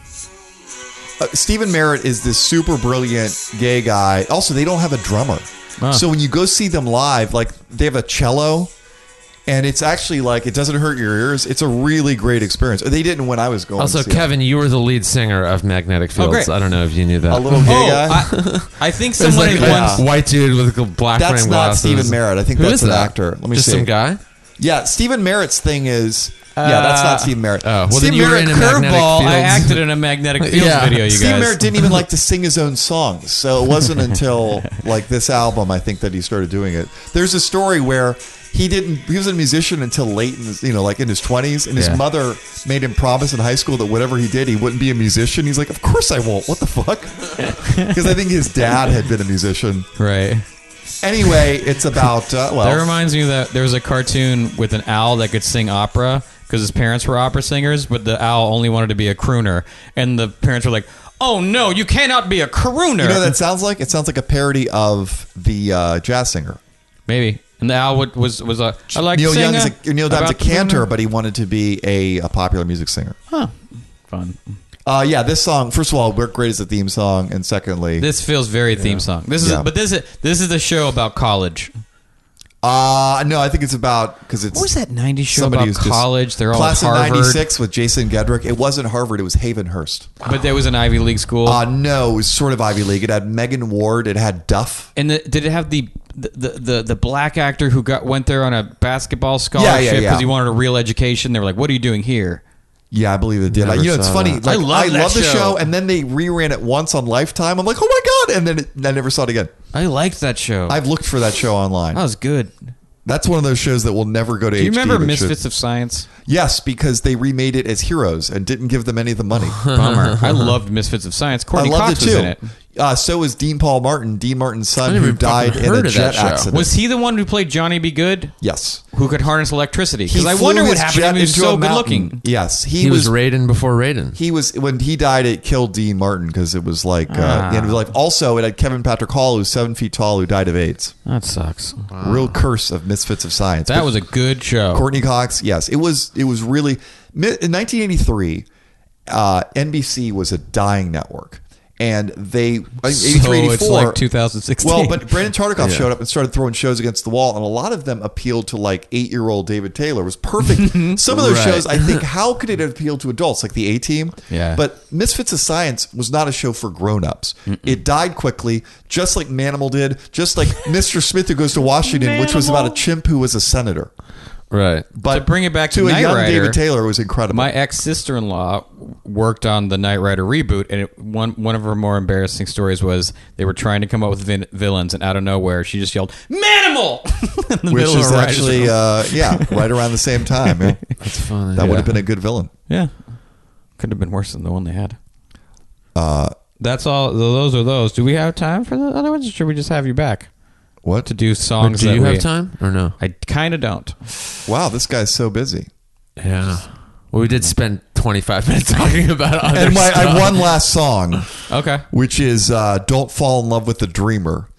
Speaker 3: Uh, Stephen Merritt is this super brilliant gay guy. Also, they don't have a drummer. So when you go see them live, like they have a cello and it's actually like it doesn't hurt your ears. It's a really great experience. They didn't when I was going.
Speaker 5: Also,
Speaker 3: to see them.
Speaker 5: Kevin, you were the lead singer of Magnetic
Speaker 4: Oh, great.
Speaker 5: Fields. I don't know if you knew that.
Speaker 3: a little gay
Speaker 5: Oh,
Speaker 3: guy.
Speaker 4: Oh, I, I think
Speaker 5: There's
Speaker 4: someone
Speaker 5: like
Speaker 4: at
Speaker 5: a
Speaker 3: Yeah.
Speaker 4: once.
Speaker 5: white dude with a black
Speaker 3: That's
Speaker 5: frame
Speaker 3: not
Speaker 5: glasses.
Speaker 3: Stephen Merritt. I think
Speaker 5: Who
Speaker 3: that's
Speaker 5: is
Speaker 3: an
Speaker 5: that?
Speaker 3: actor. Let me
Speaker 5: Just
Speaker 3: see.
Speaker 5: some guy.
Speaker 3: Yeah, Stephen Merritt's thing is yeah, that's not Stephen Merritt.
Speaker 5: oh, well, then
Speaker 3: Stephen
Speaker 5: you were in a Magnetic
Speaker 4: Curveball. I
Speaker 5: Fields.
Speaker 4: acted in a magnetic field
Speaker 5: Yeah.
Speaker 4: video. You
Speaker 3: Steve
Speaker 4: guys.
Speaker 3: Merritt didn't even like to sing his own songs, so it wasn't until like this album, I think, that he started doing it. There's a story where he didn't. He was a musician until late in his, you know, like in his 20s, and his
Speaker 4: Yeah.
Speaker 3: mother made him promise in high school that whatever he did, he wouldn't be a musician. He's like, of course I won't. What the fuck? Because I think his dad had been a musician.
Speaker 4: Right.
Speaker 3: Anyway, it's about uh, well,
Speaker 4: That reminds me that there was a cartoon with an owl that could sing opera because his parents were opera singers, but the owl only wanted to be a crooner, and the parents were like, "Oh no, you cannot be a crooner."
Speaker 3: you know what that sounds like it sounds like a parody of the uh, jazz singer.
Speaker 4: Maybe. And the owl would, was was a. I like
Speaker 3: Neil
Speaker 4: to sing
Speaker 3: Young is
Speaker 4: uh,
Speaker 3: a, Neil Diamond's a
Speaker 4: about the
Speaker 3: cantor,
Speaker 4: crooner."
Speaker 3: but he wanted to be a, a popular music singer.
Speaker 4: Fun.
Speaker 3: Uh, yeah, this song. First of all, we're great as a theme song, and secondly,
Speaker 4: This feels very theme song. This is,
Speaker 3: Yeah.
Speaker 4: but this is this is the show about college.
Speaker 3: uh no, I think it's about because it's
Speaker 4: What was that '90s show
Speaker 3: somebody
Speaker 4: about
Speaker 3: who's just-
Speaker 4: college? They're all
Speaker 3: class
Speaker 4: at
Speaker 3: of
Speaker 4: Harvard,
Speaker 3: '96 with Jason Gedrick. It wasn't Harvard; it was Havenhurst.
Speaker 4: but there was an Ivy League school.
Speaker 3: Uh no, it was sort of Ivy League. It had Megan Ward. It had Duff.
Speaker 4: and the, did it have the the, the the the black actor who got went there on a basketball
Speaker 3: yeah,
Speaker 4: scholarship because
Speaker 3: yeah.
Speaker 4: he wanted a real education? They were like, "What are you doing here?"
Speaker 3: Yeah, I believe it did.
Speaker 5: Never
Speaker 3: you know, it's
Speaker 5: saw
Speaker 3: funny.
Speaker 5: that.
Speaker 3: Like,
Speaker 4: I love that
Speaker 3: the
Speaker 4: show.
Speaker 3: show, and then they reran it once on Lifetime. I'm like, oh my god! And then it, I never saw it again.
Speaker 4: I liked that show.
Speaker 3: I've looked for that show online.
Speaker 4: that was good.
Speaker 3: That's one of those shows that will never go to.
Speaker 4: Do you
Speaker 3: HD,
Speaker 4: remember
Speaker 3: but should-
Speaker 4: Misfits of Science?
Speaker 3: Yes, because they remade it as Heroes and didn't give them any of the money.
Speaker 4: Bummer. I loved Misfits of Science.
Speaker 3: Uh-huh. I
Speaker 4: Courtney
Speaker 3: loved
Speaker 4: Cox
Speaker 3: it
Speaker 4: was
Speaker 3: too.
Speaker 4: in it.
Speaker 3: Uh, so was Dean Paul Martin, Dean Martin's son,
Speaker 5: never
Speaker 3: who
Speaker 5: even
Speaker 3: died
Speaker 5: fucking
Speaker 3: in a
Speaker 5: heard of that
Speaker 3: jet
Speaker 5: show.
Speaker 3: accident.
Speaker 4: Was he the one who played Johnny Be Good,
Speaker 3: yes.
Speaker 4: who could harness electricity? Because
Speaker 3: He
Speaker 4: I
Speaker 3: flew
Speaker 4: wonder what
Speaker 3: his
Speaker 4: happened. to
Speaker 3: jet
Speaker 4: him. He was
Speaker 3: into
Speaker 4: so
Speaker 3: a
Speaker 4: good
Speaker 3: mountain.
Speaker 4: looking.
Speaker 3: Yes, he,
Speaker 5: He, was,
Speaker 3: was
Speaker 5: Raiden before Raiden.
Speaker 3: he was when he died it killed dean martin because it was like uh, the end of his life also it had kevin patrick hall who's seven feet tall who died of aids
Speaker 4: That sucks.
Speaker 3: real curse of misfits of science
Speaker 4: That
Speaker 3: But
Speaker 4: was a good show.
Speaker 3: courtney cox yes it was it was really mi- in 1983 uh, nbc was a dying network and they I think 83,
Speaker 4: So it's
Speaker 3: 84
Speaker 4: like 2016.
Speaker 3: well, but Brandon Tartikoff showed up and started throwing shows against the wall, and a lot of them appealed to like eight year old David Taylor. It was perfect. Some of those shows, I think, how could it appeal to adults, like the A Team?
Speaker 4: Yeah.
Speaker 3: But Misfits of Science was not a show for grown ups. It died quickly, just like Manimal did, just like Mr. Smith Who Goes to Washington, which was about a chimp who was a senator.
Speaker 5: right.
Speaker 3: But
Speaker 4: To bring it back to
Speaker 3: to a
Speaker 4: Knight
Speaker 3: young
Speaker 4: Rider,
Speaker 3: David Taylor was incredible.
Speaker 4: My ex sister in law worked on the Knight Rider reboot, and it, one one of her more embarrassing stories was they were trying to come up with vin- villains, and out of nowhere she just yelled "Manimal!" in
Speaker 3: which
Speaker 4: the middle
Speaker 3: is
Speaker 4: of Rider's
Speaker 3: actually,
Speaker 4: Room.
Speaker 3: uh, yeah, right around the same time. Yeah. That's funny. That would have been a good villain.
Speaker 4: yeah, could have been worse than the one they had.
Speaker 3: Uh,
Speaker 4: That's all. th- Those are those. Do we have time for the other ones? Or should we just have you back
Speaker 3: What?
Speaker 4: to do songs?
Speaker 5: Do
Speaker 4: that
Speaker 5: you
Speaker 4: we-
Speaker 5: have time or no?
Speaker 4: I kind of don't.
Speaker 3: Wow, this guy's so busy.
Speaker 5: Yeah. Well, we did spend 25 minutes talking about other
Speaker 3: and my, I
Speaker 5: stuff.
Speaker 3: have one last song,
Speaker 4: Okay.
Speaker 3: which is uh, "Don't Fall in Love with the Dreamer."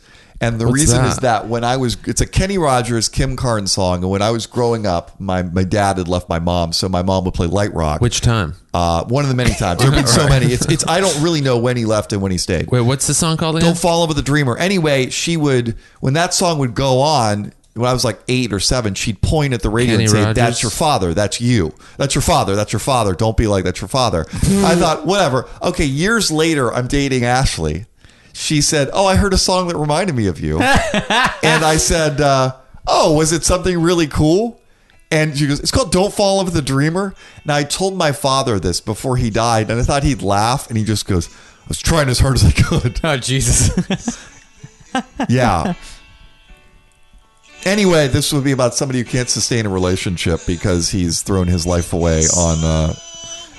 Speaker 3: And the reason
Speaker 5: that?
Speaker 3: is that when I was, it's a Kenny Rogers, Kim Carnes song. And when I was growing up, my, my dad had left my mom, so my mom would play light rock.
Speaker 5: Which time?
Speaker 3: uh, one of the many times there have been so many. It's, it's I don't really know when he left and when he stayed.
Speaker 5: Wait, what's the song called again?
Speaker 3: Don't fall in love with the dreamer. Anyway, she would when that song would go on. When I was like eight or seven, she'd point at the radio
Speaker 5: Kenny
Speaker 3: and say,
Speaker 5: Rogers.
Speaker 3: "That's your father. That's you. That's your father. That's your father. Don't be like that's your father." I thought, whatever. Okay, years later, I'm dating Ashley. She said, "Oh, I heard a song that reminded me of you," and I said, uh, "Oh, was it something really cool?" And she goes, "It's called Don't Fall in Love with the Dreamer." And I told my father this before he died, and I thought he'd laugh, and he just goes, "I was trying as hard as I could."
Speaker 4: Oh Jesus!
Speaker 3: Yeah. anyway, this would be about somebody who can't sustain a relationship because he's thrown his life away on uh,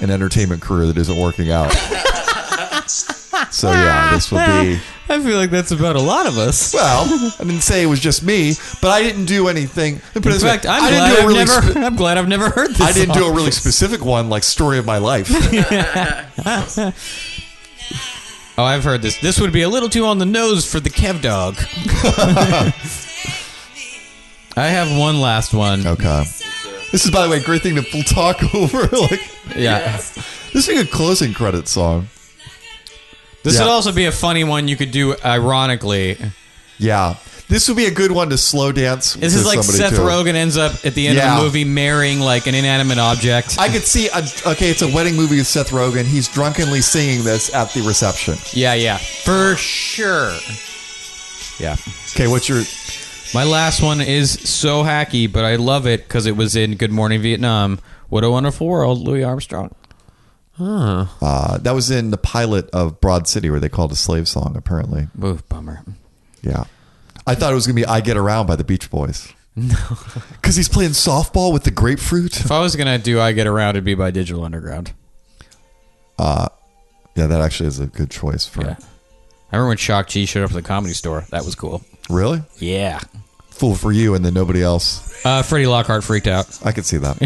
Speaker 3: an entertainment career that isn't working out. so yeah, this would be.
Speaker 4: I feel like that's about a lot of us.
Speaker 3: Well, I didn't say it was just me, but I didn't do anything. Put it
Speaker 4: In
Speaker 3: this way,
Speaker 4: fact, I'm
Speaker 3: I didn't
Speaker 4: glad
Speaker 3: do a
Speaker 4: I've
Speaker 3: really
Speaker 4: never.
Speaker 3: spe-
Speaker 4: I'm glad I've never heard this.
Speaker 3: I didn't do
Speaker 4: song.
Speaker 3: a really specific one like story of my life.
Speaker 4: Oh, I've heard this. This would be a little too on the nose for the Kev dog. I have one last one.
Speaker 3: okay. This is, by the way, a great thing to talk over. like,
Speaker 4: Yeah.
Speaker 3: this is a good closing credit song.
Speaker 4: This
Speaker 3: Yeah.
Speaker 4: would also be a funny one you could do ironically.
Speaker 3: Yeah. This would be a good one to slow dance.
Speaker 4: This
Speaker 3: to
Speaker 4: is like
Speaker 3: somebody,
Speaker 4: Seth
Speaker 3: too.
Speaker 4: Rogen ends up at the end of
Speaker 3: Yeah.
Speaker 4: the movie marrying like an inanimate object.
Speaker 3: I could see. A, okay, it's a wedding movie with Seth Rogen. He's drunkenly singing this at the reception.
Speaker 4: yeah, yeah. For sure. Yeah.
Speaker 3: Okay, what's your?
Speaker 4: My last one is so hacky, but I love it because it was in Good Morning Vietnam. What a Wonderful World, Louis Armstrong.
Speaker 3: Uh, that was in the pilot of Broad City, where they called a slave song. Apparently,
Speaker 4: Ooh, bummer.
Speaker 3: yeah. I thought it was gonna be "I Get Around" by the Beach Boys. No, because he's playing softball with the grapefruit.
Speaker 4: If I was gonna do I Get Around, it'd be by Digital Underground.
Speaker 3: Yeah, that actually is a good choice for.
Speaker 4: Yeah. I remember when Shock G showed up at the comedy store. That was cool.
Speaker 3: Really,
Speaker 4: Yeah.
Speaker 3: fool for you, and then nobody else.
Speaker 4: Uh, Freddie Lockhart freaked out.
Speaker 3: I could see that.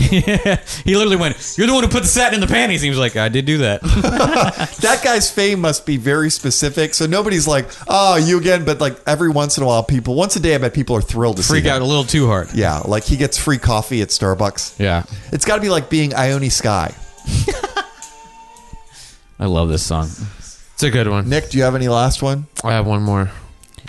Speaker 4: He literally went, You're the one who put the satin in the panties. And he was like, I did do that.
Speaker 3: that guy's fame must be very specific. So nobody's like, "Oh, you again," but like every once in a while, people. Once a day, I bet people are thrilled to
Speaker 4: Freak
Speaker 3: see him.
Speaker 4: out a little too hard.
Speaker 3: Yeah, like he gets free coffee at Starbucks.
Speaker 4: Yeah.
Speaker 3: It's got to be like being Ione Sky.
Speaker 4: I love this song.
Speaker 5: It's a good one.
Speaker 3: Nick, do you have any last one?
Speaker 5: I have one more.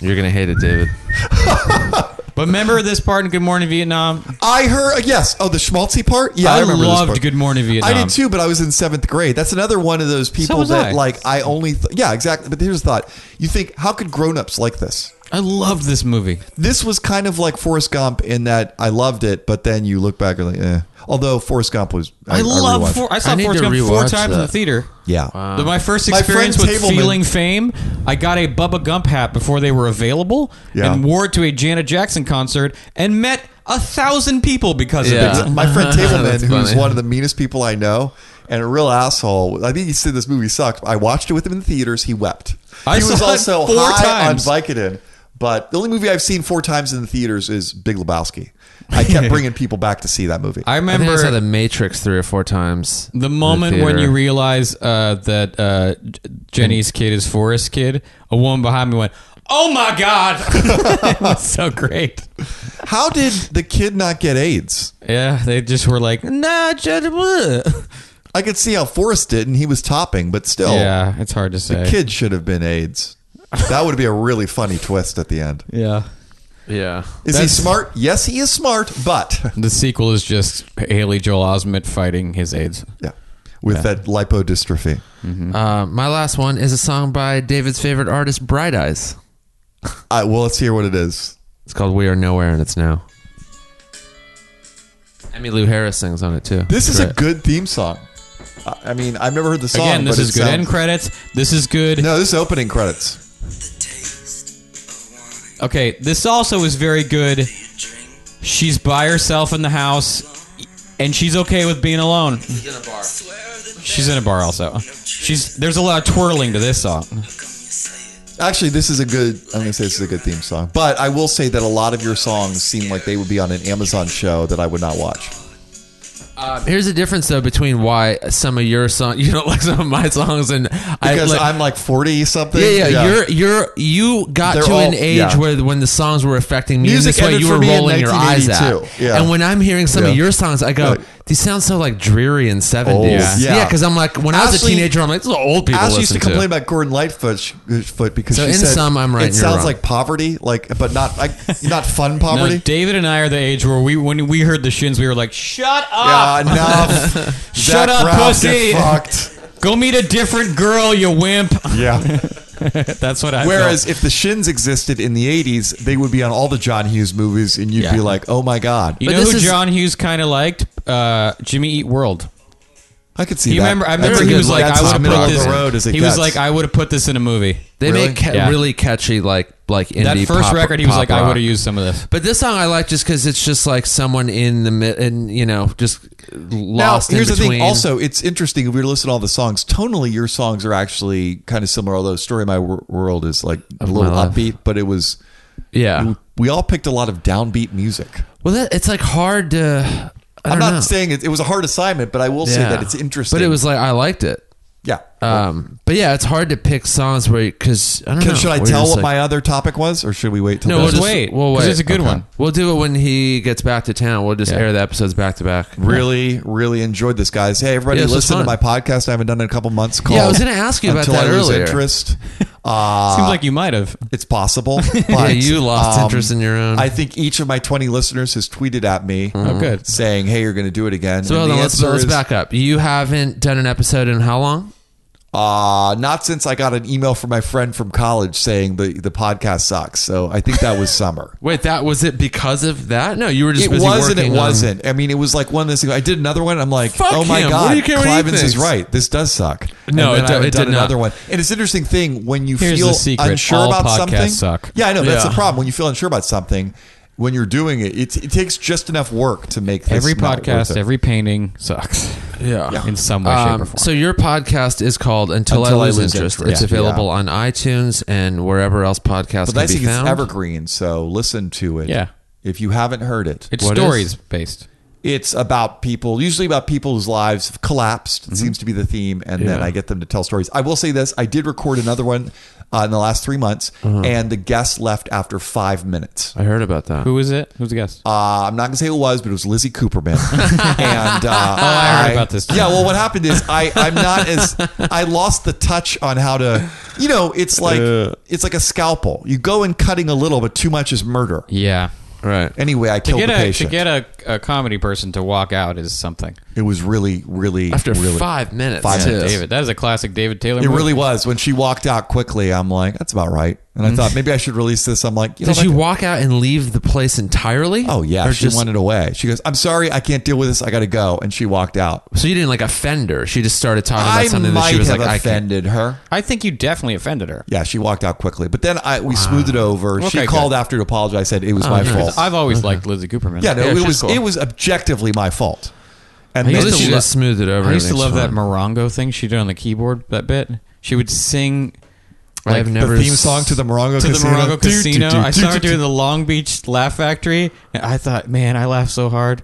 Speaker 5: You're going to hate it, David.
Speaker 4: But remember this part in Good Morning Vietnam?
Speaker 3: I heard yes. Oh, the schmaltzy part. Yeah, I,
Speaker 4: I,
Speaker 3: remember this
Speaker 4: loved
Speaker 3: part.
Speaker 4: Good Morning Vietnam.
Speaker 3: I did too, but I was in seventh grade. That's another one of those people
Speaker 4: was
Speaker 3: that
Speaker 4: I.
Speaker 3: like I only. Th- yeah, exactly. But here's the thought: you think how could grown-ups like this?
Speaker 4: I loved this movie.
Speaker 3: This was kind of like Forrest Gump in that I loved it, but then you look back and like, eh. although Forrest Gump was, I,
Speaker 4: I,
Speaker 3: I
Speaker 4: love.
Speaker 3: rewatched.
Speaker 4: For, I saw
Speaker 5: I need
Speaker 4: Forrest
Speaker 5: to
Speaker 4: Gump four
Speaker 5: rewatch
Speaker 4: times in the
Speaker 5: that.
Speaker 4: theater.
Speaker 3: Yeah,
Speaker 4: The- my first
Speaker 3: Um, My
Speaker 4: experience
Speaker 3: friend
Speaker 4: with
Speaker 3: Tableman-
Speaker 4: feeling fame, I got a Bubba Gump hat before they were available
Speaker 3: Yeah.
Speaker 4: and wore it to a Janet Jackson concert and met a thousand people because
Speaker 5: Yeah.
Speaker 4: of it.
Speaker 3: my friend Tableman,
Speaker 5: That's
Speaker 3: who's
Speaker 5: funny.
Speaker 3: one of the meanest people I know and a real asshole. I think he said this movie sucked. I watched it with him in the theaters. He wept.
Speaker 4: I
Speaker 3: he was
Speaker 4: saw it
Speaker 3: also
Speaker 4: four
Speaker 3: high
Speaker 4: times.
Speaker 3: on Vicodin. But the only movie I've seen four times in the theaters is Big Lebowski. I kept bringing people back to see that movie.
Speaker 4: I
Speaker 5: I think I
Speaker 4: remember
Speaker 5: saw The Matrix three or four times.
Speaker 4: The
Speaker 5: in
Speaker 4: moment when
Speaker 5: theater.
Speaker 4: you realize uh, that uh, J- Jenny's kid is Forrest's kid, a woman behind me went, "Oh my god!" it was so great.
Speaker 3: How did the kid not get AIDS?
Speaker 4: Yeah, they just were like, "Nah, Jed." bleh."
Speaker 3: I could see how Forrest did, and he was topping, but still,
Speaker 4: Yeah, it's hard to say.
Speaker 3: Oh. kid should have been AIDS. That would be a really funny twist at the end.
Speaker 4: Yeah,
Speaker 5: yeah,
Speaker 3: Is he
Speaker 4: That's-
Speaker 3: smart? Yes, he is smart, but
Speaker 4: the sequel is just Haley Joel Osment fighting his AIDS.
Speaker 3: yeah, with that lipodystrophy.
Speaker 5: Uh, my last one is a song by David's favorite artist, Bright Eyes.
Speaker 3: I, well, let's hear what it is.
Speaker 5: It's called "We Are Nowhere" and it's now. Emmy Lou Harris sings on it too.
Speaker 3: This is a
Speaker 5: Great.
Speaker 3: good theme song. I I mean, I've never heard the song.
Speaker 4: Again, this
Speaker 3: but
Speaker 4: is
Speaker 3: it
Speaker 4: good
Speaker 3: sounds-
Speaker 4: end credits. This is good.
Speaker 3: No, this is opening credits.
Speaker 4: Okay, this also is very good. She's by herself in the house, and she's okay with being alone. She's in a bar. She's in a bar also. She's there's a lot of twirling to this song.
Speaker 3: Actually, this is a good. I'm going to say this is a good theme song. But I will say that a lot of your songs seem like they would be on an Amazon show that I would not watch.
Speaker 5: Um, here's the difference though between why some of your songs you don't like some of my songs and I
Speaker 3: Because
Speaker 5: like,
Speaker 3: I'm like 40 something.
Speaker 5: yeah, yeah, You're you're you got
Speaker 3: They're
Speaker 5: to an
Speaker 3: all-
Speaker 5: age
Speaker 3: yeah.
Speaker 5: where when the songs were affecting me in
Speaker 3: Music
Speaker 5: this way,
Speaker 3: ended
Speaker 5: you
Speaker 3: for
Speaker 5: were
Speaker 3: me in
Speaker 5: rolling your eyes out.
Speaker 3: 1982. Yeah.
Speaker 5: And when I'm hearing some of
Speaker 3: Yeah.
Speaker 5: your songs, I go,
Speaker 3: Like-
Speaker 5: these sound so like dreary and 70s.
Speaker 3: Old.
Speaker 5: Yeah,
Speaker 3: Yeah.
Speaker 5: because I'm like when I was a
Speaker 3: Ashley-
Speaker 5: teenager, I'm like this is what old people
Speaker 3: Ash
Speaker 5: listen
Speaker 3: used to
Speaker 5: to.
Speaker 3: complain about Gordon Lightfoot sh- foot because
Speaker 5: So
Speaker 3: she
Speaker 5: in
Speaker 3: said,
Speaker 5: sum, I'm right
Speaker 3: It
Speaker 5: and you're
Speaker 3: sounds
Speaker 5: wrong."
Speaker 3: like poverty, like but not like not fun
Speaker 4: Now,
Speaker 3: poverty.
Speaker 4: David and I are the age where we when we heard the shins, we were like, "Shut
Speaker 3: yeah,
Speaker 4: up,
Speaker 3: enough.
Speaker 4: Ah.
Speaker 3: Zach
Speaker 4: Shut up,
Speaker 3: Brown,
Speaker 4: pussy.
Speaker 3: Get fucked.
Speaker 4: go meet a different girl, you wimp."
Speaker 3: Yeah.
Speaker 4: That's what I.
Speaker 3: Whereas
Speaker 4: felt.
Speaker 3: if the Shins existed in the '80s, they would be on all the John Hughes movies, and you'd
Speaker 4: Yeah.
Speaker 3: be like, "Oh my god,
Speaker 4: you
Speaker 5: but
Speaker 4: know
Speaker 5: this
Speaker 4: who
Speaker 5: is-
Speaker 4: John Hughes kind of liked, uh, Jimmy Eat World.
Speaker 3: I could see."
Speaker 4: He
Speaker 3: that.
Speaker 4: remember, I
Speaker 3: That's
Speaker 4: remember
Speaker 3: a
Speaker 4: he
Speaker 3: good
Speaker 4: was
Speaker 3: look.
Speaker 4: like,
Speaker 3: That's
Speaker 4: "I
Speaker 3: as
Speaker 4: would have
Speaker 3: middle
Speaker 4: put
Speaker 3: of
Speaker 4: this."
Speaker 3: the road as it
Speaker 4: he was
Speaker 3: gets.
Speaker 4: like, "I would have put this in a movie."
Speaker 5: They
Speaker 3: Really?
Speaker 5: make ca-
Speaker 4: Yeah.
Speaker 5: really catchy like like indie
Speaker 4: That first
Speaker 5: pop-
Speaker 4: record, he was
Speaker 5: pop
Speaker 4: like, "I
Speaker 5: rock.
Speaker 4: would have used some of this."
Speaker 5: But this song I like just because it's just like someone in the mid, and you know, just lost.
Speaker 3: Now, here's
Speaker 5: in between.
Speaker 3: the thing. Also, it's interesting if we were listening to all the songs. Tonally, your songs are actually kind of similar. Although "Story of My Wor- World" is like a little
Speaker 5: life.
Speaker 3: upbeat, but it was
Speaker 5: yeah.
Speaker 3: we- we all picked a lot of downbeat music.
Speaker 5: Well, that, it's like hard to. I
Speaker 3: I'm
Speaker 5: don't
Speaker 3: not
Speaker 5: know.
Speaker 3: saying it, it was a hard assignment, but I will say
Speaker 5: Yeah.
Speaker 3: that it's interesting.
Speaker 5: but it was like I liked it.
Speaker 3: yeah.
Speaker 5: Um, but yeah, it's hard to pick songs where because I don't
Speaker 3: Can-
Speaker 5: know.
Speaker 3: should
Speaker 5: where
Speaker 3: I
Speaker 5: you're
Speaker 3: tell
Speaker 5: just
Speaker 3: what
Speaker 5: like-
Speaker 3: my other topic was, or should we wait till
Speaker 5: No, we'll
Speaker 3: this?
Speaker 5: just
Speaker 4: wait,
Speaker 5: We'll
Speaker 4: 'cause
Speaker 5: wait.
Speaker 4: it's a good one.
Speaker 5: We'll do it when he gets back to town. We'll just air the episodes back to back.
Speaker 3: Really, really enjoyed this, guys. Hey, everybody,
Speaker 5: Yeah, this was
Speaker 3: listen to
Speaker 5: fun.
Speaker 3: my podcast. I haven't done in a couple months. Called
Speaker 5: I was gonna ask you about
Speaker 3: Until
Speaker 5: that
Speaker 3: I Lose
Speaker 5: earlier.
Speaker 3: Interest. Uh,
Speaker 4: Seems like you might have.
Speaker 3: it's possible. But,
Speaker 5: Yeah, you lost interest in your own.
Speaker 3: Um, I think each of my 20 listeners has tweeted at me
Speaker 4: Oh, good.
Speaker 3: saying, "Hey, you're going to do it again."
Speaker 5: so hold on, let's, let's back up. You haven't done an episode in how long?
Speaker 3: Uh, not since I got an email from my friend from college saying the the podcast sucks. So I think that was summer.
Speaker 5: Wait, that was it because of that? No, you were just
Speaker 3: It
Speaker 5: busy
Speaker 3: wasn't. It
Speaker 5: working on-
Speaker 3: wasn't. I mean, it was like one of those things. I did another one. I'm like,
Speaker 5: Fuck
Speaker 3: oh my
Speaker 5: him. What
Speaker 3: god,
Speaker 5: do you care what he
Speaker 3: Clivens is
Speaker 5: thinks?
Speaker 3: right. This does suck.
Speaker 5: No,
Speaker 3: and then
Speaker 5: it do-
Speaker 3: I haven't
Speaker 5: it
Speaker 3: done
Speaker 5: did not.
Speaker 3: another one. And it's an interesting thing when you
Speaker 4: Here's
Speaker 3: feel
Speaker 4: the secret.
Speaker 3: unsure
Speaker 4: All
Speaker 3: about
Speaker 4: podcasts
Speaker 3: something.
Speaker 4: suck.
Speaker 3: Yeah, I know that's
Speaker 5: Yeah.
Speaker 3: the problem. When you feel unsure about something, when you're doing it, it, it takes just enough work to make this
Speaker 4: Every
Speaker 3: not worth
Speaker 4: podcast,
Speaker 3: it.
Speaker 4: every painting sucks
Speaker 5: Yeah.
Speaker 4: in some way, shape, or
Speaker 5: Um,
Speaker 4: form.
Speaker 5: so your podcast is called Until,
Speaker 3: Until
Speaker 5: I, Lose Interest. It's
Speaker 3: Yeah.
Speaker 5: available on iTunes and wherever else podcasts
Speaker 3: But
Speaker 5: can
Speaker 3: nice
Speaker 5: be
Speaker 3: thing it's
Speaker 5: found.
Speaker 3: evergreen, so listen to it.
Speaker 4: Yeah.
Speaker 3: If you haven't heard it,
Speaker 4: it's
Speaker 5: What
Speaker 4: stories
Speaker 5: stories
Speaker 4: based.
Speaker 3: it's about people, usually about people whose lives have collapsed. It
Speaker 4: Mm-hmm.
Speaker 3: seems to be the theme, and then I get them to tell stories. I will say this: I did record another one uh, in the last three months,
Speaker 4: Uh-huh.
Speaker 3: and the guest left after five minutes.
Speaker 5: I heard about that.
Speaker 4: Who is it? Who's the guest?
Speaker 3: Uh, I'm not going to say who it was, but it was Lizzie Cooperman. and uh,
Speaker 4: Oh, I heard about this, too.
Speaker 3: Yeah, well, what happened is I I'm not as I lost the touch on how to. You know,
Speaker 4: Uh.
Speaker 3: it's like it's like a scalpel. You go in cutting a little, but too much is murder.
Speaker 4: Yeah.
Speaker 5: Right.
Speaker 3: Anyway, I
Speaker 4: To
Speaker 3: killed
Speaker 4: get
Speaker 3: the
Speaker 4: a to
Speaker 3: patient.
Speaker 4: get a a comedy person to walk out is something.
Speaker 3: It was really, really,
Speaker 1: After
Speaker 3: really
Speaker 1: five minutes.
Speaker 3: Five
Speaker 1: too.
Speaker 3: minutes.
Speaker 4: David, that is a classic David Taylor.
Speaker 3: It
Speaker 4: movie.
Speaker 3: really was. When she walked out quickly, I'm like, that's about right. And I thought maybe I should release this. I'm like, you know,
Speaker 1: Did
Speaker 3: that
Speaker 1: she
Speaker 3: could-
Speaker 1: walk out and leave the place entirely?
Speaker 3: Oh yeah,
Speaker 1: Or
Speaker 3: she
Speaker 1: just,
Speaker 3: wanted away. She goes, "I'm sorry, I can't deal with this. I got to go." And she walked out.
Speaker 1: so you didn't like offend her. She just started talking
Speaker 3: I
Speaker 1: about something
Speaker 3: might
Speaker 1: that she was
Speaker 3: have
Speaker 1: like, I can't.
Speaker 3: offended her.
Speaker 4: I think you definitely offended her.
Speaker 3: Yeah, she walked out quickly. But then I we smoothed it over. she
Speaker 4: Okay,
Speaker 3: called
Speaker 4: good.
Speaker 3: after to apologize. Said it was my fault.
Speaker 4: I've always liked Lizzie Cooperman.
Speaker 3: yeah, no,
Speaker 1: Yeah,
Speaker 3: it
Speaker 1: she's
Speaker 3: was
Speaker 1: cool.
Speaker 3: it was objectively my fault. And
Speaker 1: I
Speaker 3: then
Speaker 1: used
Speaker 3: she
Speaker 1: to
Speaker 3: just-
Speaker 1: just smooth it over.
Speaker 4: I used to
Speaker 1: It's
Speaker 4: love that
Speaker 1: fine.
Speaker 4: Morongo thing she did on the keyboard. That bit she would sing like,
Speaker 1: I've
Speaker 4: the
Speaker 1: never
Speaker 3: the theme
Speaker 1: s-
Speaker 3: song to the Morongo
Speaker 4: to the
Speaker 3: Casino.
Speaker 4: Morongo
Speaker 3: Do, do,
Speaker 4: Casino.
Speaker 3: do,
Speaker 4: I
Speaker 3: do,
Speaker 4: saw her
Speaker 3: do,
Speaker 4: doing the Long Beach Laugh Factory, and I thought, man, I laughed so hard.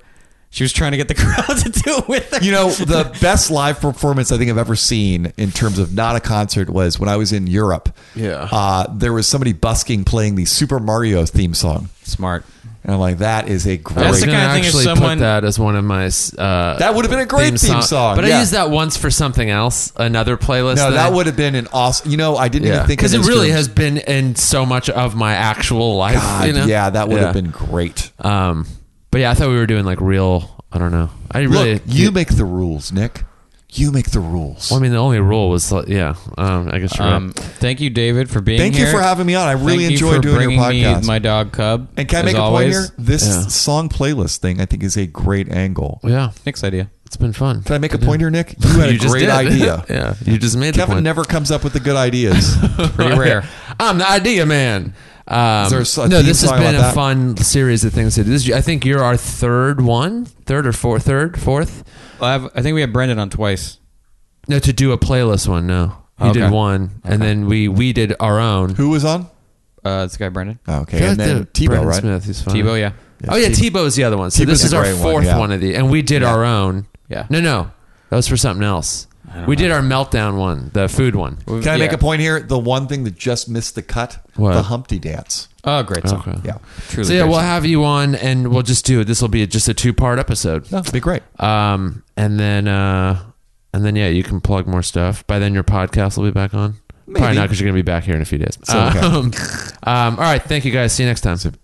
Speaker 4: She was trying to get the crowd to do it with her.
Speaker 3: You know, the best live performance I think I've ever seen in terms of not a concert was when I was in Europe.
Speaker 1: Yeah.
Speaker 3: Uh, there was somebody busking playing the Super Mario theme song.
Speaker 4: smart.
Speaker 3: And I'm like, that is a
Speaker 1: I
Speaker 3: great.
Speaker 4: That's
Speaker 1: was
Speaker 4: the
Speaker 1: gonna
Speaker 4: kind of thing if
Speaker 1: actually
Speaker 4: someone-
Speaker 1: put that as one of my uh,
Speaker 3: that would have been a great theme song.
Speaker 1: But
Speaker 3: yeah.
Speaker 1: I used that once for something else, another playlist.
Speaker 3: No, that
Speaker 1: I-
Speaker 3: would have been an awesome. You know, I didn't
Speaker 1: yeah,
Speaker 3: even think
Speaker 1: because
Speaker 3: of
Speaker 1: it
Speaker 3: those
Speaker 1: really
Speaker 3: terms.
Speaker 1: has been in so much of my actual life.
Speaker 3: God,
Speaker 1: you know?
Speaker 3: Yeah, that would have
Speaker 1: Yeah.
Speaker 3: been great.
Speaker 1: Um, but yeah, I thought we were doing like real. I don't know. I really.
Speaker 3: Look, you make the rules, Nick. You make the rules.
Speaker 1: well, I mean, the only rule was like, yeah. Um, I guess you're
Speaker 4: Um,
Speaker 1: right.
Speaker 4: thank you, David, for being
Speaker 3: Thank
Speaker 4: here.
Speaker 3: you for having me on. I really
Speaker 4: Thank you
Speaker 3: enjoy
Speaker 4: for
Speaker 3: doing your
Speaker 4: bringing me
Speaker 3: podcast.
Speaker 4: my dog Cub.
Speaker 3: and can I
Speaker 4: as
Speaker 3: make a point
Speaker 4: always.
Speaker 3: here? This
Speaker 1: Yeah.
Speaker 3: song playlist thing, I think, is a great angle.
Speaker 1: Yeah,
Speaker 4: Nick's idea.
Speaker 1: it's been fun.
Speaker 3: Did I make a point here, Nick? You had a
Speaker 1: just
Speaker 3: great
Speaker 1: did.
Speaker 3: idea.
Speaker 1: yeah, you just made the
Speaker 3: Kevin
Speaker 1: point.
Speaker 3: never comes up with the good ideas.
Speaker 4: Pretty rare.
Speaker 1: I'm the idea man. Um,
Speaker 3: there a s- a
Speaker 1: no,
Speaker 3: theme
Speaker 1: this has
Speaker 3: song
Speaker 1: been a
Speaker 3: about that?
Speaker 1: fun series of things to do. This, is- I think you're our third one, third or fourth, third, fourth.
Speaker 4: I, have, I think we have Brendan on twice.
Speaker 1: No, to do a playlist one. No, you
Speaker 4: Okay.
Speaker 1: did one, and then we we did our own.
Speaker 3: Who was on?
Speaker 4: Uh, this guy Brendan
Speaker 3: Oh, okay,
Speaker 1: I feel
Speaker 3: and
Speaker 1: like
Speaker 3: then
Speaker 1: the
Speaker 3: Tebow,
Speaker 1: Brendan
Speaker 3: right?
Speaker 1: Smith, he's funny.
Speaker 4: Tebow. Yeah,
Speaker 1: Oh yeah, Tebow's the other one. So
Speaker 3: Tebow's
Speaker 1: this is
Speaker 3: a
Speaker 1: our
Speaker 3: great
Speaker 1: fourth
Speaker 3: one,
Speaker 1: one,
Speaker 3: yeah.
Speaker 1: of the, and we did our own.
Speaker 4: Yeah.
Speaker 1: No, no, that was for something else. We did our meltdown one, the food one.
Speaker 3: Can I make
Speaker 4: Yeah.
Speaker 3: a point here? The one thing that just missed the cut,
Speaker 1: What?
Speaker 3: the Humpty Dance.
Speaker 4: Oh, great song.
Speaker 1: Okay.
Speaker 3: Yeah,
Speaker 4: Truly
Speaker 1: So yeah,
Speaker 4: great
Speaker 1: we'll
Speaker 4: song.
Speaker 1: have you on, and we'll just do it. This will be just a two part episode.
Speaker 3: no, it'd be great.
Speaker 1: Um, and then, uh, and then, yeah, you can plug more stuff. By then, your podcast will be back on.
Speaker 3: Maybe.
Speaker 1: Probably not because you're going to be back here in a few days.
Speaker 3: okay.
Speaker 1: Um, um, all right. Thank you guys. See you next time.